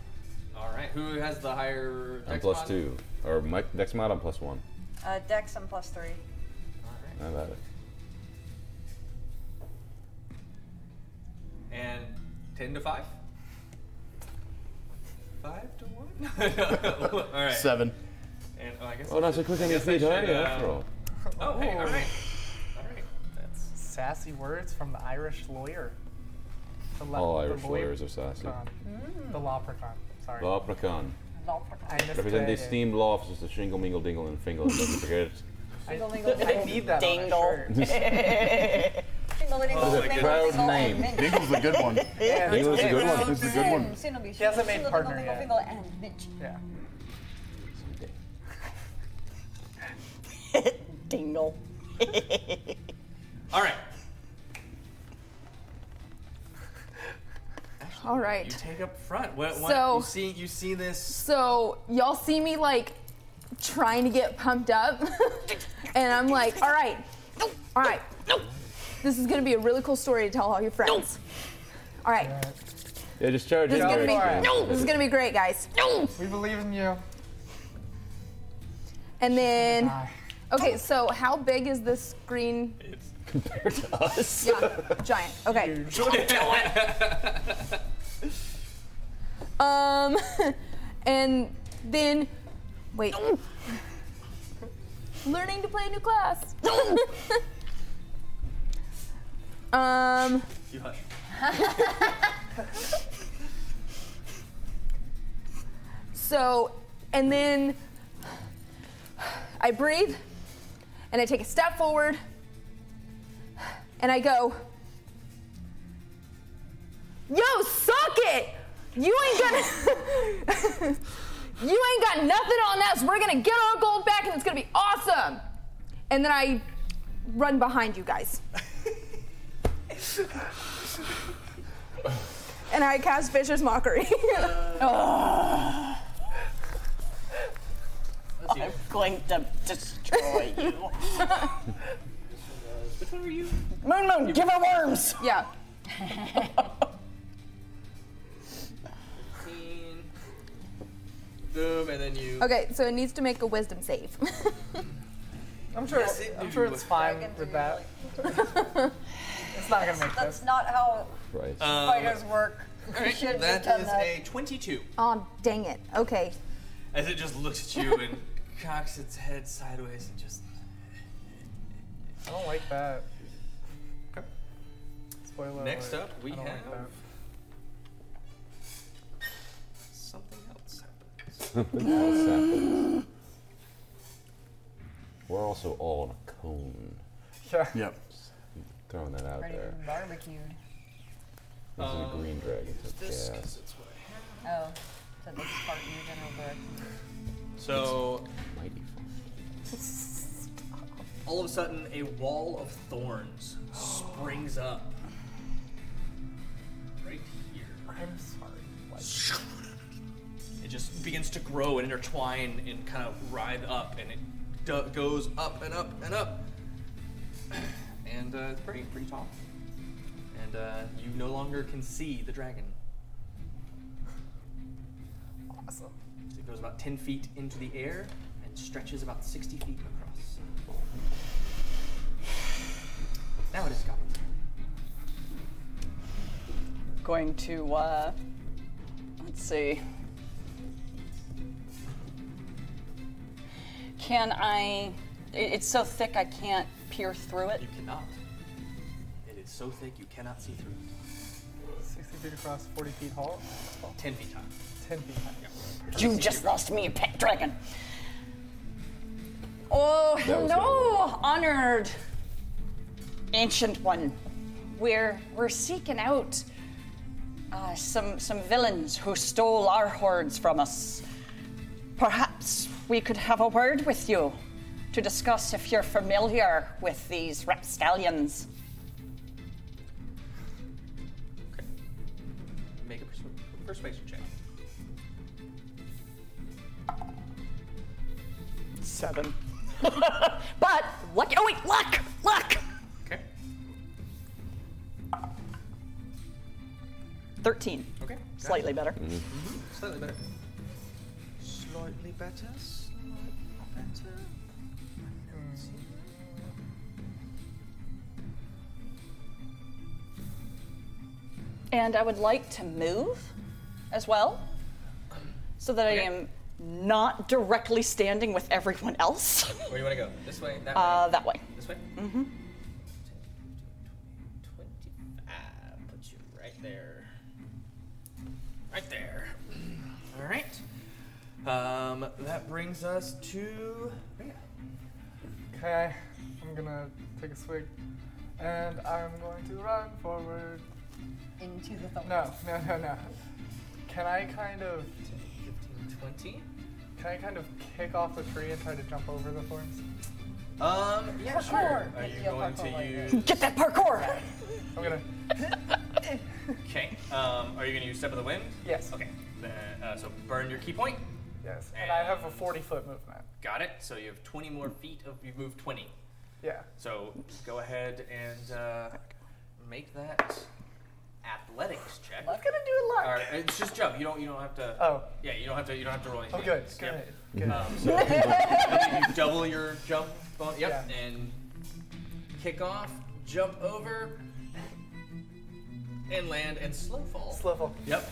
Speaker 8: All right. Who has the higher
Speaker 10: I'm
Speaker 8: dex
Speaker 10: plus
Speaker 8: mod?
Speaker 10: 2. Or my, next mod, I'm plus 1.
Speaker 4: Uh, Dex, I'm plus three.
Speaker 10: How about it?
Speaker 8: And 10 to 5? 5 to 1? all right.
Speaker 3: Seven.
Speaker 8: And oh, I guess
Speaker 10: Oh, not so quick on your
Speaker 8: Yes, I
Speaker 10: feet, are
Speaker 8: should,
Speaker 10: you, after
Speaker 8: uh,
Speaker 10: all?
Speaker 8: Oh, hey. All right. All right. That's
Speaker 6: Sassy words from the Irish lawyer. The la-
Speaker 10: All
Speaker 6: the
Speaker 10: Oh, Irish
Speaker 6: lawyer-
Speaker 10: lawyers are sassy.
Speaker 6: con. The law precon. Sorry.
Speaker 10: Law Prakan.
Speaker 6: I
Speaker 10: Represent the
Speaker 6: misread it.
Speaker 10: esteemed law officers of Shingle Mingle Dingle and Fingle and don't forget it.
Speaker 6: I, I need that
Speaker 5: Dingle.
Speaker 6: on a shirt.
Speaker 4: Oh,
Speaker 8: my
Speaker 10: Proud name.
Speaker 3: Dingle's the good one.
Speaker 10: Dingle's a good one.
Speaker 3: Dingle's the good one.
Speaker 4: Soon it'll be
Speaker 6: He hasn't made
Speaker 4: Soon it'll be
Speaker 6: partner
Speaker 4: Dingle,
Speaker 6: yet.
Speaker 4: Dingle, Dingle, and Mitch.
Speaker 6: Yeah.
Speaker 5: Dingle.
Speaker 8: All right.
Speaker 2: All right.
Speaker 8: You take up front. What, what,
Speaker 2: So-
Speaker 8: you see, you see this.
Speaker 2: So y'all see me like trying to get pumped up, and I'm like, all right, all right, no. This is gonna be a really cool story to tell all your friends. All right,
Speaker 6: Uh,
Speaker 7: Yeah, just charge
Speaker 2: this is
Speaker 7: in
Speaker 2: gonna
Speaker 7: there.
Speaker 2: be
Speaker 7: Yeah.
Speaker 2: this is gonna be great, guys. No.
Speaker 6: We believe in you.
Speaker 2: And then, okay, so how big is this green?
Speaker 7: compared to us.
Speaker 2: Yeah, giant. Okay. Um, and then, wait. Learning to play a new class. um.
Speaker 8: You hush.
Speaker 2: so, and then I breathe and I take a step forward and I go, Yo, suck it! You ain't gonna. you ain't got nothing on that, so we're gonna get our gold back and it's gonna be awesome! And then I run behind you guys. and I cast Fisher's Mockery.
Speaker 5: I'm going to destroy you.
Speaker 8: Which one were you?
Speaker 5: Moon Moon, give her worms!
Speaker 2: Yeah.
Speaker 8: Boom, and then you.
Speaker 2: Okay, so it needs to make a wisdom save.
Speaker 6: I'm sure. I'm sure it's fine with that. it's not gonna make
Speaker 4: That's not how
Speaker 7: Right.
Speaker 4: Uh. fighters work.
Speaker 8: All right,
Speaker 4: Shouldn't have
Speaker 8: Uh, that
Speaker 4: done
Speaker 8: is
Speaker 4: that.
Speaker 8: a 22.
Speaker 2: oh, dang it. Okay.
Speaker 8: As it just looks at you and cocks its head sideways and just.
Speaker 6: I don't like that. Spoiler.
Speaker 8: Next
Speaker 6: alert.
Speaker 8: up, we
Speaker 6: I don't
Speaker 8: have.
Speaker 6: Like that.
Speaker 8: Something else happens.
Speaker 7: Something else happens. We're also all on a cone.
Speaker 6: Yeah.
Speaker 3: Yep.
Speaker 7: Throwing that out
Speaker 4: Ready to
Speaker 7: there.
Speaker 4: be barbecued.
Speaker 7: This is a
Speaker 8: Um,
Speaker 7: green dragon. So
Speaker 8: This
Speaker 7: gas.
Speaker 8: is its way.
Speaker 4: Oh, so they just part in your general direction.
Speaker 8: So
Speaker 7: Mighty fun.
Speaker 8: all of a sudden, a wall of thorns springs up right here.
Speaker 6: I'm sorry.
Speaker 8: It just begins to grow and intertwine and kind of writhe up, and it do- goes up and up and up. And uh, it's pretty, pretty tall. And uh, you no longer can see the dragon.
Speaker 6: Awesome.
Speaker 8: It goes about 10 feet into the air and stretches about 60 feet across. Now it is Goblin's turn.
Speaker 5: Going to, uh, let's see. Can I? i- It's so thick I can't peer through it.
Speaker 8: You cannot. It is so thick you cannot see through it.
Speaker 6: 60 feet across, 40 feet tall,
Speaker 8: 10 feet high.
Speaker 6: 10 feet high.
Speaker 5: You just lost me a pet dragon. Oh,
Speaker 7: was the
Speaker 5: hello, honored ancient one. We're we're seeking out uh, some some villains who stole our hordes from us. Perhaps we could have a word with you to discuss if you're familiar with these rapscallions.
Speaker 8: Okay. Make a persu- persuasion check.
Speaker 5: Seven. but luck. Oh wait, luck, luck.
Speaker 8: Okay.
Speaker 5: Thirteen.
Speaker 8: Okay.
Speaker 5: Slightly better.
Speaker 4: Mm-hmm.
Speaker 8: Slightly better. Slightly better. Slightly better.
Speaker 5: And I would like to move as well, so that I
Speaker 8: Okay.
Speaker 5: am not directly standing with everyone else.
Speaker 8: Where do you want to go? This way? That way?
Speaker 5: uh, that way.
Speaker 8: this way? Mm-hmm. 25. Put you right there. Right there. All right. Um, that brings us to.
Speaker 6: Okay, I'm gonna take a swig. And I'm going to run forward.
Speaker 4: Into the thumb.
Speaker 6: No, no, no, no. Can I kind of
Speaker 8: 15, 20.
Speaker 6: can I kind of kick off the tree and try to jump over the thorns?
Speaker 8: Um, yeah,
Speaker 12: Parkour.
Speaker 8: sure. Are
Speaker 12: Thank
Speaker 8: you
Speaker 12: you,
Speaker 8: going
Speaker 12: parkour
Speaker 8: to
Speaker 12: lady.
Speaker 8: use?
Speaker 5: Get that parkour.
Speaker 8: I'm gonna. Okay. Um, are you gonna use step of the wind? Yes. Okay. Then, uh, so burn your key point.
Speaker 6: Yes. And I have a 40 foot movement.
Speaker 8: Got it. So you have 20 more feet of you've moved 20.
Speaker 6: Yeah.
Speaker 8: So go ahead and uh, make that athletics check.
Speaker 6: I'm gonna do luck.
Speaker 8: Or, it's just jump. You don't. You don't have to.
Speaker 6: Oh.
Speaker 8: Yeah. You don't have to. You don't have to roll anything.
Speaker 6: good,
Speaker 8: It's-
Speaker 6: good,
Speaker 8: yep.
Speaker 6: good.
Speaker 8: Um, so you double your jump. Bon- yep.
Speaker 6: Yeah.
Speaker 8: And kick off, jump over, and land and slow fall.
Speaker 6: Slow fall.
Speaker 8: Yep.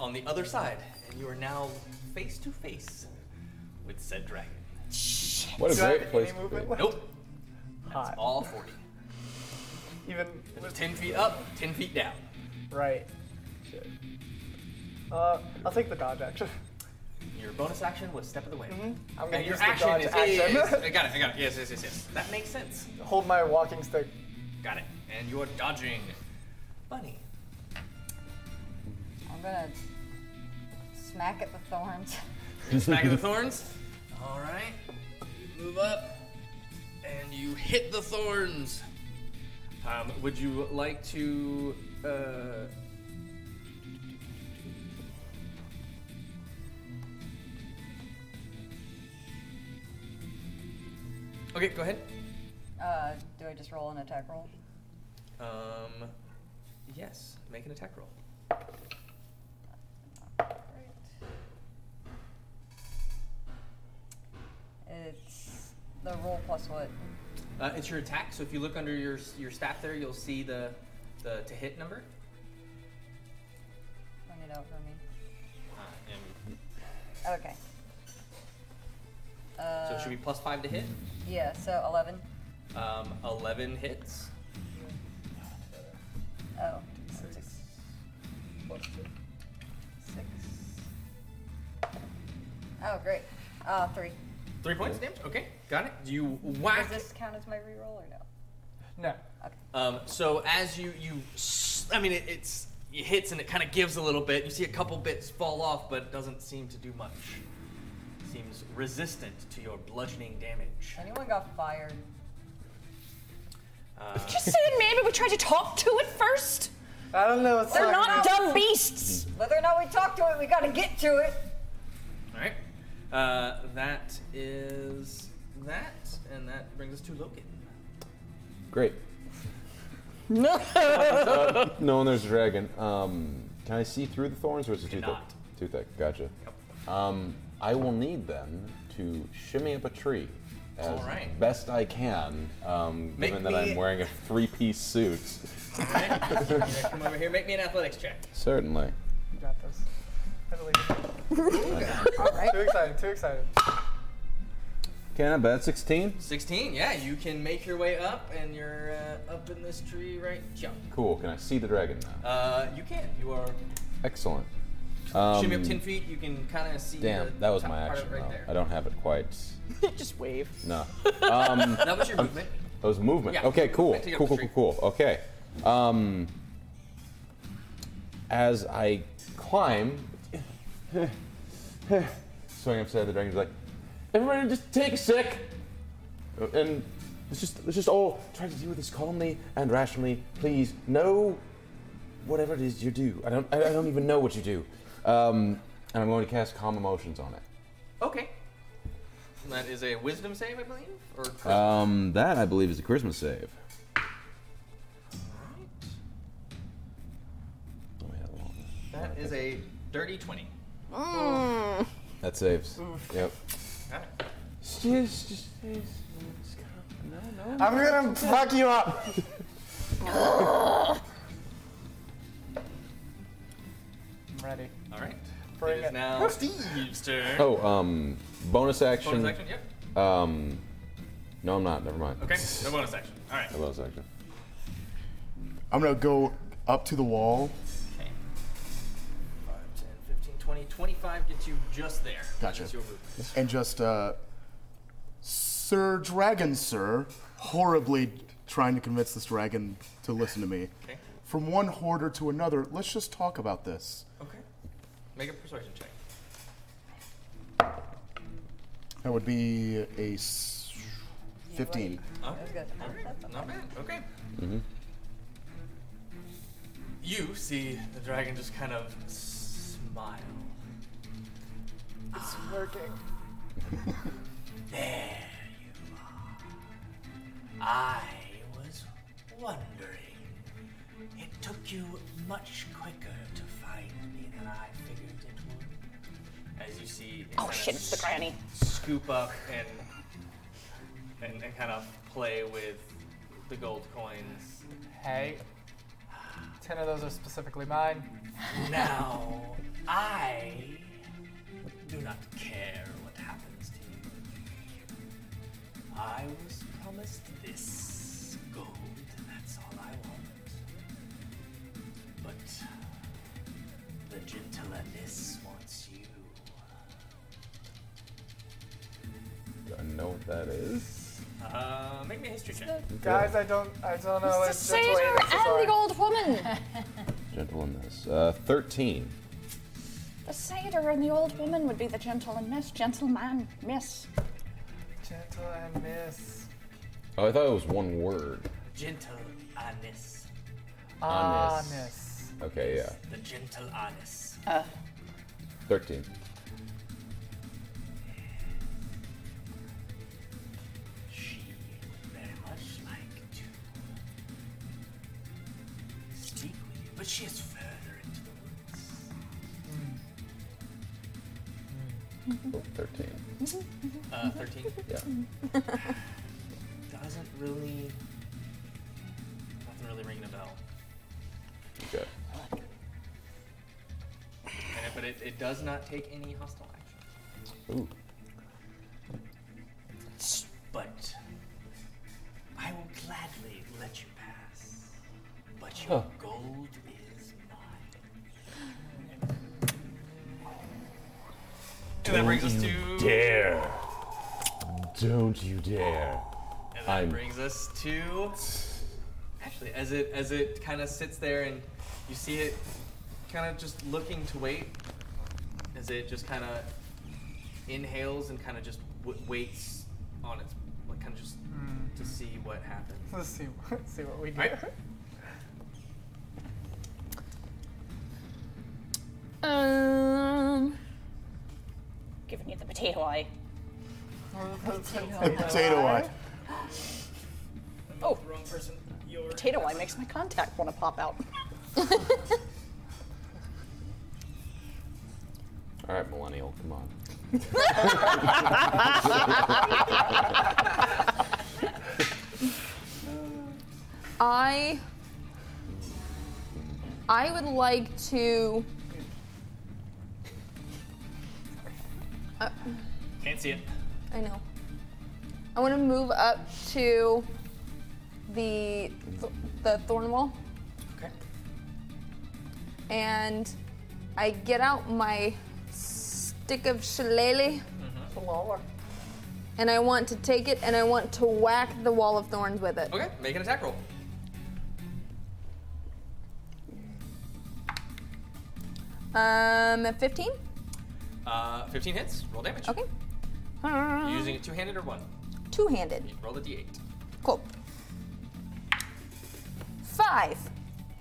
Speaker 8: On the other side, and you are now face to face with said dragon.
Speaker 13: What a
Speaker 6: Do I have
Speaker 13: great
Speaker 6: any
Speaker 13: place.
Speaker 6: movement left?
Speaker 8: Nope. That's
Speaker 6: Hot.
Speaker 8: all 40.
Speaker 6: Even
Speaker 8: There's 10 feet up, 10 feet down.
Speaker 6: right. Shit. Uh, I'll take the dodge action.
Speaker 8: Your bonus action was step of the wind.
Speaker 6: I'm gonna
Speaker 8: And your
Speaker 6: use Mm-hmm. the
Speaker 8: action
Speaker 6: dodge
Speaker 8: is,
Speaker 6: action.
Speaker 8: is- I got it. I got it. Yes, yes, yes, yes. That makes sense.
Speaker 6: Hold my walking stick.
Speaker 8: Got it. And you're dodging. Bunny.
Speaker 4: I'm gonna smack at the thorns.
Speaker 8: Smack of the thorns. All right. You move up, and you hit the thorns. Um, would you like to? Uh... Okay, go ahead.
Speaker 4: Uh, do I just roll an attack roll?
Speaker 8: Um, yes, make an attack roll.
Speaker 4: It's the roll plus what?
Speaker 8: Uh, it's your attack. So if you look under your your staff there, you'll see the the to hit number.
Speaker 4: Point it out for me.
Speaker 8: Uh, and
Speaker 4: Okay. Uh,
Speaker 8: so it should be plus five to hit.
Speaker 4: Yeah, so 11.
Speaker 8: Um, Eleven hits.
Speaker 4: Oh.
Speaker 6: Six.
Speaker 4: Six. Oh, great. Uh, three.
Speaker 8: Three points damage. Okay, got it. You whack.
Speaker 4: Does this count as my reroll or no?
Speaker 6: No.
Speaker 8: Um, so as you you, s- I mean it, it's it hits and it kind of gives a little bit. You see a couple bits fall off, but it doesn't seem to do much. Seems resistant to your bludgeoning damage.
Speaker 4: Anyone got fired?
Speaker 8: Uh,
Speaker 5: Just saying, maybe we try to talk to it first.
Speaker 6: I don't know. It's
Speaker 5: They're
Speaker 6: like-
Speaker 5: not dumb beasts.
Speaker 4: Whether or not we talk to it, we gotta get to it.
Speaker 8: all right. Uh, that is that, and that brings us to Logan.
Speaker 7: Great.
Speaker 5: No.
Speaker 7: Uh, no, there's a dragon. Um, can I see through the thorns, or is it too thick?
Speaker 8: Cannot.
Speaker 7: Too thick. Gotcha. Um, I will need them to shimmy up a tree as
Speaker 8: All right.
Speaker 7: best I can, um,
Speaker 8: Make
Speaker 7: given that
Speaker 8: me-
Speaker 7: I'm wearing a three-piece suit.
Speaker 8: Yeah, come over here. Make me an athletics check.
Speaker 7: Certainly.
Speaker 6: You got this. I believe it. Too excited. Too excited.
Speaker 7: Can I bet 16?
Speaker 8: 16. Yeah, you can make your way up, and you're uh, up in this tree right. Jump.
Speaker 7: Cool. Can I see the dragon now?
Speaker 8: Uh, you can. You are
Speaker 7: Excellent. Um,
Speaker 8: Uh, shimmy up 10 feet. You can kind of see. the
Speaker 7: Damn, that was
Speaker 8: top
Speaker 7: my
Speaker 8: part of
Speaker 7: action.
Speaker 8: it Right
Speaker 7: though.
Speaker 8: there.
Speaker 7: I don't have it quite.
Speaker 5: Just wave.
Speaker 7: No. Um,
Speaker 8: That was your
Speaker 7: I'm-
Speaker 8: movement.
Speaker 7: That was movement.
Speaker 8: Yeah,
Speaker 7: okay, cool.
Speaker 8: movement to get
Speaker 7: Cool,
Speaker 8: up
Speaker 7: cool,
Speaker 8: the
Speaker 7: cool, cool. Okay. Um, as I climb, swing upside the dragon's like, everybody just take a sec. And let's just, let's just all try to deal with this calmly and rationally. Please, no whatever it is you do. I don't, I, I don't even know what you do. Um, and I'm going to cast Calm Emotions on it.
Speaker 8: Okay. That is a wisdom save, I believe, or
Speaker 7: Um, that, I believe, is a Christmas save. Oh, yeah, well,
Speaker 8: that is a dirty 20.
Speaker 7: That saves. Yep.
Speaker 8: Got it.
Speaker 7: Just, just,
Speaker 6: I'm gonna fuck you up. I'm ready.
Speaker 8: All right.
Speaker 6: Bring
Speaker 8: it is
Speaker 6: it.
Speaker 8: now Steve's turn.
Speaker 7: Oh, um, bonus action.
Speaker 8: bonus action. Yep.
Speaker 7: Um, no, I'm not. Never mind.
Speaker 8: Okay. No bonus action. All right.
Speaker 7: No bonus action.
Speaker 3: I'm gonna go up to the wall.
Speaker 8: Okay. 5, 10, 15, 20, 25 gets you just there.
Speaker 3: Gotcha.
Speaker 8: That's your move.
Speaker 3: and just uh, Sir Dragon, sir, horribly trying to convince this dragon to listen to me.
Speaker 8: Okay.
Speaker 3: From one hoarder to another, let's just talk about this.
Speaker 8: Okay. Make a persuasion check.
Speaker 3: That would be a s- 15.
Speaker 8: All right. All right. Not bad. Okay.
Speaker 3: Mm-hmm.
Speaker 8: You see the dragon just kind of smile.
Speaker 6: It's working.
Speaker 1: There you are. I was wondering. It took you much quicker to find me than I figured it would.
Speaker 8: As you see, it
Speaker 5: Oh,
Speaker 8: kinda
Speaker 5: shit, it's the granny.
Speaker 8: Scoop up and, and and kind of play with the gold coins.
Speaker 6: Hey. Ten of those are specifically mine.
Speaker 1: Now, I do not care what happens to you. I was promised this gold, and that's all I want. But the gentleness wants you.
Speaker 7: Do I know what that is.
Speaker 8: Uh, make me a history check.
Speaker 6: Guys, I don't, I don't know.
Speaker 8: It's the satyr and the
Speaker 14: gold woman.
Speaker 7: Gentleness. Uh, 13.
Speaker 5: The satyr and the old woman would be the gentle and miss, gentleman, miss.
Speaker 6: Gentle and miss.
Speaker 7: Oh, I thought it was one word.
Speaker 1: Gentle Anis.
Speaker 6: Ah,
Speaker 7: Honest. Okay, yeah.
Speaker 1: The gentle Anis.
Speaker 7: 13.
Speaker 1: She would very much like to speak with you, but she is further into the woods.
Speaker 7: Oh, 13.
Speaker 8: Uh, 13?
Speaker 7: Yeah.
Speaker 8: Doesn't really. Nothing really ringing a bell.
Speaker 7: Okay.
Speaker 8: And it- but it, it does not take any hostile action.
Speaker 7: Ooh.
Speaker 1: But I will gladly let you pass. But
Speaker 7: Huh.
Speaker 1: your gold is mine.
Speaker 8: And that brings us
Speaker 7: you
Speaker 8: to-
Speaker 7: Dare. Don't you dare.
Speaker 8: And that
Speaker 7: I'm.
Speaker 8: brings us to actually as it as it kind of sits there and you see it kind of just looking to wait as it just kind of inhales and kind of just w- waits on its like kind of just to see what happens.
Speaker 6: Let's see, let's see what we do.
Speaker 8: Right.
Speaker 5: Um. Giving you the potato eye.
Speaker 3: The potato eye.
Speaker 5: Oh,
Speaker 8: wrong person.
Speaker 5: potato eye makes my contact want to pop out.
Speaker 7: Alright, millennial, come on.
Speaker 2: I I would like to. Uh,
Speaker 8: Can't see it.
Speaker 2: I know. I want to move up to the th- the thorn wall.
Speaker 8: Okay.
Speaker 2: And I get out my stick of shillelagh.
Speaker 8: Mm-hmm.
Speaker 2: And I want to take it and I want to whack the wall of thorns with it.
Speaker 8: Okay, make an attack roll.
Speaker 2: Um, 15?
Speaker 8: Uh, 15 hits. Roll damage.
Speaker 2: Okay.
Speaker 8: You using it two-handed or one?
Speaker 2: Two-handed.
Speaker 8: Roll the d8.
Speaker 2: Cool. Five.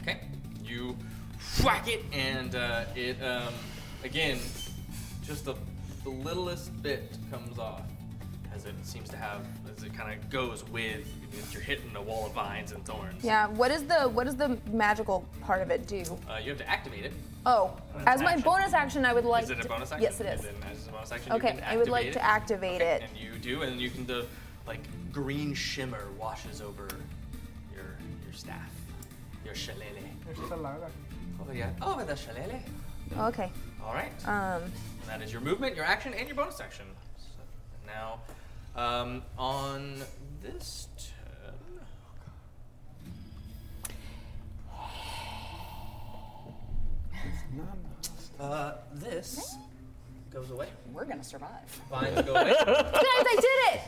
Speaker 8: Okay. You whack it, and uh, it um, again, just the, the littlest bit comes off, as it seems to have, as it kind of goes with. If you're hitting a wall of vines and thorns,
Speaker 2: Yeah. What is the what does the magical part of it do?
Speaker 8: uh, you have to activate it.
Speaker 2: Oh,
Speaker 8: An
Speaker 2: as my
Speaker 8: action.
Speaker 2: bonus action, I would like.
Speaker 8: Is it a
Speaker 2: to-
Speaker 8: bonus action?
Speaker 2: Yes, it is.
Speaker 8: Then as a bonus action, you
Speaker 2: Okay,
Speaker 8: can
Speaker 2: I would like
Speaker 8: activate
Speaker 2: to activate
Speaker 8: it.
Speaker 2: it.
Speaker 8: And you do, and you can the like green shimmer washes over your your staff, your shillelagh. Over the over Oh, the shillelagh.
Speaker 2: Okay.
Speaker 8: All right.
Speaker 2: Um.
Speaker 8: And that is your movement, your action, and your bonus action. So now, um, on this turn, uh, this goes away.
Speaker 5: We're gonna survive.
Speaker 8: Vines go away.
Speaker 2: I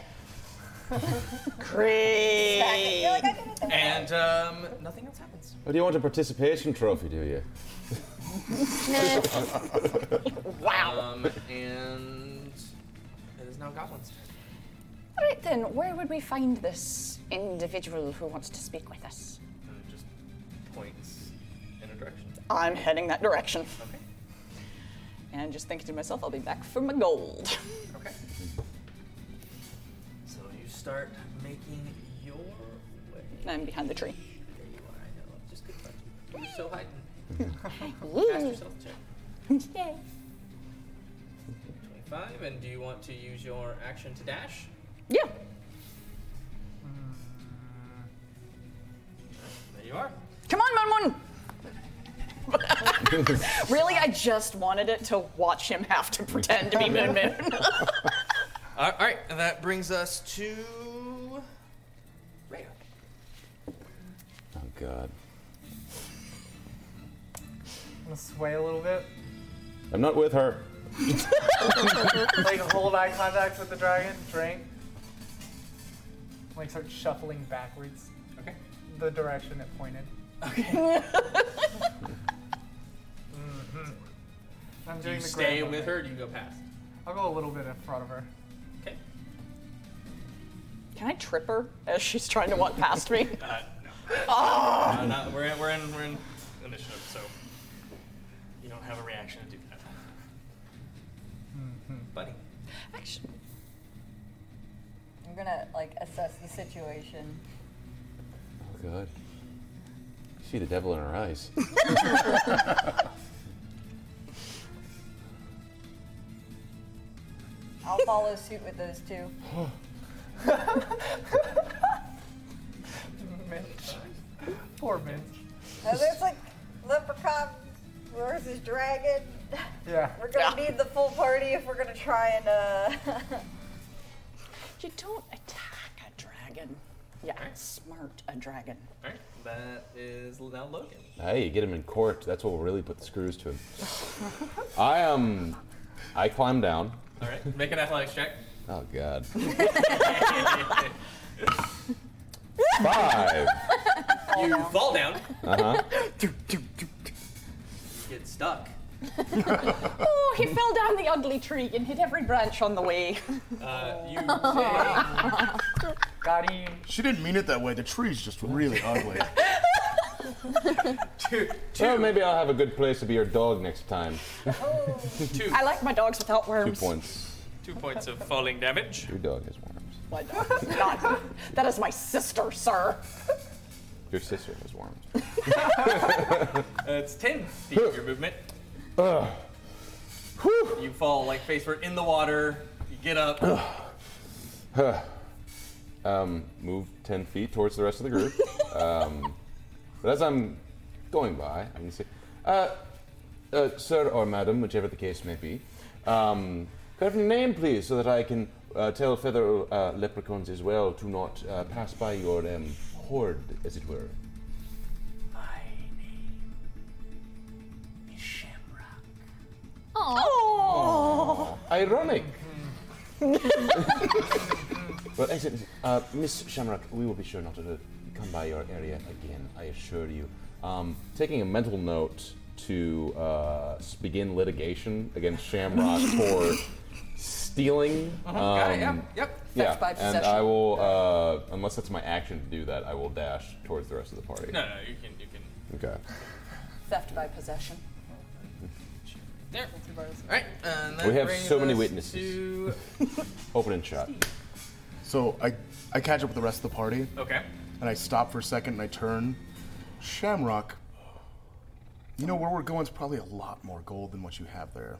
Speaker 5: Great.
Speaker 8: And um, nothing else happens.
Speaker 7: Oh, do you want a participation trophy, do you?
Speaker 8: wow. Um, and it is now Goblin's turn.
Speaker 5: All right then, where would we find this individual who wants to speak with us?
Speaker 8: And it just points in a direction.
Speaker 5: I'm heading that direction.
Speaker 8: Okay.
Speaker 5: And just thinking to myself, I'll be back for my gold.
Speaker 8: Okay.
Speaker 1: So you start making your way.
Speaker 5: I'm behind the tree.
Speaker 1: There you are, I know. I'm just good friend.
Speaker 8: You're still hiding. Cast
Speaker 5: Yay.
Speaker 8: yourself check. 25, and do you want to use your action to dash?
Speaker 5: Yeah.
Speaker 8: There you are.
Speaker 5: Come on, man, one. really, I just wanted it to watch him have to pretend to be Moon Moon.
Speaker 8: All right, and that brings us to Rhea.
Speaker 7: Oh God.
Speaker 6: I'm gonna sway a little bit,
Speaker 7: I'm not with her.
Speaker 6: like hold eye contact with the dragon, drink, like start shuffling backwards
Speaker 8: Okay.
Speaker 6: the direction it pointed. Okay. I'm
Speaker 8: Mm-hmm. Do
Speaker 6: doing
Speaker 8: you
Speaker 6: the
Speaker 8: stay
Speaker 6: grandma
Speaker 8: with
Speaker 6: thing.
Speaker 8: her? Or do you go past?
Speaker 6: I'll go a little bit in front of her.
Speaker 8: Okay.
Speaker 5: Can I trip her as she's trying to walk past me?
Speaker 8: Uh, no. Uh, no, we're, in, we're in we're in initiative, so you don't have a reaction to do that.
Speaker 7: Mm-hmm.
Speaker 8: Buddy.
Speaker 5: Actually,
Speaker 4: I'm gonna like assess the situation.
Speaker 7: Oh God. You see the devil in her eyes.
Speaker 4: I'll follow suit with those two.
Speaker 6: Minch. Poor Minch.
Speaker 4: Now, there's like leprechaun versus dragon.
Speaker 6: Yeah.
Speaker 4: We're gonna need the full party if we're gonna try and uh,
Speaker 5: you don't attack a dragon. Yeah, smart a dragon.
Speaker 8: All right. That is now Logan.
Speaker 7: Hey, you get him in court. That's what will really put the screws to him. I um, I climb down.
Speaker 8: All right. Make an athletics check.
Speaker 7: Oh God. Five.
Speaker 8: You fall down.
Speaker 7: Uh huh.
Speaker 8: Get stuck.
Speaker 5: Oh, he fell down the ugly tree and hit every branch on the way.
Speaker 8: Uh, you take
Speaker 6: Got him.
Speaker 3: She didn't mean it that way. The tree's just really ugly.
Speaker 8: two,
Speaker 7: Well, maybe I'll have a good place to be your dog next time.
Speaker 8: two,
Speaker 5: I like my dogs without
Speaker 7: Two
Speaker 5: worms.
Speaker 7: points.
Speaker 8: two points of falling damage.
Speaker 7: Your dog has worms.
Speaker 5: My dog is not- That is my sister, sir.
Speaker 7: Your sister has worms.
Speaker 8: That's 10 Uh, feet of your movement.
Speaker 7: Ugh. Whew.
Speaker 8: You fall like face first in the water. You get up.
Speaker 7: um, move 10 feet towards the rest of the group. um, but as I'm going by, I'm going to say, uh, uh, Sir or Madam, whichever the case may be, um, could I have your name, please, so that I can uh, tell feather uh, leprechauns as well to not uh, pass by your um, horde, as it were?
Speaker 1: My name is Shamrock.
Speaker 5: Oh.
Speaker 7: Ironic! well, excellent. Uh, Miss Shamrock, we will be sure not to come by your area again, I assure you. Um, taking a mental note to uh, s- begin litigation against Shamrock for stealing.
Speaker 8: Uh-huh. Got it,
Speaker 7: um,
Speaker 8: yep, yep.
Speaker 7: Yeah,
Speaker 5: by
Speaker 7: and
Speaker 5: possession.
Speaker 7: I will, uh, unless that's my action to do that, I will dash towards the rest of the party.
Speaker 8: No, no, you can, you can.
Speaker 7: Okay.
Speaker 5: Theft by possession.
Speaker 8: There. All right. And that
Speaker 7: We have
Speaker 8: brings
Speaker 7: so many
Speaker 8: us
Speaker 7: witnesses.
Speaker 8: to-
Speaker 7: Open and shut.
Speaker 3: so I, I catch up with the rest of the party,
Speaker 8: Okay.
Speaker 3: and I stop for a second, and I turn. Shamrock, you know where we're going is probably a lot more gold than what you have there.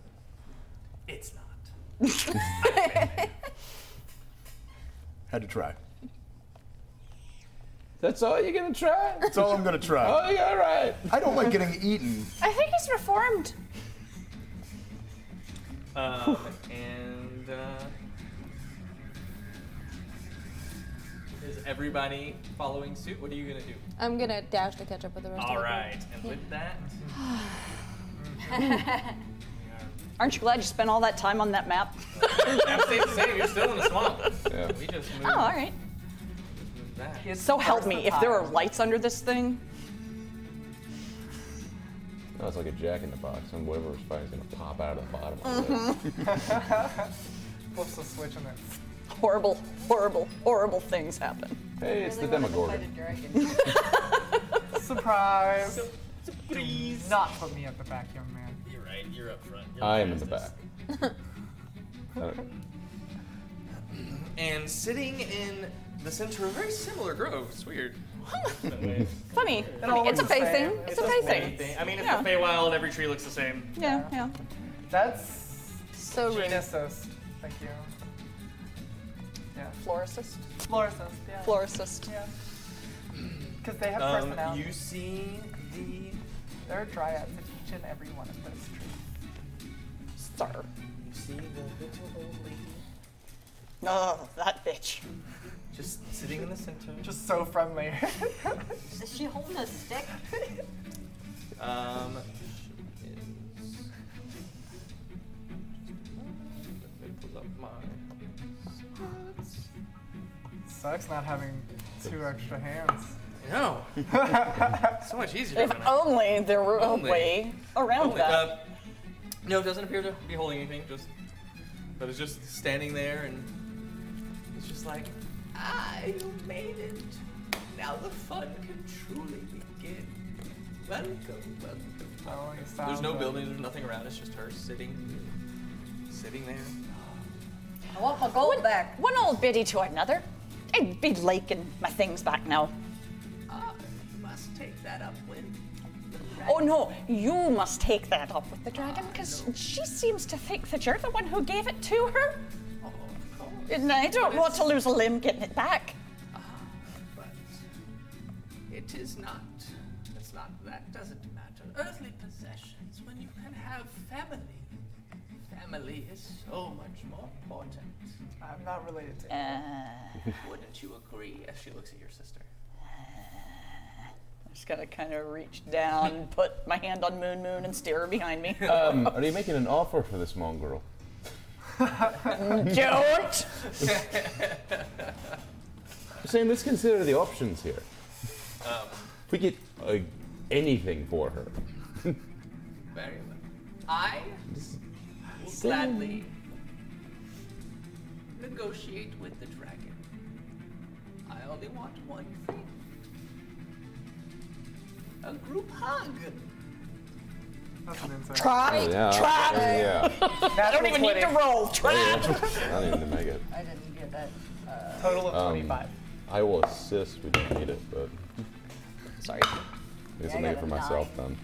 Speaker 1: It's not.
Speaker 3: Had to try.
Speaker 7: That's all you're gonna try?
Speaker 3: That's all I'm gonna try.
Speaker 7: oh, yeah, all right.
Speaker 3: I don't like getting eaten.
Speaker 5: I think he's reformed.
Speaker 8: Um, and uh, is everybody following suit? What are you gonna do?
Speaker 9: I'm gonna dash to catch up with the rest
Speaker 8: All
Speaker 9: of the
Speaker 8: right. And with that,
Speaker 5: Aren't you glad you spent all that time on that map?
Speaker 8: I'm safe to say you're still in the swamp.
Speaker 7: Yeah.
Speaker 8: We just moved
Speaker 5: Oh, all right.
Speaker 8: back.
Speaker 5: So help me, if there are lights under this thing,
Speaker 7: No, it's like a jack in the box, and whatever was fighting is gonna pop out of the bottom. of it.
Speaker 6: Flips the switch and then
Speaker 4: horrible, horrible, horrible things happen.
Speaker 7: Hey, it's the Demogorgon.
Speaker 6: Surprise! Please. not put me at the back, young man.
Speaker 15: You're right. You're up front. You're
Speaker 7: I am in the back.
Speaker 15: fastest.
Speaker 7: I don't-
Speaker 8: And sitting in the center of a very similar grove, it's weird.
Speaker 4: Funny.
Speaker 6: all
Speaker 4: funny. It's a
Speaker 6: looks the
Speaker 4: facing.
Speaker 6: same.
Speaker 4: It's
Speaker 6: It
Speaker 4: a
Speaker 6: doesn't
Speaker 4: facing.
Speaker 8: I mean, it's
Speaker 4: Yeah.
Speaker 8: the Feywild, every tree looks the same.
Speaker 4: Yeah, yeah.
Speaker 6: That's
Speaker 16: So rude.
Speaker 6: Genesis. Thank you. Yeah.
Speaker 4: Floricist.
Speaker 6: Florissant, yeah.
Speaker 4: Floricist.
Speaker 6: yeah. Because they have
Speaker 8: Um,
Speaker 6: personality.
Speaker 8: you see the
Speaker 6: There are dryads in each and every one of those trees.
Speaker 4: Sir.
Speaker 8: you see the little old lady
Speaker 4: Oh, that bitch.
Speaker 8: just sitting in the center.
Speaker 6: Just so friendly.
Speaker 2: Is she holding a stick?
Speaker 8: Um, she is. Let me pull up my.
Speaker 6: Sucks not having two extra hands.
Speaker 8: No, so much easier.
Speaker 4: If
Speaker 8: than I-
Speaker 4: only there were
Speaker 8: Only.
Speaker 4: a way around
Speaker 8: Only-
Speaker 4: that.
Speaker 8: uh, no, it doesn't appear to be holding anything. Just, but it's just standing there, and it's just like, ah, you made it. Now the fun can truly begin. Welcome, welcome.
Speaker 6: I don't like
Speaker 8: There's no
Speaker 6: sound,
Speaker 8: buildings. There's nothing around. It's just her sitting, sitting there.
Speaker 2: I want my gold back.
Speaker 4: One old biddy to another. I'd be liking my things back now.
Speaker 8: Ah, you must take that up with.
Speaker 4: Oh no, you must take that up with the dragon, because she seems to think that you're the one who gave it to her.
Speaker 8: Oh, of course.
Speaker 4: And I don't want to lose a limb getting it back.
Speaker 8: But it is not. It's not. That doesn't matter. Earthly possessions, when you can have family, family is so much more important.
Speaker 6: I'm not related to
Speaker 4: Uh,
Speaker 8: Wouldn't you agree? As she looks at your sister.
Speaker 4: I'm just gonna kind of reach down, put my hand on Moon Moon, and steer her behind me. Oh,
Speaker 7: Um, are you making an offer for this mongrel?
Speaker 4: don't!
Speaker 7: I'm saying let's consider the options here.
Speaker 2: Um,
Speaker 7: we get uh, anything for her.
Speaker 8: Very well. I will gladly negotiate with the dragon. I only want one thing a group hug.
Speaker 6: That's an insight.
Speaker 4: Try!
Speaker 7: Oh, Yeah. Oh,
Speaker 4: Try!
Speaker 5: Ah,
Speaker 7: Yeah.
Speaker 4: I don't even need to roll! Try!
Speaker 7: I don't even need to make it.
Speaker 2: I didn't get that.
Speaker 6: Total
Speaker 8: Um,
Speaker 6: of 25.
Speaker 7: I will assist. We don't need it, but
Speaker 4: Sorry.
Speaker 7: I guess
Speaker 2: Yeah, I
Speaker 7: I'll make it
Speaker 2: got
Speaker 7: for
Speaker 2: a
Speaker 7: myself then.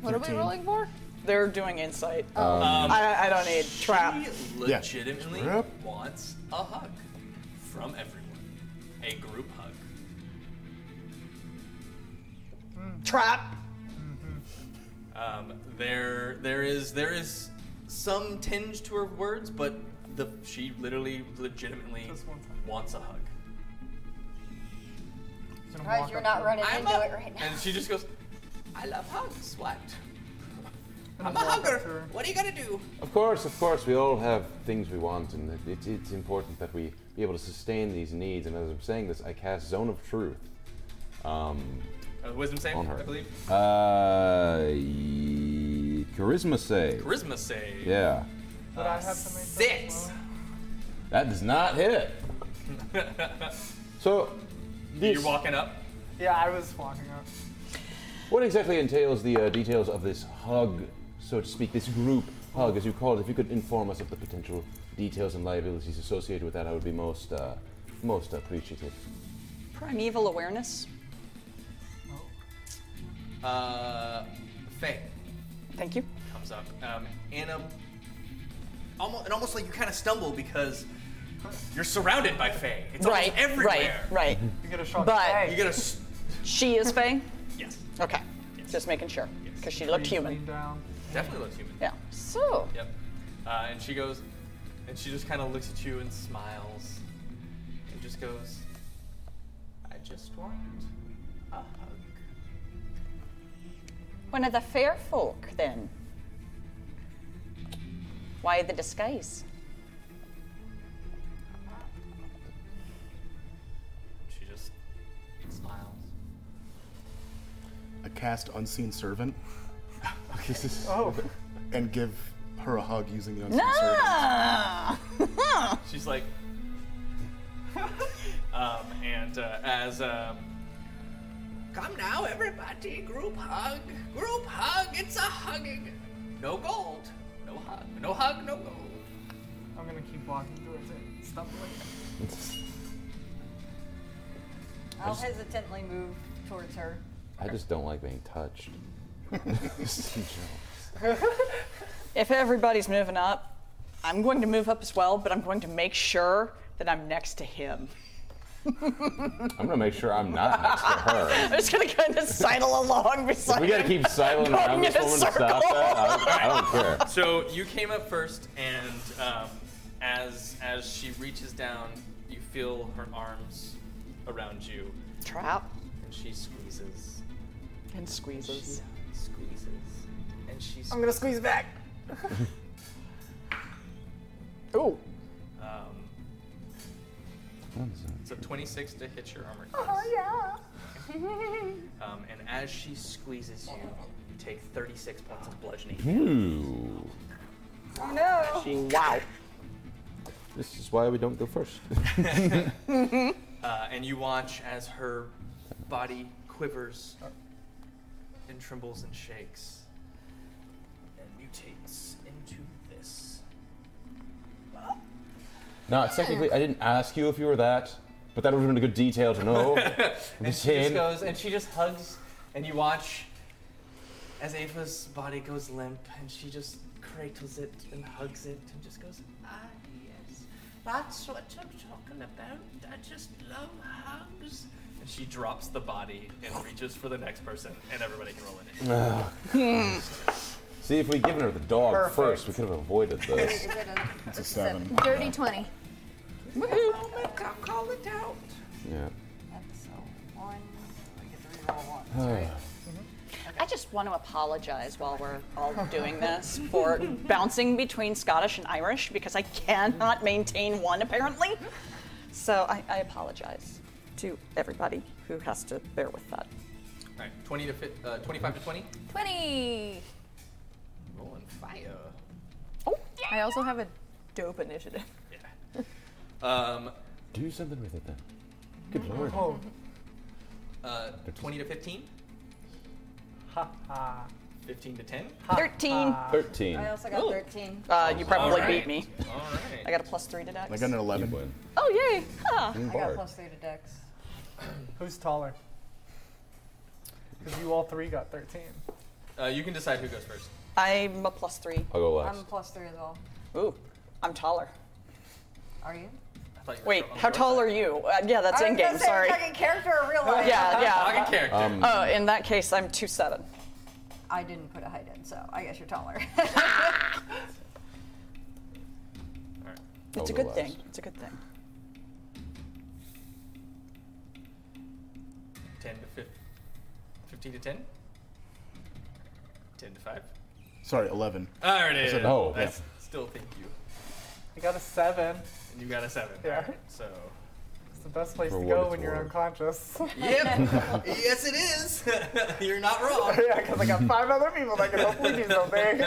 Speaker 17: What are we rolling for?
Speaker 4: They're doing insight.
Speaker 7: Um,
Speaker 5: Um,
Speaker 4: I, I don't need trap.
Speaker 8: He
Speaker 3: Yeah.
Speaker 8: legitimately
Speaker 3: Yep.
Speaker 8: wants a hug from everyone. A group hug.
Speaker 4: Trap!
Speaker 8: Um, there, there is, there is some tinge to her words, but the she literally, legitimately
Speaker 6: Just one time.
Speaker 8: wants a hug.
Speaker 6: Just gonna
Speaker 2: Surprised
Speaker 6: walk
Speaker 2: you're
Speaker 6: up
Speaker 2: not
Speaker 6: to-
Speaker 2: running
Speaker 8: I'm
Speaker 2: into
Speaker 8: a-
Speaker 2: it right now.
Speaker 8: And she just goes, "I love hugs. What? I'm a
Speaker 6: walk up
Speaker 8: hugger.
Speaker 6: to her.
Speaker 8: What are you gonna do?"
Speaker 7: Of course, of course, we all have things we want, and it, it, it's important that we be able to sustain these needs. And as I'm saying this, I cast Zone of Truth. Um,
Speaker 8: Uh, wisdom save,
Speaker 7: On her.
Speaker 8: I believe.
Speaker 7: uh, y- charisma save.
Speaker 8: Charisma save.
Speaker 7: Yeah,
Speaker 6: Would I have to make that as
Speaker 8: Six.
Speaker 6: well?
Speaker 7: that does not hit. so, this,
Speaker 8: You're walking up.
Speaker 6: Yeah, I was walking up.
Speaker 7: what exactly entails the uh, details of this hug, so to speak, this group hug, as you call it? If you could inform us of the potential details and liabilities associated with that, I would be most uh, most appreciative.
Speaker 4: Primeval awareness.
Speaker 8: Uh, Faye.
Speaker 4: Thank you.
Speaker 8: comes up, um, and um, almost, and almost like you kind of stumble because you're surrounded by Faye. It's
Speaker 4: Right,
Speaker 8: almost everywhere.
Speaker 4: right, right.
Speaker 6: You get a shot.
Speaker 4: But-
Speaker 6: Hey,
Speaker 8: You get a s-
Speaker 4: She is Faye?
Speaker 8: yes,
Speaker 4: Okay. Just making sure. Because she looked
Speaker 6: lean
Speaker 4: human.
Speaker 6: down.
Speaker 8: definitely looks human.
Speaker 4: Yeah. So,
Speaker 8: Yep. Uh, and she goes, and she just kind of looks at you and smiles, and just goes, "I just want a hug."
Speaker 4: one of the fair folk then. Why the disguise?
Speaker 8: She just smiles.
Speaker 3: I cast Unseen Servant
Speaker 6: Oh,
Speaker 3: and give her a hug using the Unseen Servant.
Speaker 4: Ah!
Speaker 8: She's like, um, and uh, as um,
Speaker 1: Come now, everybody, group hug. Group hug, it's a hugging.
Speaker 8: no gold, no hug, no hug, no gold.
Speaker 6: I'm gonna keep walking towards it, stumbling.
Speaker 4: I'll hesitantly move towards her.
Speaker 7: I just don't like being touched. Just in general.
Speaker 5: If everybody's moving up, I'm going to move up as well, but I'm going to make sure that I'm next to him.
Speaker 7: I'm gonna make sure I'm not next to her.
Speaker 5: I'm just going to kind of sidle along beside
Speaker 7: We gotta
Speaker 5: him.
Speaker 7: keep silent around
Speaker 5: Going in
Speaker 7: this
Speaker 5: a
Speaker 7: woman to stop
Speaker 5: circle.
Speaker 7: that. I don't, I don't care.
Speaker 8: So you came up first, and um, as as she reaches down, you feel her arms around you,
Speaker 5: Trap
Speaker 8: and she squeezes,
Speaker 5: and squeezes.
Speaker 8: squeezes, and she.
Speaker 6: I'm gonna squeeze back.
Speaker 5: Oh,
Speaker 8: Um, so 26 to hit your armor class. yeah. um, and as she squeezes you, you take 36 points of bludgeoning.
Speaker 7: Ooh.
Speaker 5: wow.
Speaker 7: This is why we don't go first.
Speaker 8: Uh, and you watch as her body quivers and trembles and shakes and mutates into this.
Speaker 7: no, technically, I didn't ask you if you were that, but that would have been a good detail to know. I'm just
Speaker 8: She just
Speaker 7: saying.
Speaker 8: goes and she just hugs, and you watch as Ava's body goes limp, and she just cradles it and hugs it and just goes,
Speaker 1: Ah, yes. That's what I'm talking about. I just love hugs.
Speaker 8: and she drops the body and reaches for the next person, and everybody can roll in.
Speaker 7: See, if we'd given her the dog
Speaker 6: Perfect.
Speaker 7: first, we could have avoided this.
Speaker 3: It's a seven.
Speaker 9: Dirty 20.
Speaker 1: Moment, I'll call it out.
Speaker 7: yeah.
Speaker 4: That's a one. I get to reroll one. That's right.
Speaker 5: I just want to apologize while we're all doing this for bouncing between Scottish and Irish because I cannot maintain one apparently. So I, I apologize to everybody who has to bear with that.
Speaker 8: All right, 20 to fi- uh, 25 to 20.
Speaker 9: 20.
Speaker 8: Rolling fire.
Speaker 5: Oh,
Speaker 2: I also have a dope initiative.
Speaker 8: Yeah. Um,
Speaker 7: Do something with it then. Good lord.
Speaker 6: Oh,
Speaker 8: uh, 20 to 15,
Speaker 6: ha ha.
Speaker 8: 15 to 10.
Speaker 5: 13.
Speaker 7: 13.
Speaker 4: I also got 13.
Speaker 5: Uh, you probably
Speaker 8: All right.
Speaker 5: beat me.
Speaker 8: All
Speaker 5: I
Speaker 8: right.
Speaker 5: got a plus three to dex.
Speaker 3: I got an
Speaker 7: You
Speaker 3: 11.
Speaker 7: win.
Speaker 5: oh, yay. Huh.
Speaker 4: I got plus three to dex.
Speaker 6: Who's taller? Because you all three got 13.
Speaker 8: Uh, you can decide who goes first.
Speaker 5: I'm a plus three.
Speaker 7: I'll go
Speaker 4: I'm
Speaker 7: last.
Speaker 4: plus three as well.
Speaker 5: Ooh, I'm taller.
Speaker 4: Are you?
Speaker 8: I thought you were
Speaker 5: Wait,
Speaker 8: on the
Speaker 5: how
Speaker 8: right
Speaker 5: tall
Speaker 8: side.
Speaker 5: are you? Uh, yeah, that's
Speaker 4: I
Speaker 5: in
Speaker 4: was gonna
Speaker 5: game,
Speaker 4: say,
Speaker 5: sorry.
Speaker 4: Talking character or real life?
Speaker 5: Yeah, yeah.
Speaker 8: Talking character.
Speaker 5: Oh, in that case, I'm 2'7.
Speaker 4: I didn't put a height in, so I guess you're taller.
Speaker 8: All right.
Speaker 5: It's a
Speaker 7: I'll go
Speaker 5: good
Speaker 7: last.
Speaker 5: thing. It's a good thing.
Speaker 8: 10 to 15. 15 to 10? 10 to 5.
Speaker 3: Sorry, 11.
Speaker 8: There it is.
Speaker 3: said-
Speaker 7: oh,
Speaker 8: I
Speaker 7: yeah.
Speaker 8: s- still think you.
Speaker 6: I got a seven.
Speaker 8: And you got a 7.
Speaker 6: Yeah.
Speaker 8: All right, so.
Speaker 6: It's the best place
Speaker 7: For
Speaker 6: to
Speaker 7: what
Speaker 6: go
Speaker 7: it's
Speaker 6: when you're
Speaker 7: worth.
Speaker 6: unconscious.
Speaker 8: Yep. yes, it is. You're not wrong.
Speaker 6: yeah, because I got five other people that can hopefully do something.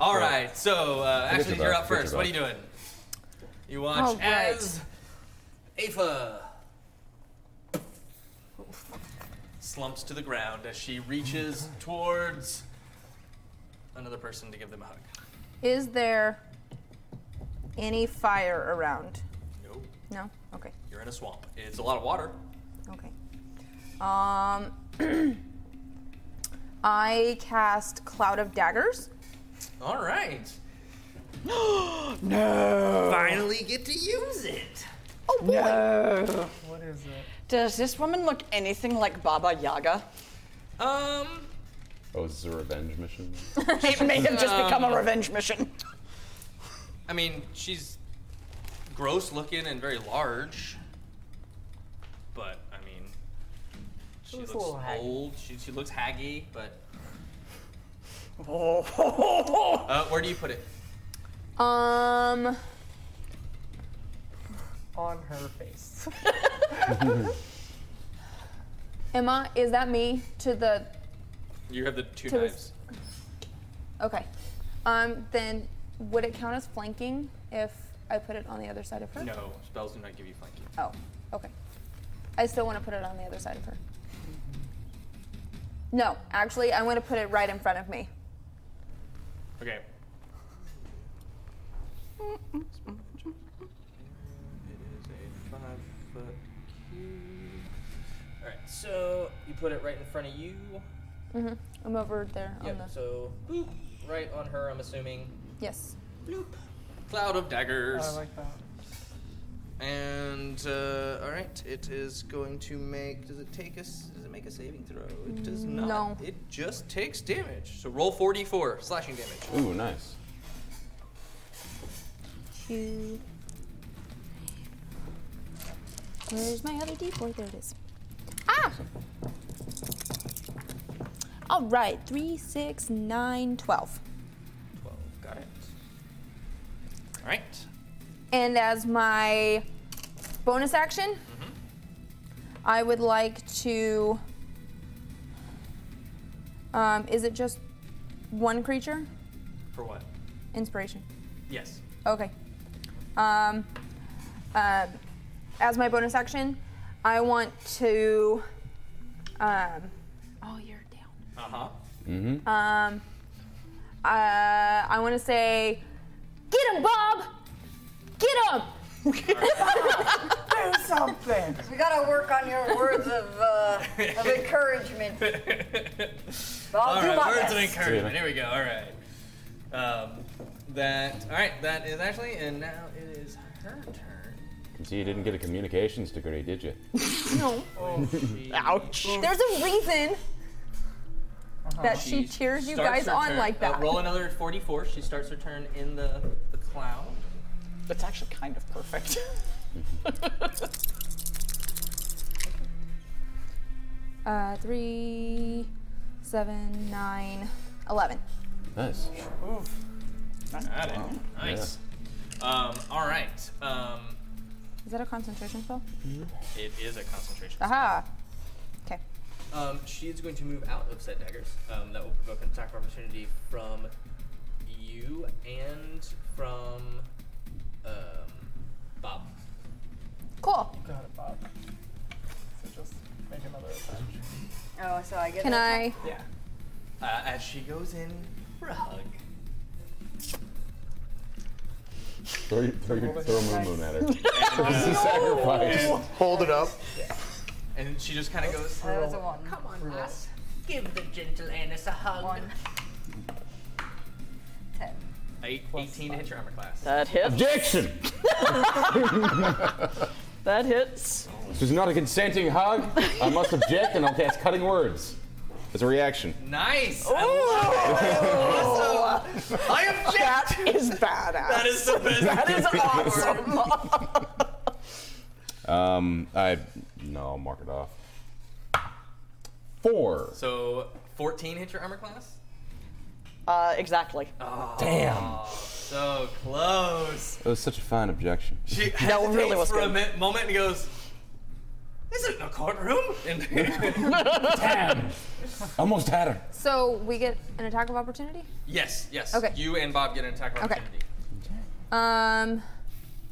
Speaker 8: All right, so uh,
Speaker 7: Forget
Speaker 8: Ashley, you're
Speaker 7: about-
Speaker 8: up
Speaker 7: forget
Speaker 8: first. What are you
Speaker 7: about.
Speaker 8: doing? You watch
Speaker 2: All right.
Speaker 8: as Afa slumps to the ground as she reaches towards another person to give them a hug.
Speaker 2: Is there any fire around?
Speaker 8: No,
Speaker 2: No? Okay.
Speaker 8: you're in a swamp. It's a lot of water.
Speaker 2: Okay. Um I cast Cloud of Daggers.
Speaker 8: All right.
Speaker 5: No.
Speaker 8: Finally get to use it.
Speaker 5: Oh, boy.
Speaker 6: what is it?
Speaker 5: Does this woman look anything like Baba Yaga?
Speaker 8: Um,
Speaker 7: Oh, is this a revenge mission?
Speaker 5: It may have just become a revenge mission.
Speaker 8: I mean, she's gross looking and very large. But I mean, she
Speaker 6: looks
Speaker 8: looks
Speaker 6: a little haggy.
Speaker 8: old. She, she looks haggy. But
Speaker 5: Oh,
Speaker 8: uh, where do you put it?
Speaker 2: Um
Speaker 6: On her face.
Speaker 2: Emma, is that me to the
Speaker 8: You have the two
Speaker 2: To
Speaker 8: knives.
Speaker 2: this- Okay. Um then would it count as flanking if I put it on the other side of her?
Speaker 8: No, spells do not give you flanking.
Speaker 2: Oh, okay. I still want to put it on the other side of her. No, actually, I want to put it right in front of me.
Speaker 8: Okay. It is a five foot cube. All right, so you put it right in front of you.
Speaker 2: hmm I'm over there on
Speaker 8: Yep.
Speaker 2: the.
Speaker 8: So boop, right on her. I'm assuming.
Speaker 2: Yes.
Speaker 8: Cloud of daggers.
Speaker 6: I like that.
Speaker 8: And uh, all right, it is going to make. Does it take us? Does it make a saving throw? It does not.
Speaker 2: No.
Speaker 8: It just takes damage. So roll 44 slashing damage.
Speaker 7: Ooh, nice.
Speaker 9: Two. Where's my other d4? There it is. Ah! All right, three, six, nine, twelve.
Speaker 8: 12. Got it. All right.
Speaker 2: And as my bonus action, I would like to. Um, is it just one creature?
Speaker 8: For what?
Speaker 2: Inspiration.
Speaker 8: Yes.
Speaker 2: Okay. Um, um, as my bonus action, I want to. Um, oh, you're
Speaker 8: Uh huh.
Speaker 7: Mm-hmm.
Speaker 2: down. Um, uh, I want to say, get him, Bob! Get him!
Speaker 6: Do something.
Speaker 4: We gotta work on your words of, uh, of encouragement. Well, I'll
Speaker 8: All
Speaker 4: do
Speaker 8: right,
Speaker 4: my
Speaker 8: words
Speaker 4: best.
Speaker 8: of encouragement. Here we go. All right. Um, that. All right. That is actually, and now it is her turn.
Speaker 7: So you didn't get a communications degree, did you?
Speaker 2: No.
Speaker 8: Oh, she-
Speaker 7: Ouch.
Speaker 2: There's a reason that she
Speaker 8: Uh-huh. She
Speaker 2: cheers you
Speaker 8: starts
Speaker 2: guys
Speaker 8: her
Speaker 2: on
Speaker 8: turn-
Speaker 2: like
Speaker 8: uh,
Speaker 2: that.
Speaker 8: roll another 44. She starts her turn in the the cloud.
Speaker 5: That's actually kind of perfect.
Speaker 2: Uh, three, seven, nine, eleven.
Speaker 7: Nice.
Speaker 8: Got it. Nice. Um, all right. Um,
Speaker 2: Is that a concentration spell?
Speaker 8: it is a concentration.
Speaker 2: Aha! Okay.
Speaker 8: Um, she is going to move out of said daggers. Um, that will provoke an attack of opportunity from you and from um, Bob.
Speaker 2: Cool.
Speaker 6: Got it, Bob. So just make another attack.
Speaker 4: Oh, so I get
Speaker 2: Can
Speaker 4: that
Speaker 2: I?
Speaker 8: Yeah. Uh, as she goes in for a hug.
Speaker 7: Throw, your- throw, your, throw a moon moon at her.
Speaker 8: And, uh,
Speaker 7: Sacrifice.
Speaker 3: Hold it up.
Speaker 8: and she just kind of goes,
Speaker 4: That was a one.
Speaker 8: Come on, lass. Oh, Give the gentle Annis a hug.
Speaker 4: One. Ten.
Speaker 8: Eight, 18 to hit your armor class.
Speaker 5: that hits.
Speaker 7: Objection!
Speaker 5: That hits.
Speaker 7: This is not a consenting hug. I must object, and I'll cast cutting words as a reaction.
Speaker 8: Nice! I
Speaker 5: Oh,
Speaker 8: love it. Awesome. I object!
Speaker 5: That is badass.
Speaker 8: that is the best.
Speaker 5: That is awesome.
Speaker 7: Um, I no, I'll mark it off. Four.
Speaker 8: So, 14 hit your armor class?
Speaker 5: uh, exactly.
Speaker 7: Damn.
Speaker 8: So close.
Speaker 7: That was such a fine objection.
Speaker 8: She
Speaker 5: That
Speaker 8: hesitates
Speaker 5: really was
Speaker 8: for a
Speaker 5: good.
Speaker 8: mi- moment and goes, "This isn't a courtroom." And
Speaker 7: Damn. Almost had her.
Speaker 2: So we get an attack of opportunity.
Speaker 8: yes, yes.
Speaker 2: Okay.
Speaker 8: You and Bob get an attack of
Speaker 2: Okay.
Speaker 8: opportunity.
Speaker 2: Um,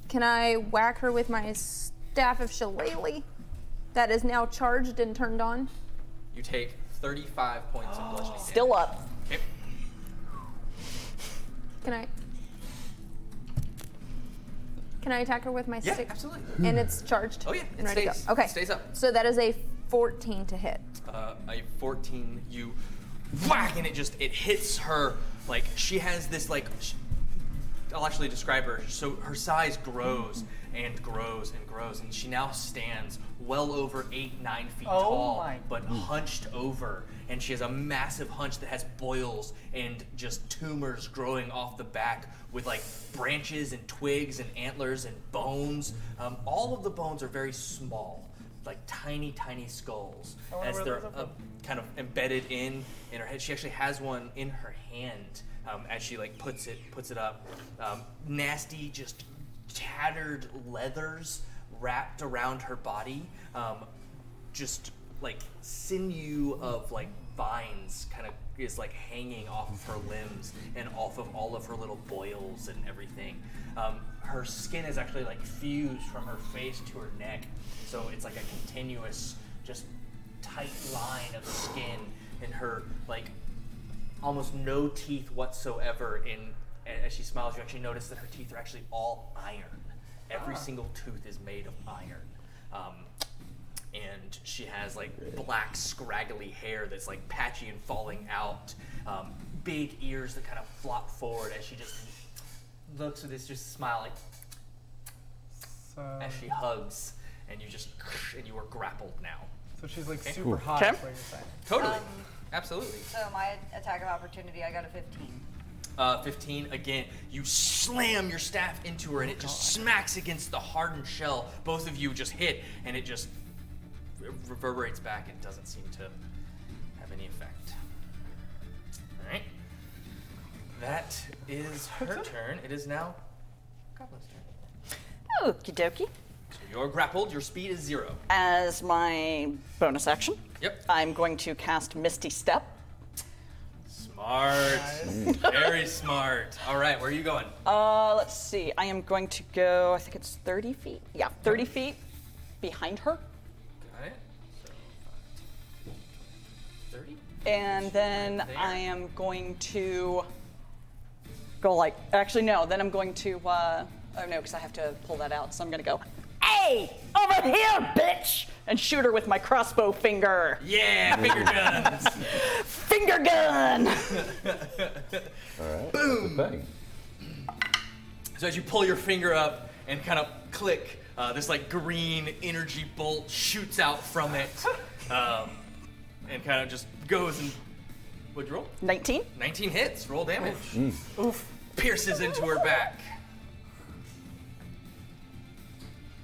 Speaker 2: can I whack her with my staff of shillelagh that is now charged and turned on?
Speaker 8: You take 35 points of bludgeoning damage.
Speaker 5: Still up.
Speaker 8: Okay.
Speaker 2: Can I? Can I attack her with my
Speaker 8: Yeah,
Speaker 2: stick?
Speaker 8: absolutely.
Speaker 2: And it's charged.
Speaker 8: Oh, yeah, it
Speaker 2: and ready
Speaker 8: stays-
Speaker 2: to go. Okay.
Speaker 8: it stays up.
Speaker 2: So that is a 14 to hit.
Speaker 8: uh, a 14 you whack and it just it hits her like she has this like sh i'll actually describe her so her size grows and grows and grows and she now stands well over eight nine feet
Speaker 6: Oh
Speaker 8: tall
Speaker 6: my-
Speaker 8: but hunched over and she has a massive hunch that has boils and just tumors growing off the back with like branches and twigs and antlers and bones um, all of the bones are very small like tiny tiny skulls
Speaker 6: wonder
Speaker 8: as
Speaker 6: where
Speaker 8: they're
Speaker 6: those are
Speaker 8: uh, kind of embedded in in her head. She actually has one in her hand um, as she like puts it puts it up. Um, nasty, just tattered leathers wrapped around her body. Um, just like sinew of like vines kind of is like hanging off of her limbs and off of all of her little boils and everything. Um, her skin is actually like fused from her face to her neck, so it's like a continuous, just tight line of skin, and her like almost no teeth whatsoever. And a- as she smiles, you actually notice that her teeth are actually all iron. Every single tooth is made of iron. Um, and she has like black, scraggly hair that's like patchy and falling out. Um, big ears that kind of flop forward as she just looks with this just smile, like
Speaker 6: So,
Speaker 8: as she hugs. And you just and you are grappled now.
Speaker 6: so she's like
Speaker 8: Okay.
Speaker 6: super hot.
Speaker 8: Okay.
Speaker 6: is what you're saying.
Speaker 8: Totally, absolutely.
Speaker 4: So my attack of opportunity, I got a 15.
Speaker 8: Uh, 15 again. You slam your staff into her, and it just smacks against the hardened shell. Both of you just hit, and it just re- reverberates back and doesn't seem to have any effect. All right. That is her turn. It is now Goblin's turn.
Speaker 5: Okie dokie.
Speaker 8: So you're grappled. Your speed is zero.
Speaker 5: As my bonus action,
Speaker 8: Yep.
Speaker 5: I'm going to cast Misty Step.
Speaker 8: Smart. Very smart. All right. Where are you going?
Speaker 5: Uh, let's see. I am going to go. I think it's 30 feet. Yeah, 30 feet behind her,
Speaker 8: Got it. So, five, 30.
Speaker 5: and then
Speaker 8: There.
Speaker 5: I am going to go like. Actually, no. Then I'm going to. Uh, oh no, because I have to pull that out. So I'm going to go. Hey, over here, bitch! And shoot her with my crossbow finger.
Speaker 8: Yeah, finger guns.
Speaker 5: Finger gun.
Speaker 7: Boom. Thing.
Speaker 8: So as you pull your finger up and kind of click, uh, this like green energy bolt shoots out from it, um, and kind of just goes and would you roll?
Speaker 5: 19.
Speaker 8: 19 hits. Roll damage. Oof. Pierces into her back.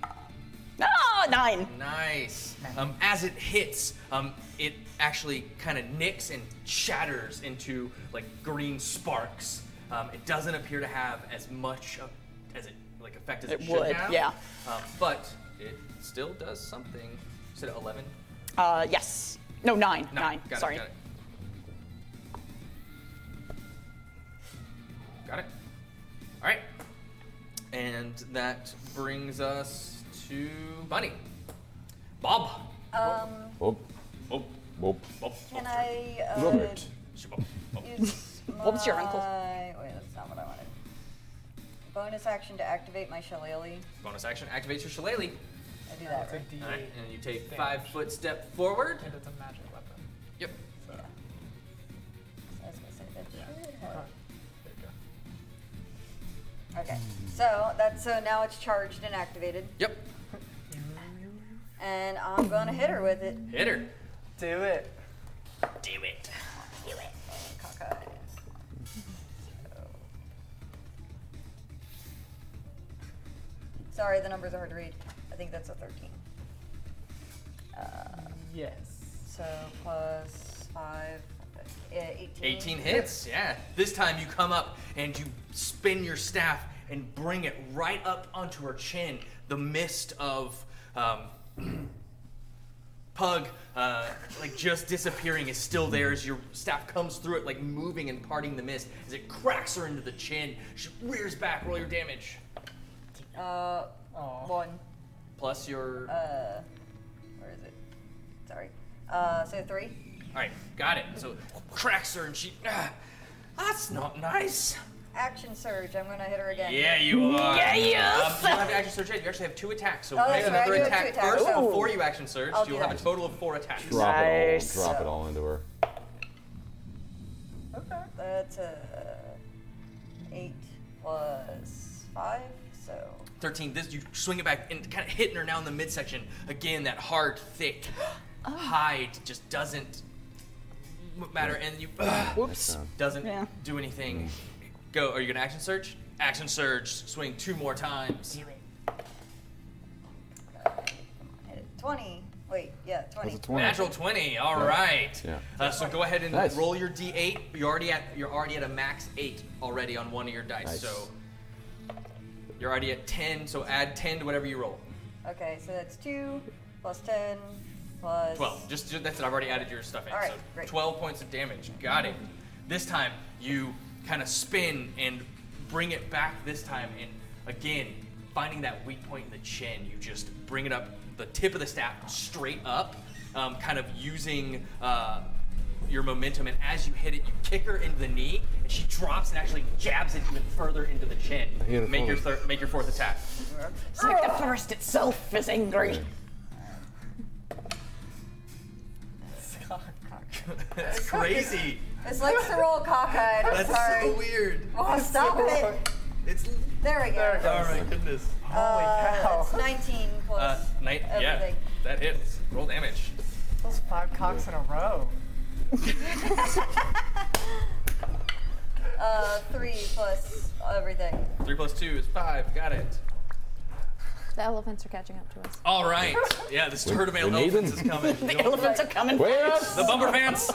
Speaker 5: Oh, nine.
Speaker 8: Nice. Um, as it hits, um, it actually kind of nicks and shatters into like green sparks. Um, it doesn't appear to have as much of, as it like effect as it,
Speaker 5: It
Speaker 8: should
Speaker 5: would,
Speaker 8: have.
Speaker 5: yeah.
Speaker 8: Um, but it still does something. You said 11.
Speaker 5: Uh, yes. No, nine.
Speaker 8: No,
Speaker 5: nine.
Speaker 8: Got
Speaker 5: Sorry.
Speaker 8: It, got it. Got it. All right. And that brings us to Bunny. Bob.
Speaker 7: Whoop,
Speaker 8: Oh,
Speaker 7: whoop.
Speaker 8: Bob.
Speaker 4: Can I uh,
Speaker 7: Robert.
Speaker 4: use
Speaker 5: Bob's your uncle.
Speaker 4: my- Wait, that's not what I wanted. Bonus action to activate my shillelagh.
Speaker 8: Bonus action activates your shillelagh.
Speaker 4: I do that,
Speaker 6: It's a
Speaker 4: right?
Speaker 6: D8.
Speaker 8: All right, and you take five foot step forward.
Speaker 6: And it's a magic weapon.
Speaker 8: Yep.
Speaker 4: I was gonna say that should
Speaker 6: Huh.
Speaker 4: help.
Speaker 6: There you go.
Speaker 4: Okay, so that's so now it's charged and activated,
Speaker 8: Yep.
Speaker 4: and I'm gonna hit her with it.
Speaker 8: Hit her.
Speaker 6: Do it.
Speaker 8: Do it.
Speaker 4: Cockeyed. Sorry, the numbers are hard to read. I think that's a 13.
Speaker 6: Yes.
Speaker 4: So plus 5, eh, 18.
Speaker 8: 18 hits. Yeah. This time you come up and you spin your staff and bring it right up onto her chin. The mist of um, Pug, uh, like just disappearing, is still there as your staff comes through it, like moving and parting the mist. As it cracks her into the chin, she rears back. Roll your damage.
Speaker 4: Uh,
Speaker 6: Aw.
Speaker 4: 1.
Speaker 8: Plus your.
Speaker 4: Uh, where is it? Sorry. Uh, so 3.
Speaker 8: All right, got it. So cracks her and she. Ah, that's not nice.
Speaker 4: Action surge. I'm gonna hit her again.
Speaker 8: Yeah, you are.
Speaker 5: Yeah, yes.
Speaker 8: Um, you don't have to action surge yet. You actually have two attacks. So
Speaker 4: Oh,
Speaker 8: make
Speaker 4: that's right,
Speaker 8: another
Speaker 4: I do have
Speaker 8: attack
Speaker 4: two attacks.
Speaker 8: first
Speaker 4: Ooh.
Speaker 8: before you action surge.
Speaker 4: I'll
Speaker 8: You'll
Speaker 4: do
Speaker 8: have a
Speaker 4: that.
Speaker 8: total of four attacks.
Speaker 7: Drop
Speaker 5: Nice.
Speaker 7: it all. Drop it all into her.
Speaker 6: Okay.
Speaker 4: That's a 8 plus 5, so.
Speaker 8: 13. This you swing it back and kind of hitting her now in the midsection. Again, that hard, thick
Speaker 4: Oh.
Speaker 8: hide just doesn't m- matter, and you ah,
Speaker 5: Whoops.
Speaker 8: doesn't
Speaker 5: Yeah.
Speaker 8: do anything. Go. Are you gonna action surge? Action surge. Swing two more times.
Speaker 4: uh, come on, hit it. 20. Wait, yeah, 20.
Speaker 3: was a 20.
Speaker 8: Natural twenty. All right.
Speaker 7: Yeah.
Speaker 8: Uh, so go ahead and
Speaker 7: Nice.
Speaker 8: roll your d8. You're already at you're already at a max eight already on one of your dice.
Speaker 7: Nice.
Speaker 8: So you're already at ten. So add ten to whatever you roll.
Speaker 4: Okay, so that's 2 plus 10 plus plus.
Speaker 8: 12. Just, ju- that's it. I've already added your stuff in.
Speaker 4: All right,
Speaker 8: so
Speaker 4: great.
Speaker 8: 12 points of damage. Got it. This time you kind of spin and bring it back this time and again finding that weak point in the chin, you just bring it up the tip of the staff straight up, um, kind of using uh, your momentum and as you hit it, you kick her into the knee and she drops and actually jabs it even further into the chin.
Speaker 7: hit a
Speaker 8: Make your
Speaker 7: four.
Speaker 8: thir- make your fourth attack.
Speaker 5: It's like the forest itself is angry.
Speaker 4: Oh,
Speaker 8: That's crazy.
Speaker 4: It's like Sorol cockeyed. I'm
Speaker 8: That's
Speaker 4: sorry.
Speaker 8: so weird.
Speaker 4: Oh, stop it.
Speaker 8: It's
Speaker 4: There we go.
Speaker 8: oh my goodness.
Speaker 4: Uh,
Speaker 6: cow.
Speaker 4: That's 19 plus.
Speaker 8: Uh, night, yeah,
Speaker 4: everything.
Speaker 8: that hits. Roll damage.
Speaker 6: Those five cocks in a row.
Speaker 4: Uh, three plus everything.
Speaker 8: Three plus two is five. Got it.
Speaker 9: The elephants are catching up to us.
Speaker 8: All right. Yeah, this herd of male
Speaker 7: we need
Speaker 8: elephants is
Speaker 7: them.
Speaker 8: coming.
Speaker 5: The elephants are coming.
Speaker 7: Wait up!
Speaker 8: the bumper pants.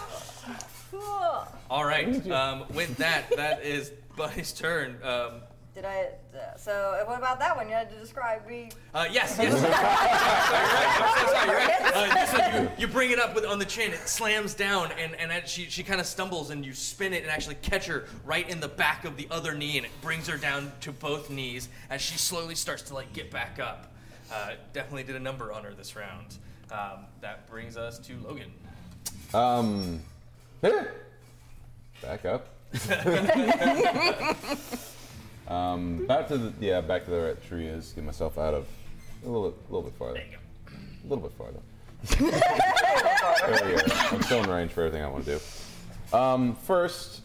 Speaker 8: All right. Um, with that, that is Buddy's turn. Um,
Speaker 4: Did I? Uh, so what about that one? You had to describe me.
Speaker 8: uh, yes, yes. sorry, you're right. I'm so sorry. You're right. Uh, you, said you, you bring it up with, on the chin. It slams down, and and that- she she kind of stumbles, and you spin it and actually catch her right in the back of the other knee, and it brings her down to both knees as she slowly starts to like get back up. Uh, definitely did a number on her this round. Um, that brings us to Logan.
Speaker 7: Um, eh. back up. um, back to the yeah, back to where that tree is. Get myself out of a little, bit- little bit farther.
Speaker 8: you
Speaker 7: A little bit farther. there we go. I'm still in range for everything I want to do. Um, first,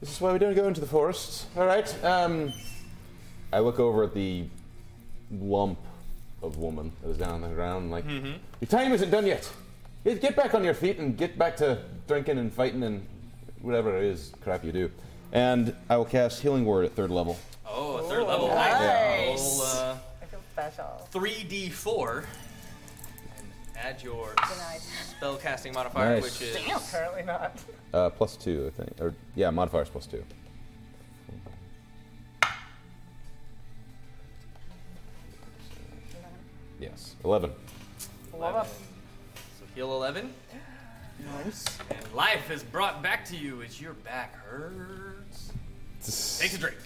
Speaker 7: this is why we don't go into the forest. All right. Um, I look over at the lump of woman that is down on the ground. Like, your time isn't done yet. Get get back on your feet and get back to drinking and fighting and whatever it is crap you do. And I will cast Healing Word at third level.
Speaker 8: Oh, a third level.
Speaker 5: nice.
Speaker 8: Roll, uh,
Speaker 4: I feel special.
Speaker 8: 3d4 and add your
Speaker 4: Denied.
Speaker 8: spellcasting modifier,
Speaker 7: Nice.
Speaker 8: which is
Speaker 6: Apparently not.
Speaker 7: Uh, plus two, I think. Or yeah, modifiers plus two. Yes, eleven.
Speaker 8: 11. So heal 11. Nice. And life is brought back to you as your back hurts. Take a drink.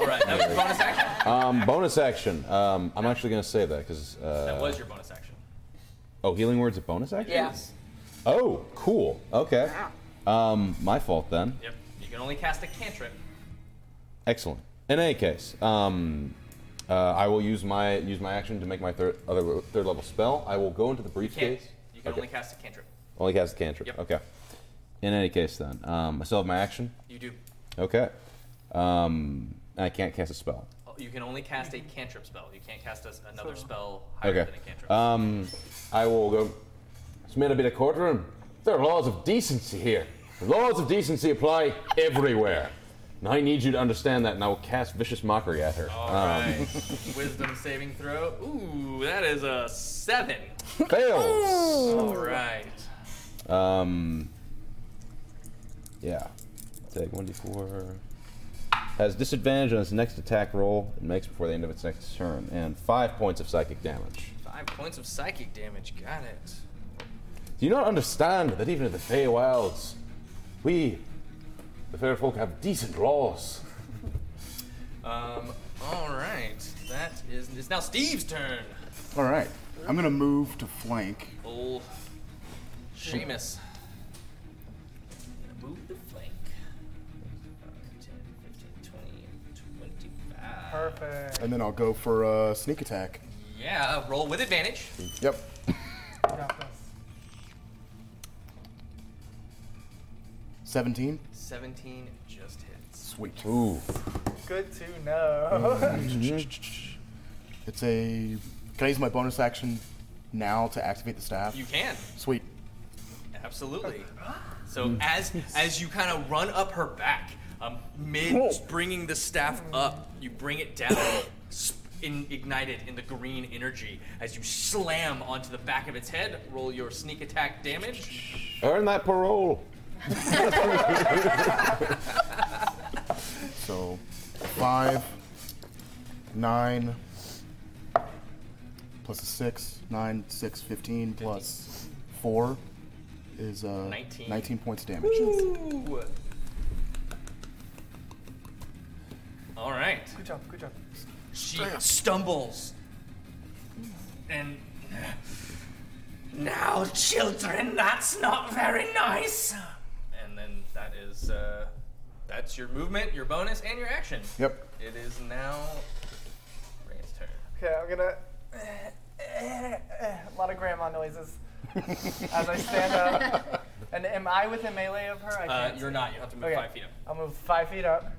Speaker 8: All right, that was your bonus action.
Speaker 7: Um, bonus action. Um, I'm actually gonna save that because. Uh,
Speaker 8: That was your bonus action.
Speaker 7: Oh, healing word's a bonus action.
Speaker 5: Yes.
Speaker 7: Oh, cool. Okay. Um, my fault then.
Speaker 8: Yep. You can only cast a cantrip.
Speaker 7: Excellent. In any case, um, uh, I will use my use my action to make my third other third level spell. I will go into the
Speaker 8: Can't.
Speaker 7: briefcase.
Speaker 8: You can
Speaker 7: Okay.
Speaker 8: only cast a cantrip.
Speaker 7: Only cast a cantrip.
Speaker 8: Yep.
Speaker 7: Okay. In any case, then um, I still have my action.
Speaker 8: You do.
Speaker 7: Okay. Um, I can't cast a spell.
Speaker 8: Oh, You can only cast a cantrip spell. You can't cast us another spell higher
Speaker 7: Okay.
Speaker 8: than a cantrip.
Speaker 7: Um, I will go. It's made a bit of courtroom. There are laws of decency here. The laws of decency apply everywhere. And I need you to understand that, and I will cast vicious mockery at her.
Speaker 8: All right. Wisdom saving throw. Ooh, that is a seven.
Speaker 7: Fails.
Speaker 8: All right.
Speaker 7: Um, yeah. Take 1d4. Has disadvantage on its next attack roll it makes before the end of its next turn, and five points of psychic damage.
Speaker 8: Five points of psychic damage. Got it.
Speaker 7: Do you not understand that even in the Feywilds, we, the fair folk, have decent laws?
Speaker 8: Um. All right. That is. It's now Steve's turn.
Speaker 3: All right. I'm going to move to flank.
Speaker 8: Old Seamus. Gonna Move the flank. Five, 10, 15, 20, 25.
Speaker 6: Perfect.
Speaker 3: And then I'll go for a sneak attack.
Speaker 8: Yeah, roll with advantage.
Speaker 3: Yep.
Speaker 6: Got this.
Speaker 3: 17.
Speaker 8: 17 just hits.
Speaker 3: Sweet.
Speaker 7: Ooh.
Speaker 6: Good to know.
Speaker 3: It's a. Can I use my bonus action now to activate the staff?
Speaker 8: You can.
Speaker 3: Sweet.
Speaker 8: Absolutely. So as as you kind of run up her back, um, mid bringing the staff up, you bring it down, sp- in, ignite it in the green energy. As you slam onto the back of its head, roll your sneak attack damage.
Speaker 7: Earn that parole.
Speaker 3: So, five, nine, plus a 6, 9, 6, 15, plus 4 is uh,
Speaker 8: 19.
Speaker 3: 19 points of damage.
Speaker 8: Ooh. All right.
Speaker 6: Good job, good job.
Speaker 8: She stumbles. And now, children, that's not very nice. And then that is uh, that's your movement, your bonus, and your action.
Speaker 3: Yep.
Speaker 8: It is now Ray's turn.
Speaker 6: Okay, I'm gonna. A lot of grandma noises as I stand up. And am I within melee of her? I
Speaker 8: Uh,
Speaker 6: can't
Speaker 8: you're
Speaker 6: see.
Speaker 8: not. You have to move
Speaker 6: Okay.
Speaker 8: five feet up.
Speaker 6: I'll move five feet up.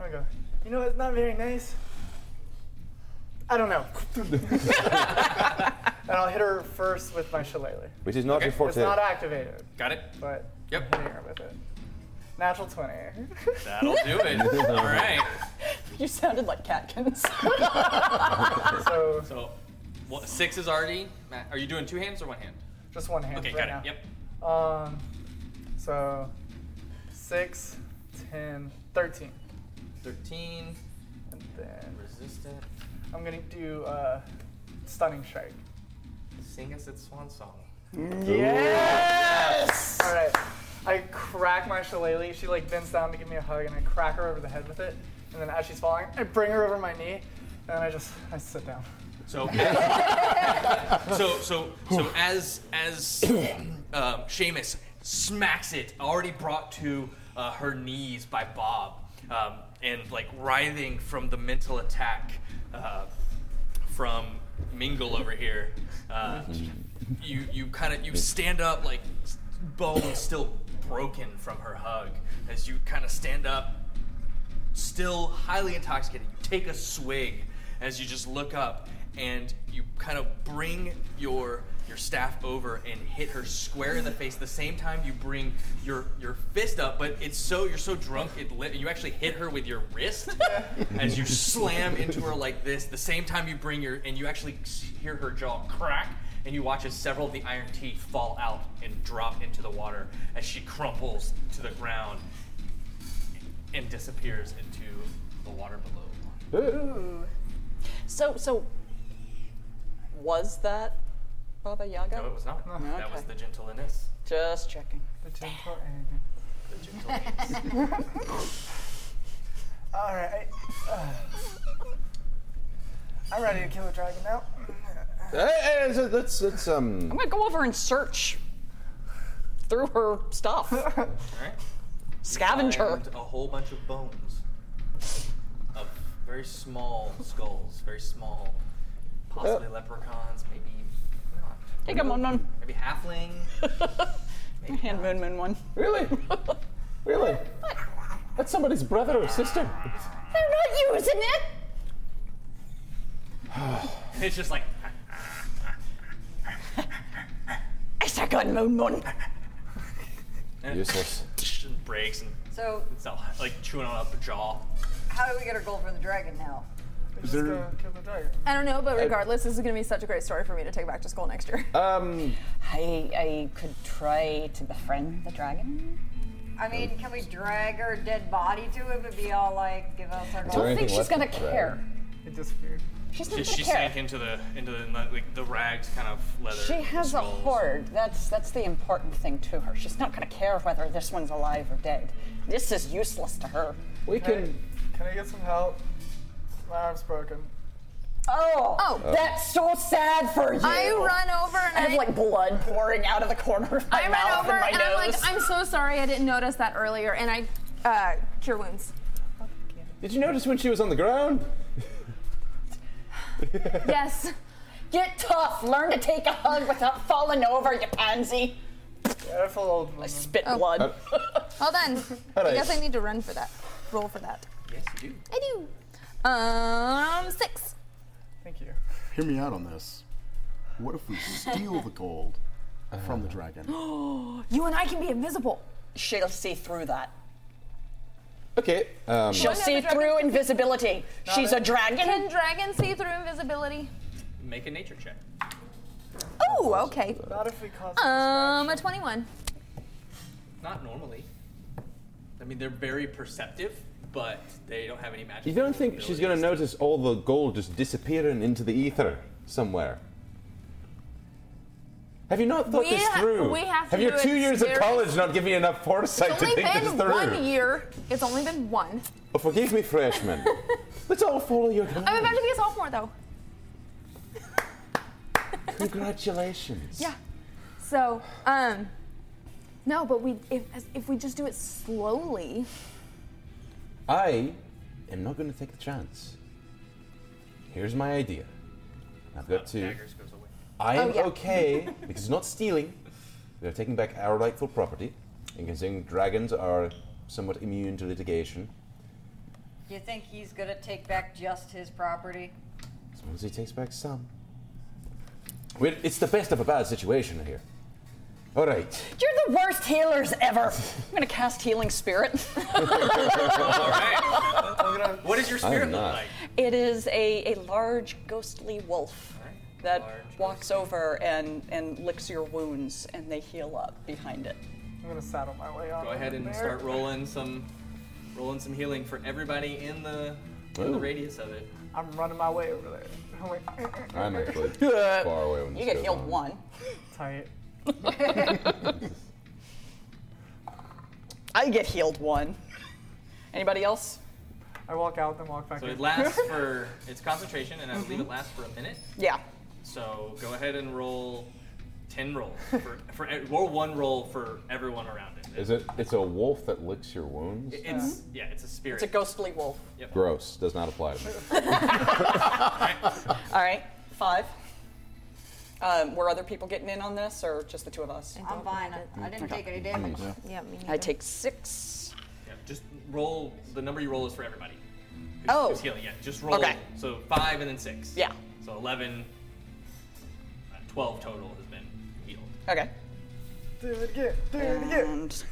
Speaker 6: I go. You know, it's not very nice. I don't know. and I'll hit her first with my shillelagh.
Speaker 7: Which is not your
Speaker 6: It's
Speaker 7: forte.
Speaker 6: not activated,
Speaker 8: Got it?
Speaker 6: but
Speaker 8: Yep.
Speaker 6: I'm hitting her with it. Natural twenty.
Speaker 8: That'll do it. All right.
Speaker 5: You sounded like Catkins.
Speaker 6: So
Speaker 8: So what, six is already. Matt, are you doing two hands or one hand?
Speaker 6: just one hand
Speaker 8: Okay,
Speaker 6: right
Speaker 8: got
Speaker 6: now.
Speaker 8: it. Yep.
Speaker 6: Um, so 6, 10, 13.
Speaker 8: 13.
Speaker 6: And then
Speaker 8: Resistant.
Speaker 6: I'm going to do uh, Stunning Strike.
Speaker 8: Sing us its swan song.
Speaker 6: All right. I crack my shillelagh. She like bends down to give me a hug, and I crack her over the head with it. And then as she's falling, I bring her over my knee, and then I just I sit down.
Speaker 8: So, as- so, so, so as as um, Seamus smacks it, already brought to uh, her knees by Bob, um, and like writhing from the mental attack uh, from Mingle over here, uh, you you kind of you stand up like bone still broken from her hug as you kind of stand up still highly intoxicated. You take a swig as you just look up and you kind of bring your your staff over and hit her square in the face the same time you bring your your fist up but it's so you're so drunk it lit you actually hit her with your wrist as you slam into her like this the same time you bring your and you actually s- hear her jaw crack and you watch as several of the iron teeth fall out and drop into the water as she crumples to the ground and disappears into the water below.
Speaker 5: so, so was that Baba Yaga?
Speaker 8: No, it was not. That was the gentle Innis.
Speaker 5: Just checking.
Speaker 6: The gentle egg.
Speaker 8: The gentle Innis.
Speaker 6: All right. uh, I'm ready to kill a dragon now.
Speaker 7: Hey, hey, so that's that's um.
Speaker 5: I'm gonna go over and search through her stuff.
Speaker 8: All right.
Speaker 5: Scavenge her.
Speaker 8: And a whole bunch of bones of very small skulls, very small, possibly leprechauns, maybe not.
Speaker 5: Take a moon moon.
Speaker 8: Maybe halfling.
Speaker 5: Hand moon moon one.
Speaker 7: Really? Really? That's somebody's brother or sister.
Speaker 5: They're not using it!
Speaker 8: It's just like
Speaker 5: It's a good moon moon.
Speaker 7: Useless.
Speaker 8: and breaks and
Speaker 4: So,
Speaker 8: it's all like chewing on up a jaw.
Speaker 4: how do we get our gold from the dragon now?
Speaker 3: Is
Speaker 6: Just
Speaker 3: there,
Speaker 6: go kill the dragon.
Speaker 2: I don't know, but regardless, this is going to be such a great story for me to take back to school next year.
Speaker 8: Oh,
Speaker 7: Um,
Speaker 5: I, I could try to befriend the dragon.
Speaker 4: I mean, can we drag her dead body to him and be all like, give us our
Speaker 7: there
Speaker 4: gold?
Speaker 5: I think
Speaker 7: anything
Speaker 5: she's
Speaker 7: left
Speaker 5: gonna
Speaker 7: of the
Speaker 5: care.
Speaker 6: It disappeared.
Speaker 5: She's not
Speaker 8: She,
Speaker 5: gonna
Speaker 8: she
Speaker 5: care.
Speaker 8: sank into the into the like the rags kind of leather.
Speaker 5: She has a
Speaker 8: skulls.
Speaker 5: hoard. That's that's the important thing to her. She's not gonna care whether this one's alive or dead. This is useless to her.
Speaker 7: we can.
Speaker 6: Can I get some help? My arm's broken.
Speaker 5: Oh,
Speaker 2: Oh.
Speaker 5: that's so sad for you.
Speaker 2: I run over and
Speaker 5: I
Speaker 2: I,
Speaker 5: have like blood pouring out of the corner of my
Speaker 2: I run
Speaker 5: mouth
Speaker 2: over
Speaker 5: and my
Speaker 2: and I'm
Speaker 5: nose.
Speaker 2: like, I'm so sorry I didn't notice that earlier, and I uh, cure wounds.
Speaker 7: Did you notice when she was on the ground?
Speaker 2: Yes.
Speaker 5: Get tough. Learn to take a hug without falling over, you pansy.
Speaker 6: Careful, old woman.
Speaker 5: I spit
Speaker 2: Oh.
Speaker 5: blood.
Speaker 2: Well done. I
Speaker 7: right.
Speaker 2: guess I need to run for that. Roll for that.
Speaker 8: Yes, you do.
Speaker 2: I do. Um, six.
Speaker 6: Thank you.
Speaker 3: hear me out on this. What if we steal the gold from
Speaker 7: Uh.
Speaker 3: the dragon?
Speaker 2: You and I can be invisible.
Speaker 5: She'll see through that.
Speaker 7: Okay. Um,
Speaker 5: She'll see through invisibility. She's a dragon.
Speaker 2: Can dragons see through invisibility?
Speaker 8: Make a nature check.
Speaker 2: Ooh, okay.
Speaker 6: Not if we cause.
Speaker 2: Um, a 21.
Speaker 8: Not normally. I mean, they're very perceptive, but they don't have any magic.
Speaker 7: you don't think she's gonna notice all the gold just disappearing into the ether? somewhere. Have you not thought
Speaker 9: We
Speaker 7: this
Speaker 9: ha-
Speaker 7: through?
Speaker 9: we have to
Speaker 7: your
Speaker 9: do it
Speaker 7: two years of
Speaker 9: very-
Speaker 7: college not given you enough foresight
Speaker 9: It's
Speaker 7: to
Speaker 9: only
Speaker 7: think this
Speaker 9: been
Speaker 7: through?
Speaker 9: one year. It's only been one.
Speaker 7: Oh, forgive me, freshman. Let's all follow your guide.
Speaker 9: I'm about to be a sophomore though.
Speaker 7: Congratulations.
Speaker 9: Yeah. So, um, no, but we if if we just do it slowly.
Speaker 7: I am not going to take the chance. Here's my idea. I've
Speaker 8: Uh,
Speaker 7: got to. I am
Speaker 9: Oh, yeah.
Speaker 7: okay because it's not stealing. We are taking back our rightful property, and considering dragons are somewhat immune to litigation,
Speaker 4: You think he's gonna take back just his property?
Speaker 7: as long as he takes back some. We're, it's the best of a bad situation here. All right.
Speaker 5: You're the worst healers ever. I'm gonna cast healing spirit.
Speaker 8: All right. what does your
Speaker 7: I am
Speaker 8: spirit look
Speaker 7: not.
Speaker 8: like?
Speaker 5: It is a, a large ghostly wolf that walks over and, and licks your wounds and they heal up behind it.
Speaker 6: I'm gonna saddle my way on.
Speaker 8: Go ahead and
Speaker 6: there.
Speaker 8: start rolling some, rolling some healing for everybody in the in
Speaker 7: Ooh.
Speaker 8: the radius of it.
Speaker 6: I'm running my way over there. I'm like,
Speaker 7: I'm actually far away when
Speaker 5: Uh, You
Speaker 7: this
Speaker 5: get
Speaker 7: goes
Speaker 5: healed
Speaker 7: on.
Speaker 5: one.
Speaker 6: tight.
Speaker 5: I get healed one. Anybody else?
Speaker 6: I walk out, then walk back
Speaker 8: So
Speaker 6: in.
Speaker 8: it lasts for its concentration, and I believe
Speaker 5: Mm-hmm.
Speaker 8: it lasts for a minute.
Speaker 5: Yeah.
Speaker 8: So go ahead and roll ten rolls for for e- roll one roll for everyone around it.
Speaker 7: Is it? It's a wolf that licks your wounds.
Speaker 8: It's yeah, it's a spirit.
Speaker 5: Uh-huh. It's a ghostly wolf.
Speaker 7: Gross. Does not apply to me.
Speaker 5: All right, five. Um, were other people getting in on this or just the two of us?
Speaker 4: I'm fine. I,
Speaker 5: Mm,
Speaker 4: I didn't take any damage.
Speaker 9: Yeah, me neither.
Speaker 5: I take six.
Speaker 8: Yeah, just roll the number you roll is for everybody. Who's,
Speaker 5: Oh.
Speaker 8: who's healing? Yeah, just roll.
Speaker 5: Okay.
Speaker 8: So five and then six.
Speaker 5: Yeah.
Speaker 8: So 11, uh, 12 total has been healed.
Speaker 5: Okay.
Speaker 6: Do it again. Do it again.
Speaker 5: And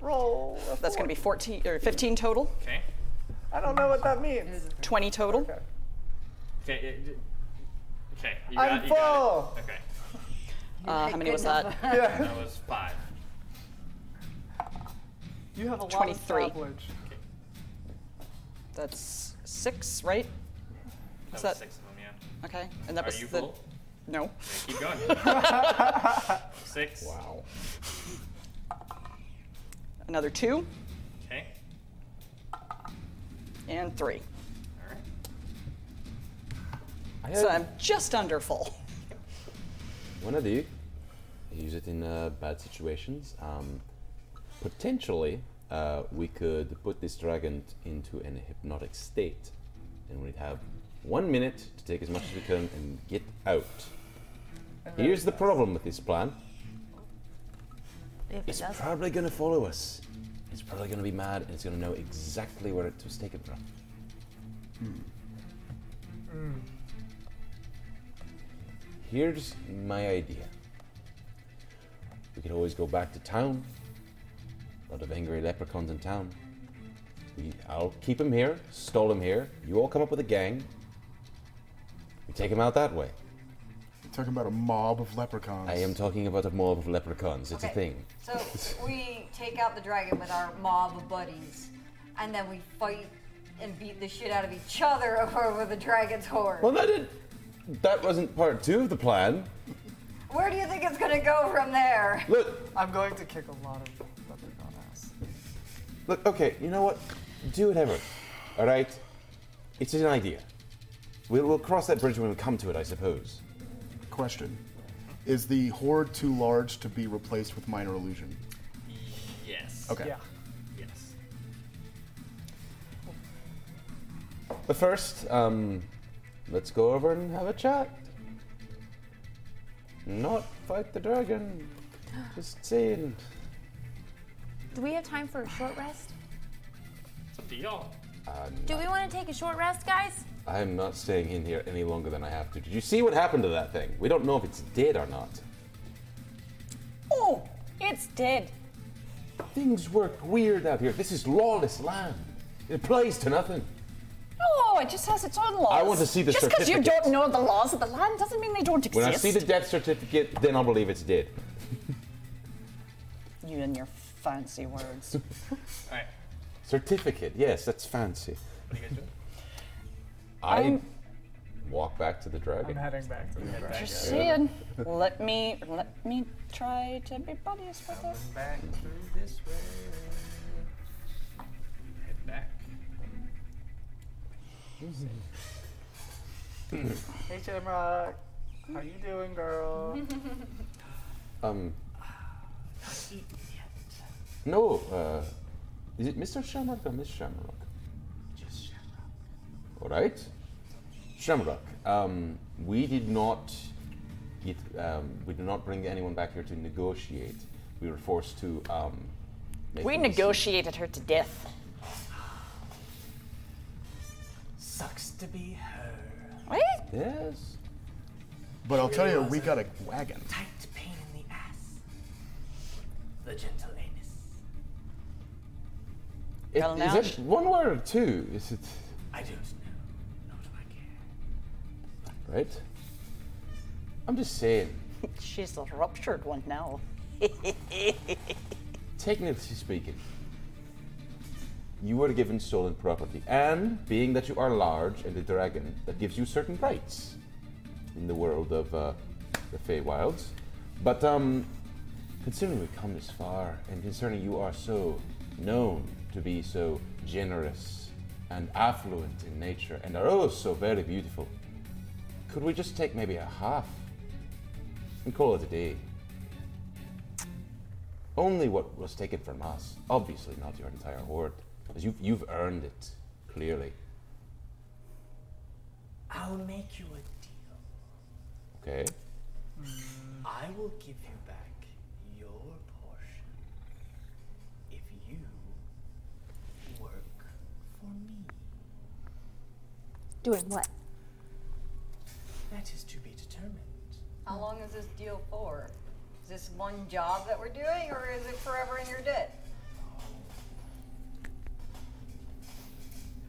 Speaker 6: Roll. a
Speaker 5: that's
Speaker 6: four.
Speaker 5: going to be 14 or 15 total,
Speaker 8: Okay.
Speaker 6: I don't know what that means.
Speaker 5: 20 total.
Speaker 6: Okay.
Speaker 8: Okay. it- it- okay. You
Speaker 6: I'm
Speaker 8: got, you got
Speaker 6: full.
Speaker 8: it. Okay.
Speaker 5: Uh, how many was that?
Speaker 6: Yeah.
Speaker 8: That was five.
Speaker 6: You have a lot
Speaker 5: 23.
Speaker 6: of privilege.
Speaker 5: That's six, right?
Speaker 8: That was
Speaker 5: that-
Speaker 8: six of them. Yeah.
Speaker 5: Okay. And that
Speaker 8: Are
Speaker 5: was
Speaker 8: you
Speaker 5: the
Speaker 8: full?
Speaker 5: no.
Speaker 8: Keep going. six.
Speaker 7: Wow.
Speaker 5: Another two
Speaker 8: Okay.
Speaker 5: and three.
Speaker 8: All right.
Speaker 7: I
Speaker 5: So
Speaker 7: had-
Speaker 5: I'm just under full.
Speaker 7: When I do, I use it in uh, bad situations. Um, potentially, uh, we could put this dragon into an hypnotic state, and we'd have one minute to take as much as we can and get out. Here's the problem with this plan:
Speaker 9: If it
Speaker 7: it's
Speaker 9: does.
Speaker 7: probably going to follow us. It's probably going to be mad, and it's going to know exactly where it was taken from. Here's my idea. We could always go back to town. A lot of angry leprechauns in town. We, I'll keep him here, stall him here. You all come up with a gang. We take him out that way.
Speaker 3: talking about a mob of leprechauns.
Speaker 7: I am talking about a mob of leprechauns. It's a
Speaker 4: Okay.
Speaker 7: thing.
Speaker 4: So we take out the dragon with our mob of buddies, and then we fight and beat the shit out of each other over the dragon's horde.
Speaker 7: Well, that did, that wasn't part two of the plan.
Speaker 4: Where do you think it's gonna go from there?
Speaker 7: Look,
Speaker 6: I'm going to kick a lot of leprechaun ass.
Speaker 7: Look, okay, you know what? Do whatever. All right? It's an idea. We'll, we'll cross that bridge when we come to it, I suppose.
Speaker 3: Question: Is the horde too large to be replaced with minor illusion?
Speaker 8: Yes.
Speaker 3: Okay.
Speaker 6: Yeah.
Speaker 8: Yes.
Speaker 7: But first, um, let's go over and have a chat. Not fight the dragon. Just saying.
Speaker 9: Do we have time for a short rest?
Speaker 8: It's up to y'all.
Speaker 9: Do we want to take a short rest, guys?
Speaker 7: I'm not staying in here any longer than I have to. Did you see what happened to that thing? We don't know if it's dead or not.
Speaker 5: Oh, it's dead.
Speaker 7: Things work weird out here. This is lawless land. It plays to nothing.
Speaker 5: No, Oh, it just has its own laws.
Speaker 7: I want to see the
Speaker 5: Just because you
Speaker 7: certificate.
Speaker 5: don't know the laws of the land doesn't mean they don't exist.
Speaker 7: When I see the death certificate, then I'll believe it's dead.
Speaker 5: you and your fancy words.
Speaker 8: All right.
Speaker 7: Certificate, yes, that's fancy.
Speaker 8: What are you guys doing?
Speaker 7: I walk back to the dragon.
Speaker 6: I'm heading back to the dragon.
Speaker 5: Just saying. let me let me try to be buddies with her.
Speaker 8: Back through this way. Head back.
Speaker 6: Hey, Shamrock. How you doing, girl?
Speaker 7: Um. No, uh, is it Mr. Shamrock or Miss Shamrock?
Speaker 1: Just shut up.
Speaker 7: All right. Shamrock, um, we did not get, um, we did not bring anyone back here to negotiate. We were forced to. Um, make
Speaker 5: We
Speaker 7: a decision.
Speaker 5: negotiated her to death.
Speaker 1: Sucks to be her.
Speaker 5: What?
Speaker 7: Yes.
Speaker 3: But I'll tell you, we got a wagon.
Speaker 1: Tight pain in the ass. The gentle anus.
Speaker 7: It,
Speaker 5: Well,
Speaker 7: is
Speaker 5: now
Speaker 7: it
Speaker 5: sh-
Speaker 7: one word or two? Is it
Speaker 1: I don't know. Nor do I care.
Speaker 7: right? I'm just saying.
Speaker 5: She's a ruptured one now.
Speaker 7: Technically speaking, you were given stolen property, and being that you are large and a dragon, that gives you certain rights in the world of uh, the Feywilds. But um, considering we've come this far, and considering you are so known to be so generous and affluent in nature, and are oh so very beautiful, could we just take maybe a half and call it a day? Only what was taken from us. Obviously, not your entire hoard, because you've, you've earned it, clearly.
Speaker 1: I'll make you a deal.
Speaker 7: Okay?
Speaker 1: I will give you back your portion if you work for me.
Speaker 9: Doing what?
Speaker 1: That is to be determined.
Speaker 4: How long is this deal for? Is this one job that we're doing, or is it forever in your debt?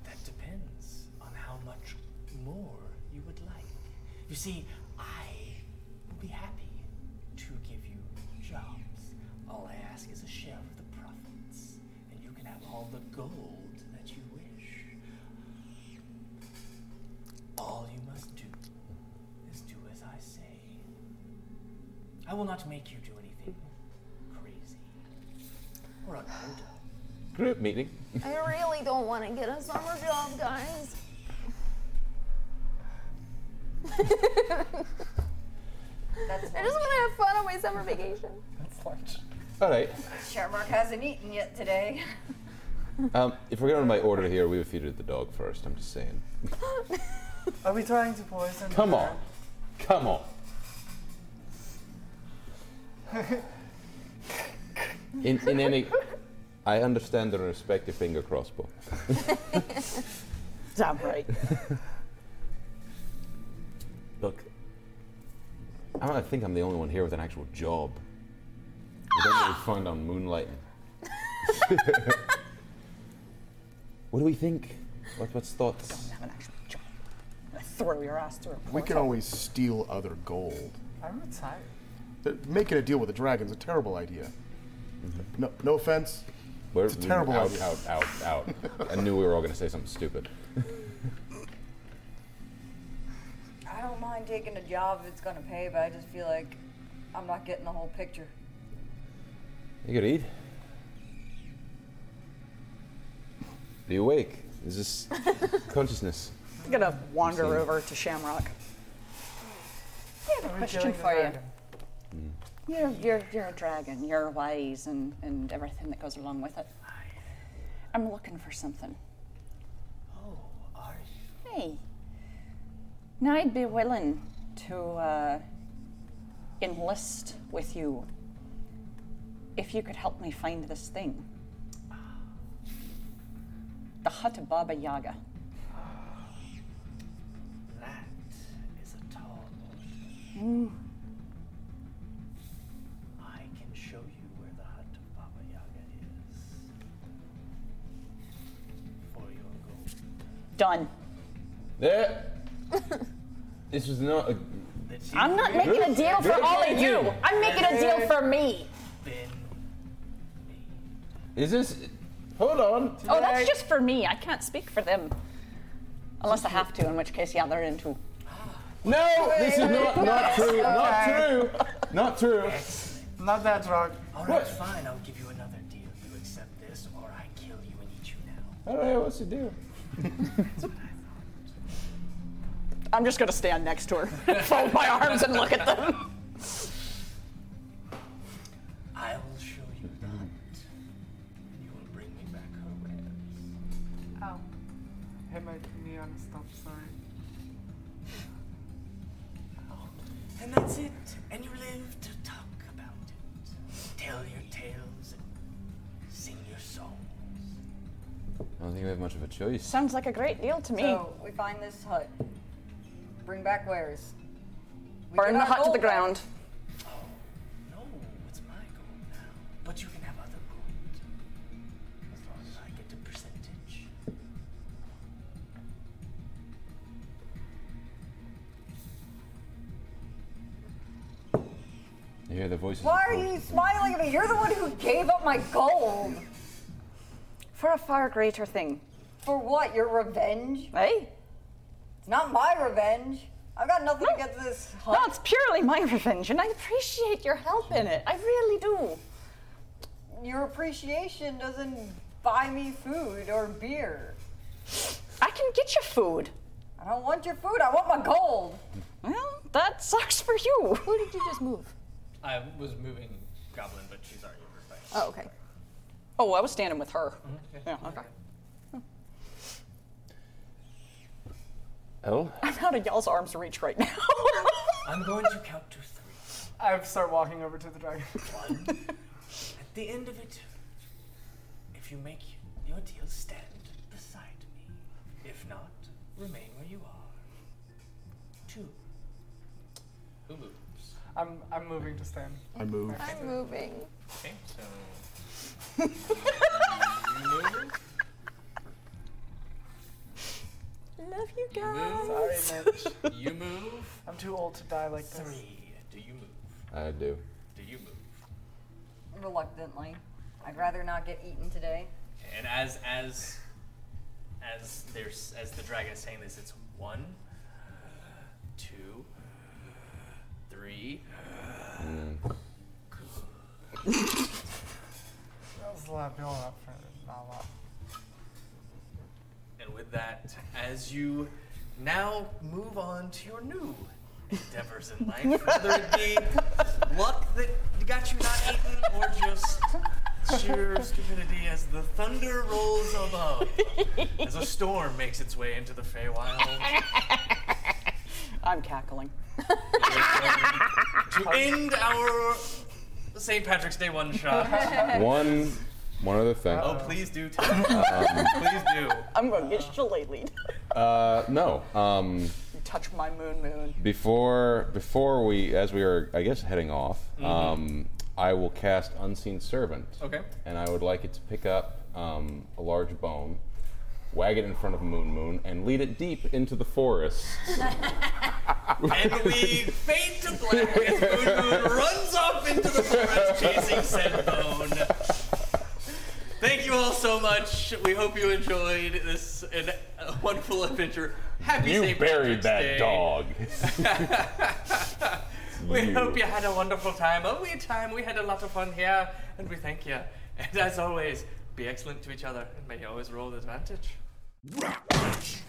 Speaker 1: That depends on how much more you would like. You see, I will be happy to give you jobs. All I ask is a share of the profits, and you can have all the gold that you wish. All you must do is do as I say. I will not make you do anything crazy or unheard of.
Speaker 7: Group meeting.
Speaker 9: I really don't want to get a summer job, guys.
Speaker 4: That's
Speaker 9: I just want to have fun on my summer vacation.
Speaker 6: That's large.
Speaker 7: All right.
Speaker 4: Shamrock hasn't eaten yet today.
Speaker 7: Um, if we're going to my order here, we would feed it the dog first. I'm just saying.
Speaker 6: Are we trying to poison?
Speaker 7: Come
Speaker 6: her?
Speaker 7: on. Come on. In, in any. I understand and respect the finger crossbow.
Speaker 5: Damn right.
Speaker 7: Look, I don't think I'm the only one here with an actual job. We don't really fund on moonlighting. what do we think? What, what's thoughts?
Speaker 5: Have an actual job. Throw your ass through a
Speaker 3: We
Speaker 5: portal.
Speaker 3: can always steal other gold.
Speaker 6: I'm retired.
Speaker 3: Th- Making a deal with the dragon's a terrible idea. No, no offense.
Speaker 7: We're,
Speaker 3: a terrible
Speaker 7: out,
Speaker 3: idea.
Speaker 7: out, out, out. I knew we were all going to say something stupid.
Speaker 4: I don't mind taking a job if it's gonna pay, but I just feel like I'm not getting the whole picture.
Speaker 7: You could eat. Be awake. Is this consciousness?
Speaker 5: I'm gonna wander over to Shamrock. I have a
Speaker 6: Are we
Speaker 5: question
Speaker 6: killing the
Speaker 5: for you.
Speaker 6: dragon?
Speaker 5: You're, you're, you're a dragon. You're wise and, and everything that goes along with it. I'm looking for something.
Speaker 1: Oh, are you?
Speaker 5: Hey. Now I'd be willing to uh, enlist with you if you could help me find this thing. The Hut of Baba Yaga.
Speaker 1: That is a tall order. I can show you where the hut of Baba Yaga is. For your gold.
Speaker 5: Done.
Speaker 7: There. this was not a.
Speaker 5: I'm not making a deal for all of you. I'm making a deal for me.
Speaker 1: Then
Speaker 7: Is this? Hold on.
Speaker 5: Oh, that's just for me. I can't speak for them. Unless I have to, in which case, yeah, they're into.
Speaker 7: No, this is not, not true. Not
Speaker 6: Okay.
Speaker 7: true. Not true.
Speaker 6: I'm not that drunk.
Speaker 1: All right, fine. I'll give you another deal. You accept this, or I kill you and eat you now.
Speaker 7: All right, what's the deal?
Speaker 5: I'm just gonna stand next to her, fold my arms, and look at them.
Speaker 1: I will show you the hunt. You will bring me back her wares.
Speaker 2: Oh.
Speaker 6: Hit my knee on a stop sign.
Speaker 1: And that's it. And you live to talk about it, tell your tales, and sing your songs.
Speaker 7: I don't think we have much of a choice.
Speaker 5: Sounds like a great deal to me.
Speaker 4: So we find this hut. Bring back wares. We get
Speaker 5: Burn the
Speaker 4: our
Speaker 5: hut to
Speaker 4: gold
Speaker 5: the
Speaker 4: back.
Speaker 5: ground.
Speaker 1: Oh, No, it's my gold now. But you can have other gold. As long as I get a percentage.
Speaker 7: You hear the voices.
Speaker 4: Why are you smiling at me? You're the one who gave up my gold.
Speaker 5: For a far greater thing.
Speaker 4: For what? Your revenge?
Speaker 5: Hey?
Speaker 4: It's not my revenge. I've got nothing against this
Speaker 5: No,
Speaker 4: hunt.
Speaker 5: it's purely my revenge, and I appreciate your help in it. I really do.
Speaker 4: Your appreciation doesn't buy me food or beer.
Speaker 5: I can get you food.
Speaker 4: I don't want your food. I want my gold.
Speaker 5: Well, that sucks for you.
Speaker 9: Who did you just move?
Speaker 8: I was moving Goblin, but she's already replaced.
Speaker 9: Oh, okay.
Speaker 5: Oh, I was standing with her. Yeah, okay.
Speaker 7: Oh,
Speaker 5: I'm out of y'all's arm's reach right now.
Speaker 1: I'm going to count to three.
Speaker 6: I start walking over to the dragon.
Speaker 1: At the end of it, if you make your deal, stand beside me. If not, remain where you are. Two.
Speaker 8: Who moves?
Speaker 6: I'm I'm moving to stand.
Speaker 3: I move.
Speaker 9: I'm moving.
Speaker 8: Okay, so
Speaker 5: Love you guys.
Speaker 6: Sorry, Mitch.
Speaker 8: you move.
Speaker 6: I'm too old to die like this.
Speaker 1: Three.
Speaker 8: Do you move?
Speaker 7: I do.
Speaker 8: Do you move?
Speaker 4: Reluctantly. I'd rather not get eaten today.
Speaker 8: And as as as there's as the dragon is saying this, it's one, two, three.
Speaker 6: That was a lot of build up for not a lot.
Speaker 8: And with that, as you now move on to your new endeavors in life, whether it be luck that got you not eaten or just sheer stupidity as the thunder rolls above, as a storm makes its way into the Feywild,
Speaker 5: I'm cackling.
Speaker 8: to end our St. Patrick's Day one shot.
Speaker 7: One, one other thing.
Speaker 8: Oh, please do tell. please do.
Speaker 5: I'm going to get shillelied.
Speaker 7: Uh, no. Um,
Speaker 5: You touch my moon moon.
Speaker 7: before before we, as we are, I guess, heading off, um, I will cast Unseen Servant.
Speaker 8: Mm-hmm. Okay.
Speaker 7: And I would like it to pick up um, a large bone, wag it in front of Moon Moon, and lead it deep into the forest.
Speaker 8: And we fade to black as Moon Moon runs off into the forest chasing said bone. Thank you all so much. We hope you enjoyed this an, a wonderful adventure. Happy
Speaker 7: you
Speaker 8: St.
Speaker 7: buried
Speaker 8: Patrick's
Speaker 7: that
Speaker 8: Day.
Speaker 7: dog.
Speaker 8: We
Speaker 7: You.
Speaker 8: hope you had a wonderful time. A wee time. We had a lot of fun here, and we thank you. And as always, be excellent to each other, and may you always roll advantage.
Speaker 10: Rock punch.